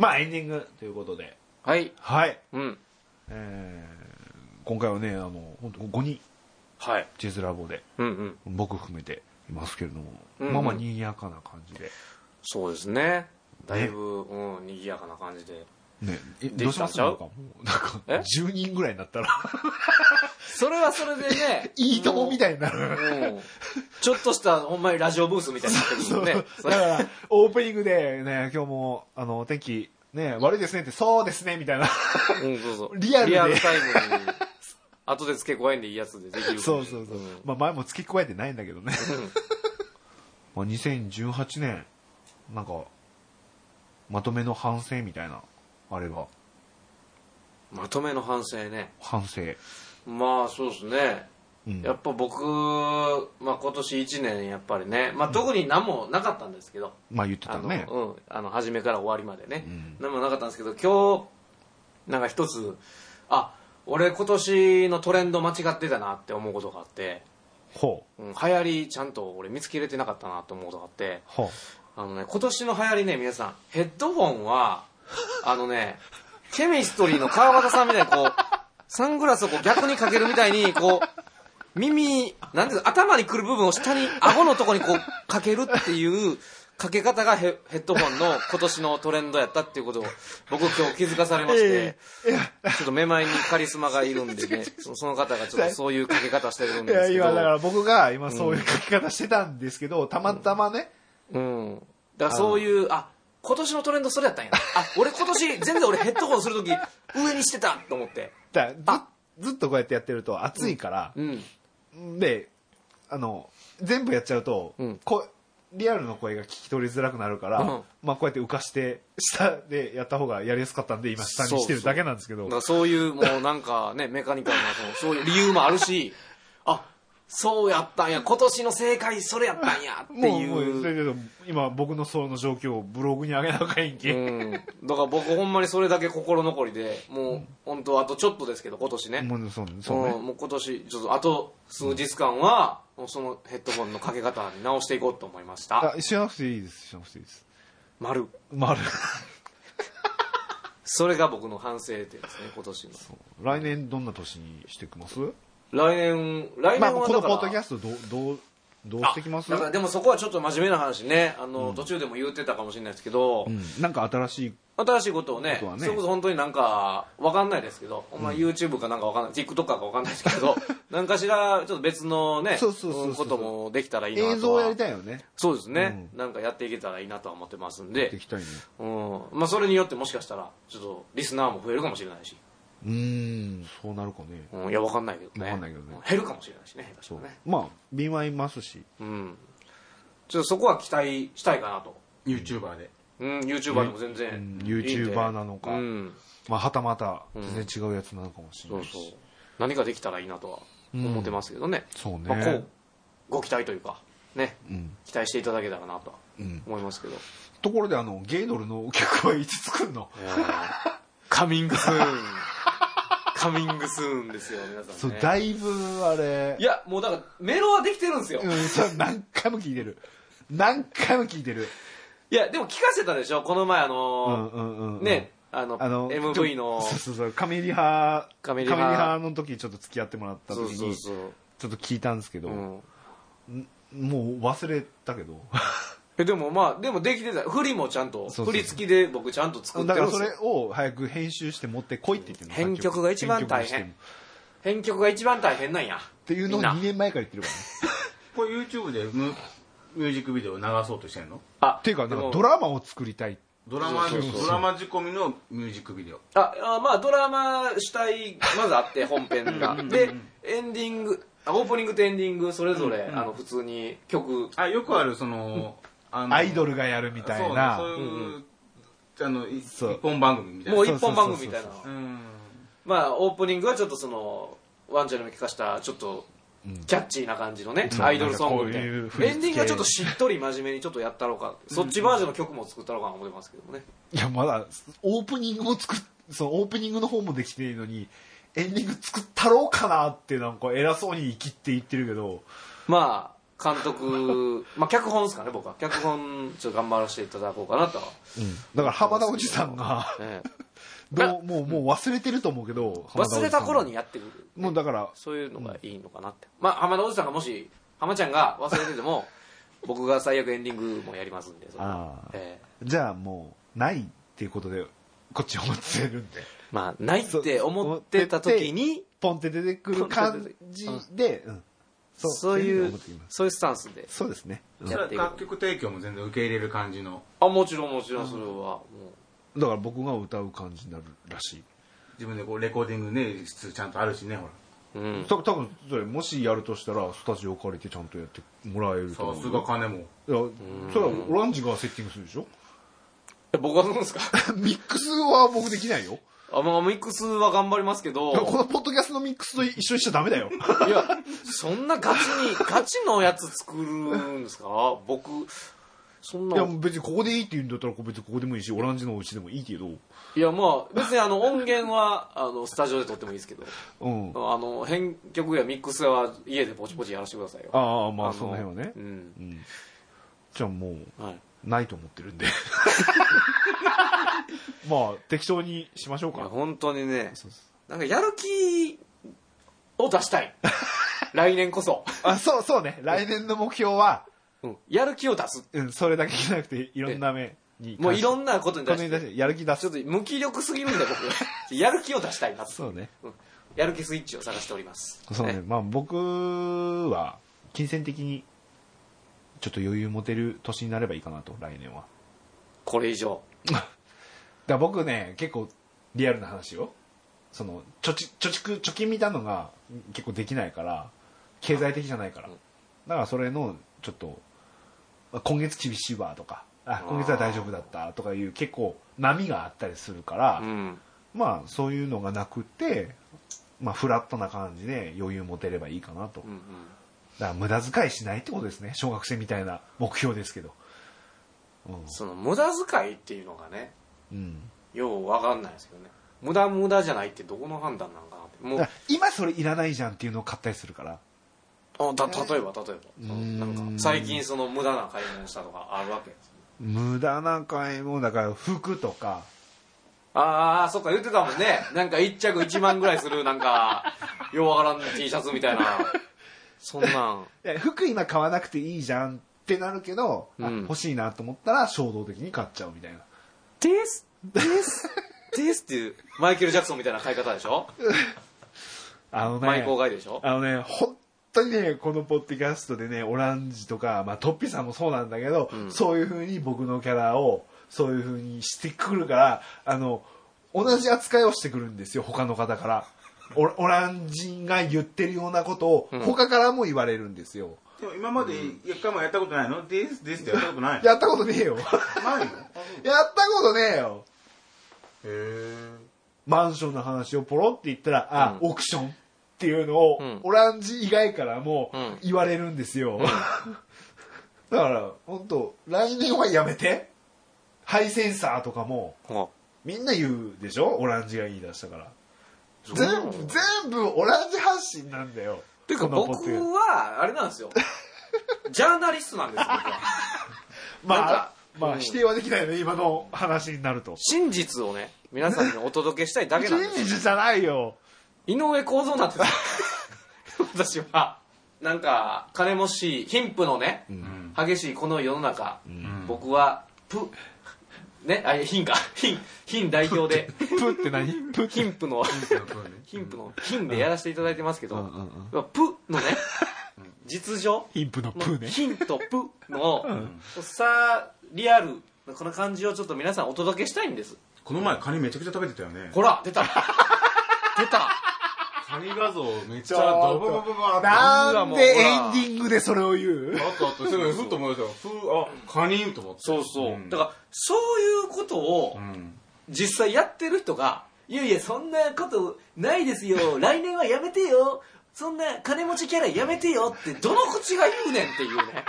Speaker 3: まあエンディングということで
Speaker 1: はい
Speaker 3: はい、
Speaker 1: うん
Speaker 3: えー今回はねあの本当5人
Speaker 1: はい
Speaker 3: ジェズラボで
Speaker 1: うんうん
Speaker 3: 僕含めていますけれども、
Speaker 1: うんうん
Speaker 3: まあまあ賑やかな感じで、
Speaker 1: そうですねだいぶ、うん賑やかな感じで
Speaker 3: ね、え
Speaker 1: で
Speaker 3: どうします
Speaker 1: きたんちゃ
Speaker 3: な
Speaker 1: う
Speaker 3: んかもうなんか
Speaker 1: え
Speaker 3: 10人ぐらいになったら
Speaker 1: それはそれでね
Speaker 3: いいともみた
Speaker 1: い
Speaker 3: いにな る
Speaker 1: うん、ちょっとしたほんまにラジオブースみたいになってくるもん ね
Speaker 3: だから、オープニングで、ね、今日も、あの、お天気、ね、悪いですねって、そうですね、みたいな。
Speaker 1: うん、そうそう
Speaker 3: リアルで
Speaker 1: タ イムに後で付け加えんでいいやつでできるかも
Speaker 3: そうそうそう。
Speaker 1: ん
Speaker 3: まあ、前も付け加えてないんだけ どね。まあ、2018年、なんか、まとめの反省みたいな、あれは、
Speaker 1: まとめの反省ね
Speaker 3: 反省。
Speaker 1: まあそうですね
Speaker 3: うん
Speaker 1: やっぱ僕、まあ、今年1年やっぱりね、まあ、特に何もなかったんですけど、
Speaker 3: まあ、言って
Speaker 1: あ
Speaker 3: た
Speaker 1: の、
Speaker 3: ね。
Speaker 1: うん、あの初めから終わりまでね、何もなかったんですけど今日なんか一つあ俺今年のトレンド間違ってたなって思うことがあって、
Speaker 3: ほう。
Speaker 1: うん、流行りちゃんと俺見つけれてなかったなって思うことがあって
Speaker 3: ほ
Speaker 1: あのね今年の流行りね皆さんヘッドホンはあのねケミストリーの川端さんみたいにこうサングラスをこう逆にかけるみたいにこう耳なんていうの頭にくる部分を下に顎のとこにこうかけるっていうかけ方がヘヘッドホンの今年のトレンドやったっていうことを僕今日気づかされまして、ちょっとめまいにカリスマがいるんでねそのその方がちょっとそういうかけ方してるん
Speaker 3: う。い
Speaker 1: で
Speaker 3: や、
Speaker 1: すけど
Speaker 3: 今、だから僕が、今そういう書き方してたんですけど、たまたまね、
Speaker 1: うん。だからそういう、あ、今年のトレンドそれやったんや。あ、俺今年、全然俺ヘッドホンするとき、上にしてたと思って。
Speaker 3: だずずっとこうやってやってると暑いから、
Speaker 1: うん。
Speaker 3: であの全部やっちゃうと、
Speaker 1: うん
Speaker 3: こリアルの声が聞き取りづらくなるから、
Speaker 1: うん
Speaker 3: まあ、こうやって浮かして下でやった方がやりやすかったんで今下にしてるだけなんですけど
Speaker 1: だからそういう、もうなんかね、メカニカルな、そのそういう理由もあるし、あ、そうやったんや、今年の正解それやったんや、って
Speaker 3: もう
Speaker 1: い
Speaker 3: もう
Speaker 1: う。
Speaker 3: それでも今僕のその状況をブログに上げなあかんやんけ、
Speaker 1: うん、だから僕ほんまにそれだけ心残りでもう本当あとちょっとですけど今年ね
Speaker 3: もうそうそうね
Speaker 1: うんもう今年ちょっとあと数日間は、もうそのヘッドホンのかけ方に直していこうと思いました
Speaker 3: あしなくていいですしなくていいです
Speaker 1: 丸
Speaker 3: 丸
Speaker 1: それが僕の反省点ですね今年の
Speaker 3: 来年どんな年にしてきます
Speaker 1: 来年来年
Speaker 3: まあ、こ
Speaker 1: はだか
Speaker 3: の
Speaker 1: ら、
Speaker 3: ポッドキャストどうどうどうしてきます
Speaker 1: だからでもそこはちょっと真面目な話ねあの、途中でも言ってたかもしれないですけど、
Speaker 3: うん、なんか新しい
Speaker 1: 新しいことをね
Speaker 3: ことはね
Speaker 1: それこそ本当になんかわかんないですけど、まあ YouTube かなんかわかんない TikTok かわかんないですけ どなんかしらちょっと別のね
Speaker 3: そうそうそうそう
Speaker 1: こともできたらいいなとは
Speaker 3: 映像をやりたいよね
Speaker 1: そうですね、なんかやっていけたらいいなとは思ってますんで
Speaker 3: で、きたいね
Speaker 1: うんまあ、それによってもしかしたらちょっとリスナーも増えるかもしれないし、
Speaker 3: うーんそうなるかね
Speaker 1: うん、いやわかんないけどね
Speaker 3: わかんないけどね
Speaker 1: 減るかもしれないしね下手した
Speaker 3: そう
Speaker 1: らね
Speaker 3: まあ敏はいますし
Speaker 1: うんちょっとそこは期待したいかなと、
Speaker 4: YouTuber で
Speaker 1: うん、YouTuber でも全然いいんで、
Speaker 3: うん YouTuber なのか
Speaker 1: うん、
Speaker 3: まあはたまた全然違うやつなのかもしれ
Speaker 1: そ
Speaker 3: な
Speaker 1: う
Speaker 3: いし
Speaker 1: そう何かできたらいいなとは思ってますけどね、
Speaker 3: そうね
Speaker 1: まあ、こうご期待というかね、
Speaker 3: ん
Speaker 1: 期待していただけたらなとは
Speaker 3: ん
Speaker 1: 思いますけど、
Speaker 3: ところであのゲイドルの曲はいつ作るの
Speaker 1: カミングスーンカミングスーンですよ皆さん、ね、
Speaker 3: そうだいぶあれ
Speaker 1: いや、もうだから、メロはできてるんですよ。
Speaker 3: うんそう何回も聞いてる何回も聞いてる
Speaker 1: いや、でも聞かせたでしょこの前、あのー
Speaker 3: うんうんうんうん
Speaker 1: ね、あの、
Speaker 3: あの
Speaker 1: MV の、
Speaker 3: そうそうそうカメリハ
Speaker 1: カメリハ
Speaker 3: の時ちょっと付き合ってもらった時
Speaker 1: そう
Speaker 3: に
Speaker 1: そうそう。
Speaker 3: ちょっと聞いたんですけど、
Speaker 1: うん
Speaker 3: もう忘れたけ ど
Speaker 1: えでもまあ、でもできてた。振りもちゃん
Speaker 3: そ
Speaker 1: と、
Speaker 3: うそう
Speaker 1: 振り付きで僕ちゃんと作って
Speaker 3: だか
Speaker 1: るん
Speaker 3: ら
Speaker 1: で
Speaker 3: そ
Speaker 1: す
Speaker 3: れ
Speaker 1: よ。
Speaker 3: を早く編集して持ってこいって言ってるの
Speaker 1: 編曲が一番大
Speaker 3: 編曲
Speaker 1: 変
Speaker 3: しても
Speaker 1: 編曲が一番大変なんや。
Speaker 3: っていうのを
Speaker 1: みんな
Speaker 3: 2年前から言ってるからね
Speaker 4: これ YouTube でムミュージックビデオ流そうとしてんの
Speaker 1: あ、
Speaker 3: っていうか
Speaker 1: で
Speaker 3: なん
Speaker 1: も
Speaker 3: かドラマを作りたい
Speaker 4: ドラマ
Speaker 3: そうそうそう
Speaker 4: ドラマ仕込みのミュージックビデオ
Speaker 1: ああまあドラマ主体まずあって本編がでエンディングあオープニングとエンディングそれぞれ、あの普通に曲
Speaker 4: あよくあるそのあの
Speaker 3: アイドルがやるみたいな
Speaker 4: そうねそういうあのい
Speaker 3: そう
Speaker 4: 一本番組みたいな
Speaker 1: もう一本番組みたいな
Speaker 4: うん
Speaker 1: まあオープニングはちょっとそのワンちゃんにも聞かしたちょっとキャッチーな感じのね、
Speaker 3: うん
Speaker 1: アイドルソングみたいな
Speaker 3: なんかこういう
Speaker 1: エンディングはちょっとしっとり真面目にちょっとやったろうか、そっちバージョンの曲も作ったろうかな思ってますけどね
Speaker 3: いやまだオープニングも作っそのオープニングの方もできているのにエンディング作ったろうかなってなんか偉そうに生きって言ってるけど
Speaker 1: まあ監督 まあ脚本ですかね僕は脚本ちょっと頑張らせていただこうかなとは、
Speaker 3: だから浜田おじさんが
Speaker 1: ね
Speaker 3: どうもうもう忘れてると思うけど浜田お
Speaker 1: 忘
Speaker 3: じ
Speaker 1: れ
Speaker 3: さん
Speaker 1: た頃にやってくる
Speaker 3: もうだから
Speaker 1: そういうのがいいのかなって。まあ、浜田おじさんがもし、浜ちゃんが忘れてても、 僕が最悪エンディングもやりますんで、それは
Speaker 3: ああ
Speaker 1: え
Speaker 3: じゃあもうないっていうことでこっち思ってるんで
Speaker 1: えまあ、ないって思ってた時に、
Speaker 3: ポンって出てくる感じで、うん、そ
Speaker 1: そうい
Speaker 3: そううふに思っています、
Speaker 1: そういうスタンスで。
Speaker 3: そうですね、うん
Speaker 1: じ
Speaker 3: だ
Speaker 1: ゃ
Speaker 3: か
Speaker 1: あ
Speaker 4: それ楽曲提供も全然受け入れる感じの
Speaker 1: あ、もちろんもちろん、それは。も
Speaker 3: ら僕が歌う感じになるらしい
Speaker 4: 自分でこうレコーディングね質ちゃんとあるしねほら
Speaker 1: ううん。
Speaker 3: た多分それもしやるとしたらスタジオ借りてちゃんとやってもらえると
Speaker 4: さ
Speaker 3: 思う
Speaker 4: すが金も
Speaker 3: いやそれはオランジがセッティングするでしょ
Speaker 1: え僕はどうですか
Speaker 3: ミックスは僕できないよ
Speaker 1: あ、まあ、ミックスは頑張りますけど、
Speaker 3: このポッドキャストのミックスと一緒にしちゃダメ だよ
Speaker 1: いや、そんなガチに、ガチのやつ作るんですか僕、そん
Speaker 3: い
Speaker 1: な
Speaker 3: や別にここでいいって言うんだったら別にここでもいいしオランジのお家でもいいけど
Speaker 1: いや、まあ、別にあの、音源は、あの、スタジオで撮ってもいいですけど。
Speaker 3: うん
Speaker 1: あの編曲やミックスは家でポチポチやらせてくださいよ
Speaker 3: ああま
Speaker 1: あ
Speaker 3: あ
Speaker 1: の
Speaker 3: その辺はね
Speaker 1: うん
Speaker 3: じゃあもう
Speaker 1: はい
Speaker 3: ないと思ってる んでまあ適当にしましょう
Speaker 1: いや
Speaker 3: か
Speaker 1: 本当にねなんかやる気を 出したい来年こそ、
Speaker 3: あそうそうね来年の目標は、
Speaker 1: うん、やる気を出す
Speaker 3: うん、それだけじゃなくていろんな目に
Speaker 1: もういろん
Speaker 3: な
Speaker 1: なことに
Speaker 3: こ
Speaker 1: 対
Speaker 3: と
Speaker 1: し
Speaker 3: に
Speaker 1: て
Speaker 3: 対してやる気出
Speaker 1: ち
Speaker 3: す
Speaker 1: ょっと無気力すぎるんで僕やる気を出したいなと、
Speaker 3: そうね
Speaker 1: うんやる気スイッチを探しております
Speaker 3: そうね
Speaker 1: ね
Speaker 3: まあ僕は金銭的にちょっと余裕持てる年になればいいかなと来年は
Speaker 1: これ以上
Speaker 3: だから僕ね結構リアルな話よその貯蓄貯蓄貯金みたいなのが結構できないから経済的じゃないからだからそれのちょっとあ今月厳しいわとかあ今月は大丈夫だったとかいう結構波があったりするから、
Speaker 1: うん
Speaker 3: まあそういうのがなくてまあフラットな感じで余裕持てればいいかなと、
Speaker 1: うんうん
Speaker 3: だから無駄遣いしないってことですね小学生みたいな目標ですけど
Speaker 1: その無駄遣いっていうのがね
Speaker 3: うん
Speaker 1: ようわかんないですけどね無駄無駄じゃないってどこの判断なのかなっても
Speaker 3: だか
Speaker 1: う
Speaker 3: ら今それいらないじゃんっていうのを買ったりするから
Speaker 1: あだ例えば例えばその
Speaker 3: ん
Speaker 1: なんか最近その無駄な買い物したとかあるわけです
Speaker 3: 無駄な買い物だから服とか
Speaker 1: ああそっか言ってたもんねなんか1着1万ぐらいするなんかようわからん T シャツみたいなそんなん
Speaker 3: いや服今買わなくていいじゃんってなるけど、あ
Speaker 1: うん
Speaker 3: 欲しいなと思ったら衝動的に買っちゃうみたいな
Speaker 1: です This っていう、マイケル・ジャクソンみたいな買い方でしょ
Speaker 3: あの
Speaker 1: マイ
Speaker 3: ね
Speaker 1: コー、ガイでしょ
Speaker 3: あのね、本当にね、このポッドキャストでね、オランジとか、まあ、トッピーさんもそうなんだけど、
Speaker 1: ん
Speaker 3: そういう風に僕のキャラを、そういう風にしてくるから、あの、同じ扱いをしてくるんですよ、他の方から。オラオランジンが言ってるようなことを、他からも言われるんですよ。
Speaker 4: でも今まで一回もやったことないの ?This, this ってやったことないの
Speaker 3: やったことねえよ。やった
Speaker 4: ないの
Speaker 3: ことねえよ。
Speaker 4: へー
Speaker 3: マンションの話をポロって言ったら、あ、オークションっていうのを、
Speaker 1: ん
Speaker 3: オランジ以外からも
Speaker 1: ん
Speaker 3: 言われるんです よ。だから、本当来年はやめて。ハイセンサーとかも、
Speaker 1: ほ
Speaker 3: みんな言うでしょオランジが言い出したから。
Speaker 1: う
Speaker 3: 全部、全部オランジ発信なんだよ。
Speaker 1: ていうか
Speaker 3: このポッド
Speaker 1: 僕
Speaker 3: キャスト
Speaker 1: は、あれなんで すよ。ジャーナリストなんですよ、僕は
Speaker 3: ま
Speaker 1: なん
Speaker 3: あ
Speaker 1: か、
Speaker 3: まあ、否定はできないよね、今の話になると。
Speaker 1: 真実をね、皆さんにお届けしたいだけなんです
Speaker 3: 真実じゃないよ。
Speaker 1: 井上公造なんて私はなんか金もし貧富のね、激しいこの世の中、僕はプねあいや貧か貧貧代表 で
Speaker 3: プって何プ
Speaker 1: 貧 富の貧富の貧でやらせていただいてますけど、プのね実情
Speaker 3: 貧富のプーね。
Speaker 1: 貧とプの、さリアルなこの感じをちょっと皆さんお届けしたいんです
Speaker 4: この前カニめちゃくちゃ食べてたよね
Speaker 1: ほら出た出た
Speaker 4: カニ画像めっち
Speaker 3: ちょっとなんでエンディングでそれを言う
Speaker 4: あったあったすぐふっと思い出したふうあカニと思って
Speaker 1: そうそう、
Speaker 4: ん
Speaker 1: だからそういうことを、
Speaker 4: うん
Speaker 1: 実際やってる人が、いやいや、そんなことないですよ。来年はやめてよ。そんな金持ちキャラやめてよって、どの口が言うねんっていうね。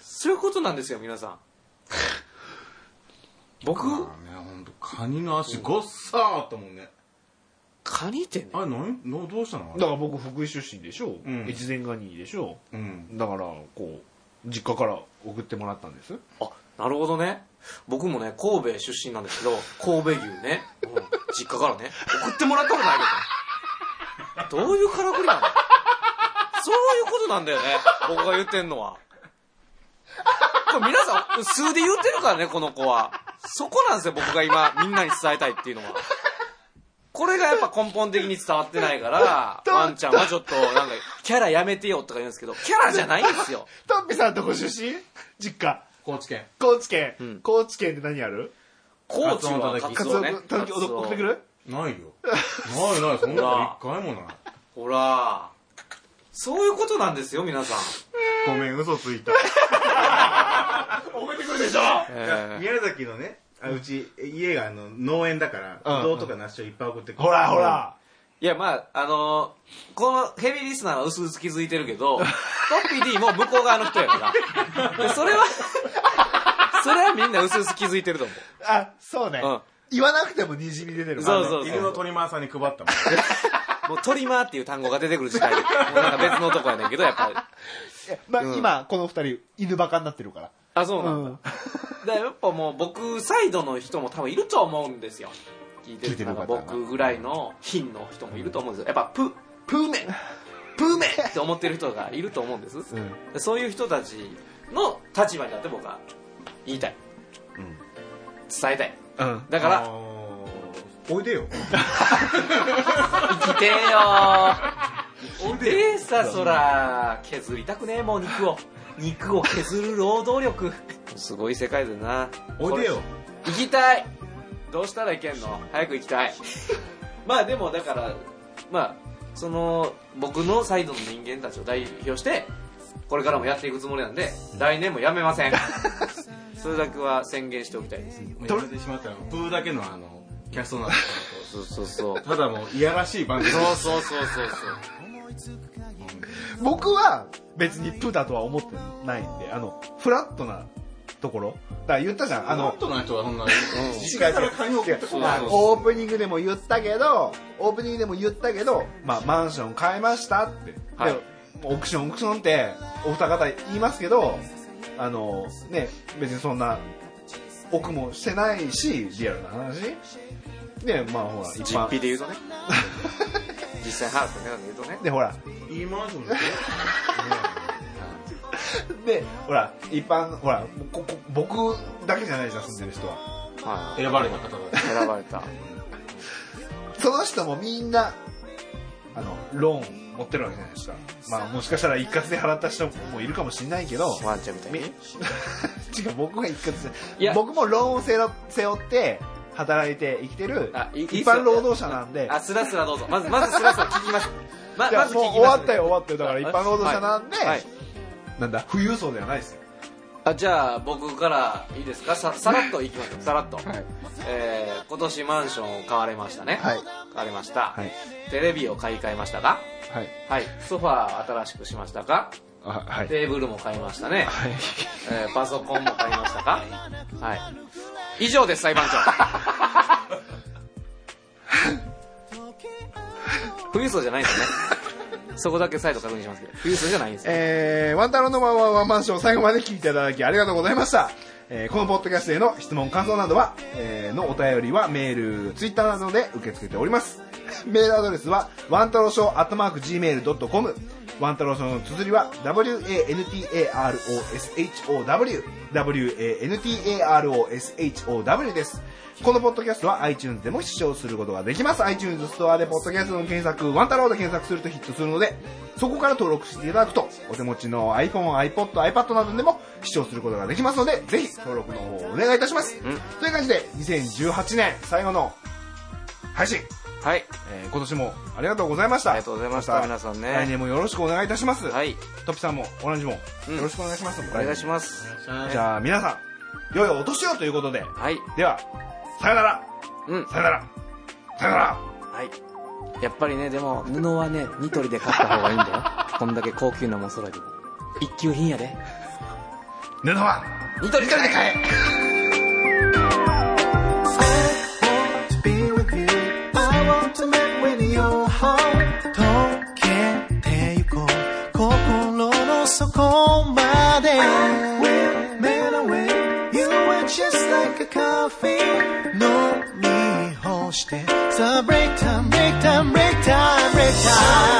Speaker 1: そういうことなんですよ、皆さん。 僕、
Speaker 4: まあねほんとカニの足ごっさーあったもんね
Speaker 1: カニってね、
Speaker 4: あれ何のどうしたのあ
Speaker 3: だ
Speaker 4: れ
Speaker 3: から僕福井出身でしょ、
Speaker 4: ん
Speaker 3: 越前ガニでしょ
Speaker 4: うん
Speaker 3: だからこう実家から送ってもらったんです
Speaker 1: あ、なるほどね。僕もね、神戸出身なんですけど、神戸牛ね、うん実家からね、送ってもらったことないけど。どういうからくりなのそういうことなんだよね、僕が言ってんのは。これ皆さん、数で言ってるからね、この子は。そこなんですよ、僕が今、みんなに伝えたいっていうのは。これがやっぱ根本的に伝わってないから、ワンちゃんはちょっと、なんか、キャラやめてよとか言うんですけど、キャラじゃないんですよ。
Speaker 3: トンピさんとこ出身実家
Speaker 4: 高知県
Speaker 3: 高知県、
Speaker 1: ん
Speaker 3: 高知県で何ある
Speaker 1: 高知はカ
Speaker 3: カ
Speaker 1: ツ
Speaker 3: ツオ
Speaker 1: オね。
Speaker 3: 東京送ってくる
Speaker 4: ないよないないそんなの一回もない
Speaker 1: ほらそういうことなんですよ、皆さん。
Speaker 7: ごめん、嘘つい た。宮崎のね、あうち、家があの農園だから、ぶどうとか梨をいっぱい送ってくる。
Speaker 3: ほらほら、
Speaker 1: いや、まあ、あのーこのヘビーリスナーは薄々気づいてるけ ど、トッピー D も向こう側の人やから。でそれは、 それはみんな薄々気づいてると思
Speaker 3: あそうね、
Speaker 1: うん
Speaker 3: 言わなくてもにじみ出てる
Speaker 1: う。そう
Speaker 3: う
Speaker 1: そうそ
Speaker 7: 犬の
Speaker 1: う。
Speaker 7: トリマーさんに配ったもん。
Speaker 1: もうトリマーっていう単語が出てくる時代で、もうなんか別のとこやねんけど、やっぱり。
Speaker 3: まあ、今この二人犬バカになってるから
Speaker 1: あ、そうなん
Speaker 3: う
Speaker 1: だ。
Speaker 3: ん
Speaker 1: だからやっぱもう僕サイドの人も多分いると思うんですよ聞いてる人なんか
Speaker 3: 聞いてる方が
Speaker 1: 僕ぐらいの品の人もいると思うんですよやっぱププーメンプーメンって思ってる人がいると思うんです、で そういう人たちの立場になって僕は言いたい、伝えたい
Speaker 3: うん
Speaker 1: だか
Speaker 4: あ
Speaker 1: ら
Speaker 4: ーおいでよ
Speaker 1: 生きてえ よ生きてえさそら削りたくねえもう肉を肉を削る労働力すごい世界だな
Speaker 4: おいでよ
Speaker 1: 行きたいどうしたらいけんの早く行きたい まあでもだからまあその僕のサイドの人間たちを代表してこれからもやっていくつもりなんで来年もやめま せんそれだけは宣言しておきたいです
Speaker 4: やめてしまったらプーだけのあのキャストになってし
Speaker 1: そうそうそう
Speaker 4: まうとただもういやらしい番組
Speaker 1: そうそうそうそう
Speaker 3: 僕は別にプだとは思ってないんであのフラットなところだから言ったじゃんあ
Speaker 4: あの
Speaker 3: の
Speaker 4: フラットな人はそんな実家から金を送ってこ
Speaker 3: ま
Speaker 4: な
Speaker 3: あ
Speaker 4: い
Speaker 3: オープニングでも言ったけどオープニングでも言ったけど、まあ、マンション買いましたって、
Speaker 1: はい
Speaker 3: でオークションオークションってお二方言いますけどあのね別にそんな奥もしてないしリアルな話でまあほら一
Speaker 1: 実
Speaker 3: 般
Speaker 1: 費で言うとね実際払ってねなんで言うとね
Speaker 3: でほら
Speaker 4: いいマンションだよ
Speaker 3: でほら一般ほらここ僕だけじゃないじゃん住んでる人は
Speaker 1: は
Speaker 4: 選ばれた方だ
Speaker 1: い、選ばれた
Speaker 3: その人もみんなあのローン持ってるわけじゃないですか、まあ、もしかしたら一括で払った人もいるかもしれないけど
Speaker 1: ワンちゃん みたいに
Speaker 3: 違う僕が一括
Speaker 1: い
Speaker 3: で
Speaker 1: や
Speaker 3: 僕もローンを背負背負って働いて生きてる
Speaker 1: あいいいっすよ
Speaker 3: 一般労働者なんで
Speaker 1: あスラスラどうぞまずまずスラスラ聞きましょうま
Speaker 3: じゃあ
Speaker 1: まず聞
Speaker 3: もう
Speaker 1: き
Speaker 3: 終
Speaker 1: ましょ
Speaker 3: わったよ終わったよだから一般労働者なんで、
Speaker 1: はいはい
Speaker 3: なんだ富裕層ではないですよ
Speaker 1: あじゃあ僕からいいですかささらっといきましょうさらっと、えー今年マンションを買われましたね、
Speaker 3: はい
Speaker 1: 買われました、
Speaker 3: はい
Speaker 1: テレビを買い替えましたか
Speaker 3: はい
Speaker 1: はいソファー新しくしましたか
Speaker 3: あはい
Speaker 1: テーブルも買いましたね、
Speaker 3: はい
Speaker 1: えーパソコンも買いましたかはい以上です裁判 長富裕層じゃないんですねそこだけ再度確認しますけど富裕層じゃないんですね
Speaker 3: えー、ワンタロウのワンワンワンマンション最後まで聞いていただきありがとうございました。えーこのポッドキャストへの質問、感想などは、えーのお便りはメール、ツイッターなどで受け付けております。 メールアドレスは、ワンタロウショーアットマーク Gmail.com。ワンタロウショーの綴りは、w-a-n-t-a-r-o-s-h-o-w。w-a-n-t-a-r-o-s-h-o-w です。このポッドキャストは iTunes でも視聴することができます。iTunes ストアでポッドキャストの検索、ワンタロウで検索するとヒットするので、そこから登録していただくと、お手持ちの iPhone、iPod、iPad などでも視聴することができますので、ぜひ登録の方をお願いいたします。という感じで、2018年最後の配信、
Speaker 1: はい
Speaker 3: えー今年もありがとうございました。
Speaker 1: ありがとうございました皆さんね
Speaker 3: 来年もよろしくお願いいたします。
Speaker 1: はい
Speaker 3: トピさんも、オランジも、よ
Speaker 1: うん
Speaker 3: ろしくお願いします。
Speaker 1: お願いします
Speaker 4: は
Speaker 3: じゃあ、皆さん、良いお年をということで、
Speaker 1: はい
Speaker 3: では、さよなら
Speaker 1: うん
Speaker 3: さよならさよなら
Speaker 1: はいやっぱりねでも布はねニトリで買った方がいいんだよこんだけ高級なもんそうだけど一級品やで
Speaker 3: 布は
Speaker 1: ニトリニトリで買え
Speaker 6: to be with you. I want to make with your heart. 溶けてゆこう。心の底まで。Made away. You are just like a coffee. 飲み干して。さあ、break time, break time, break time, break time. oh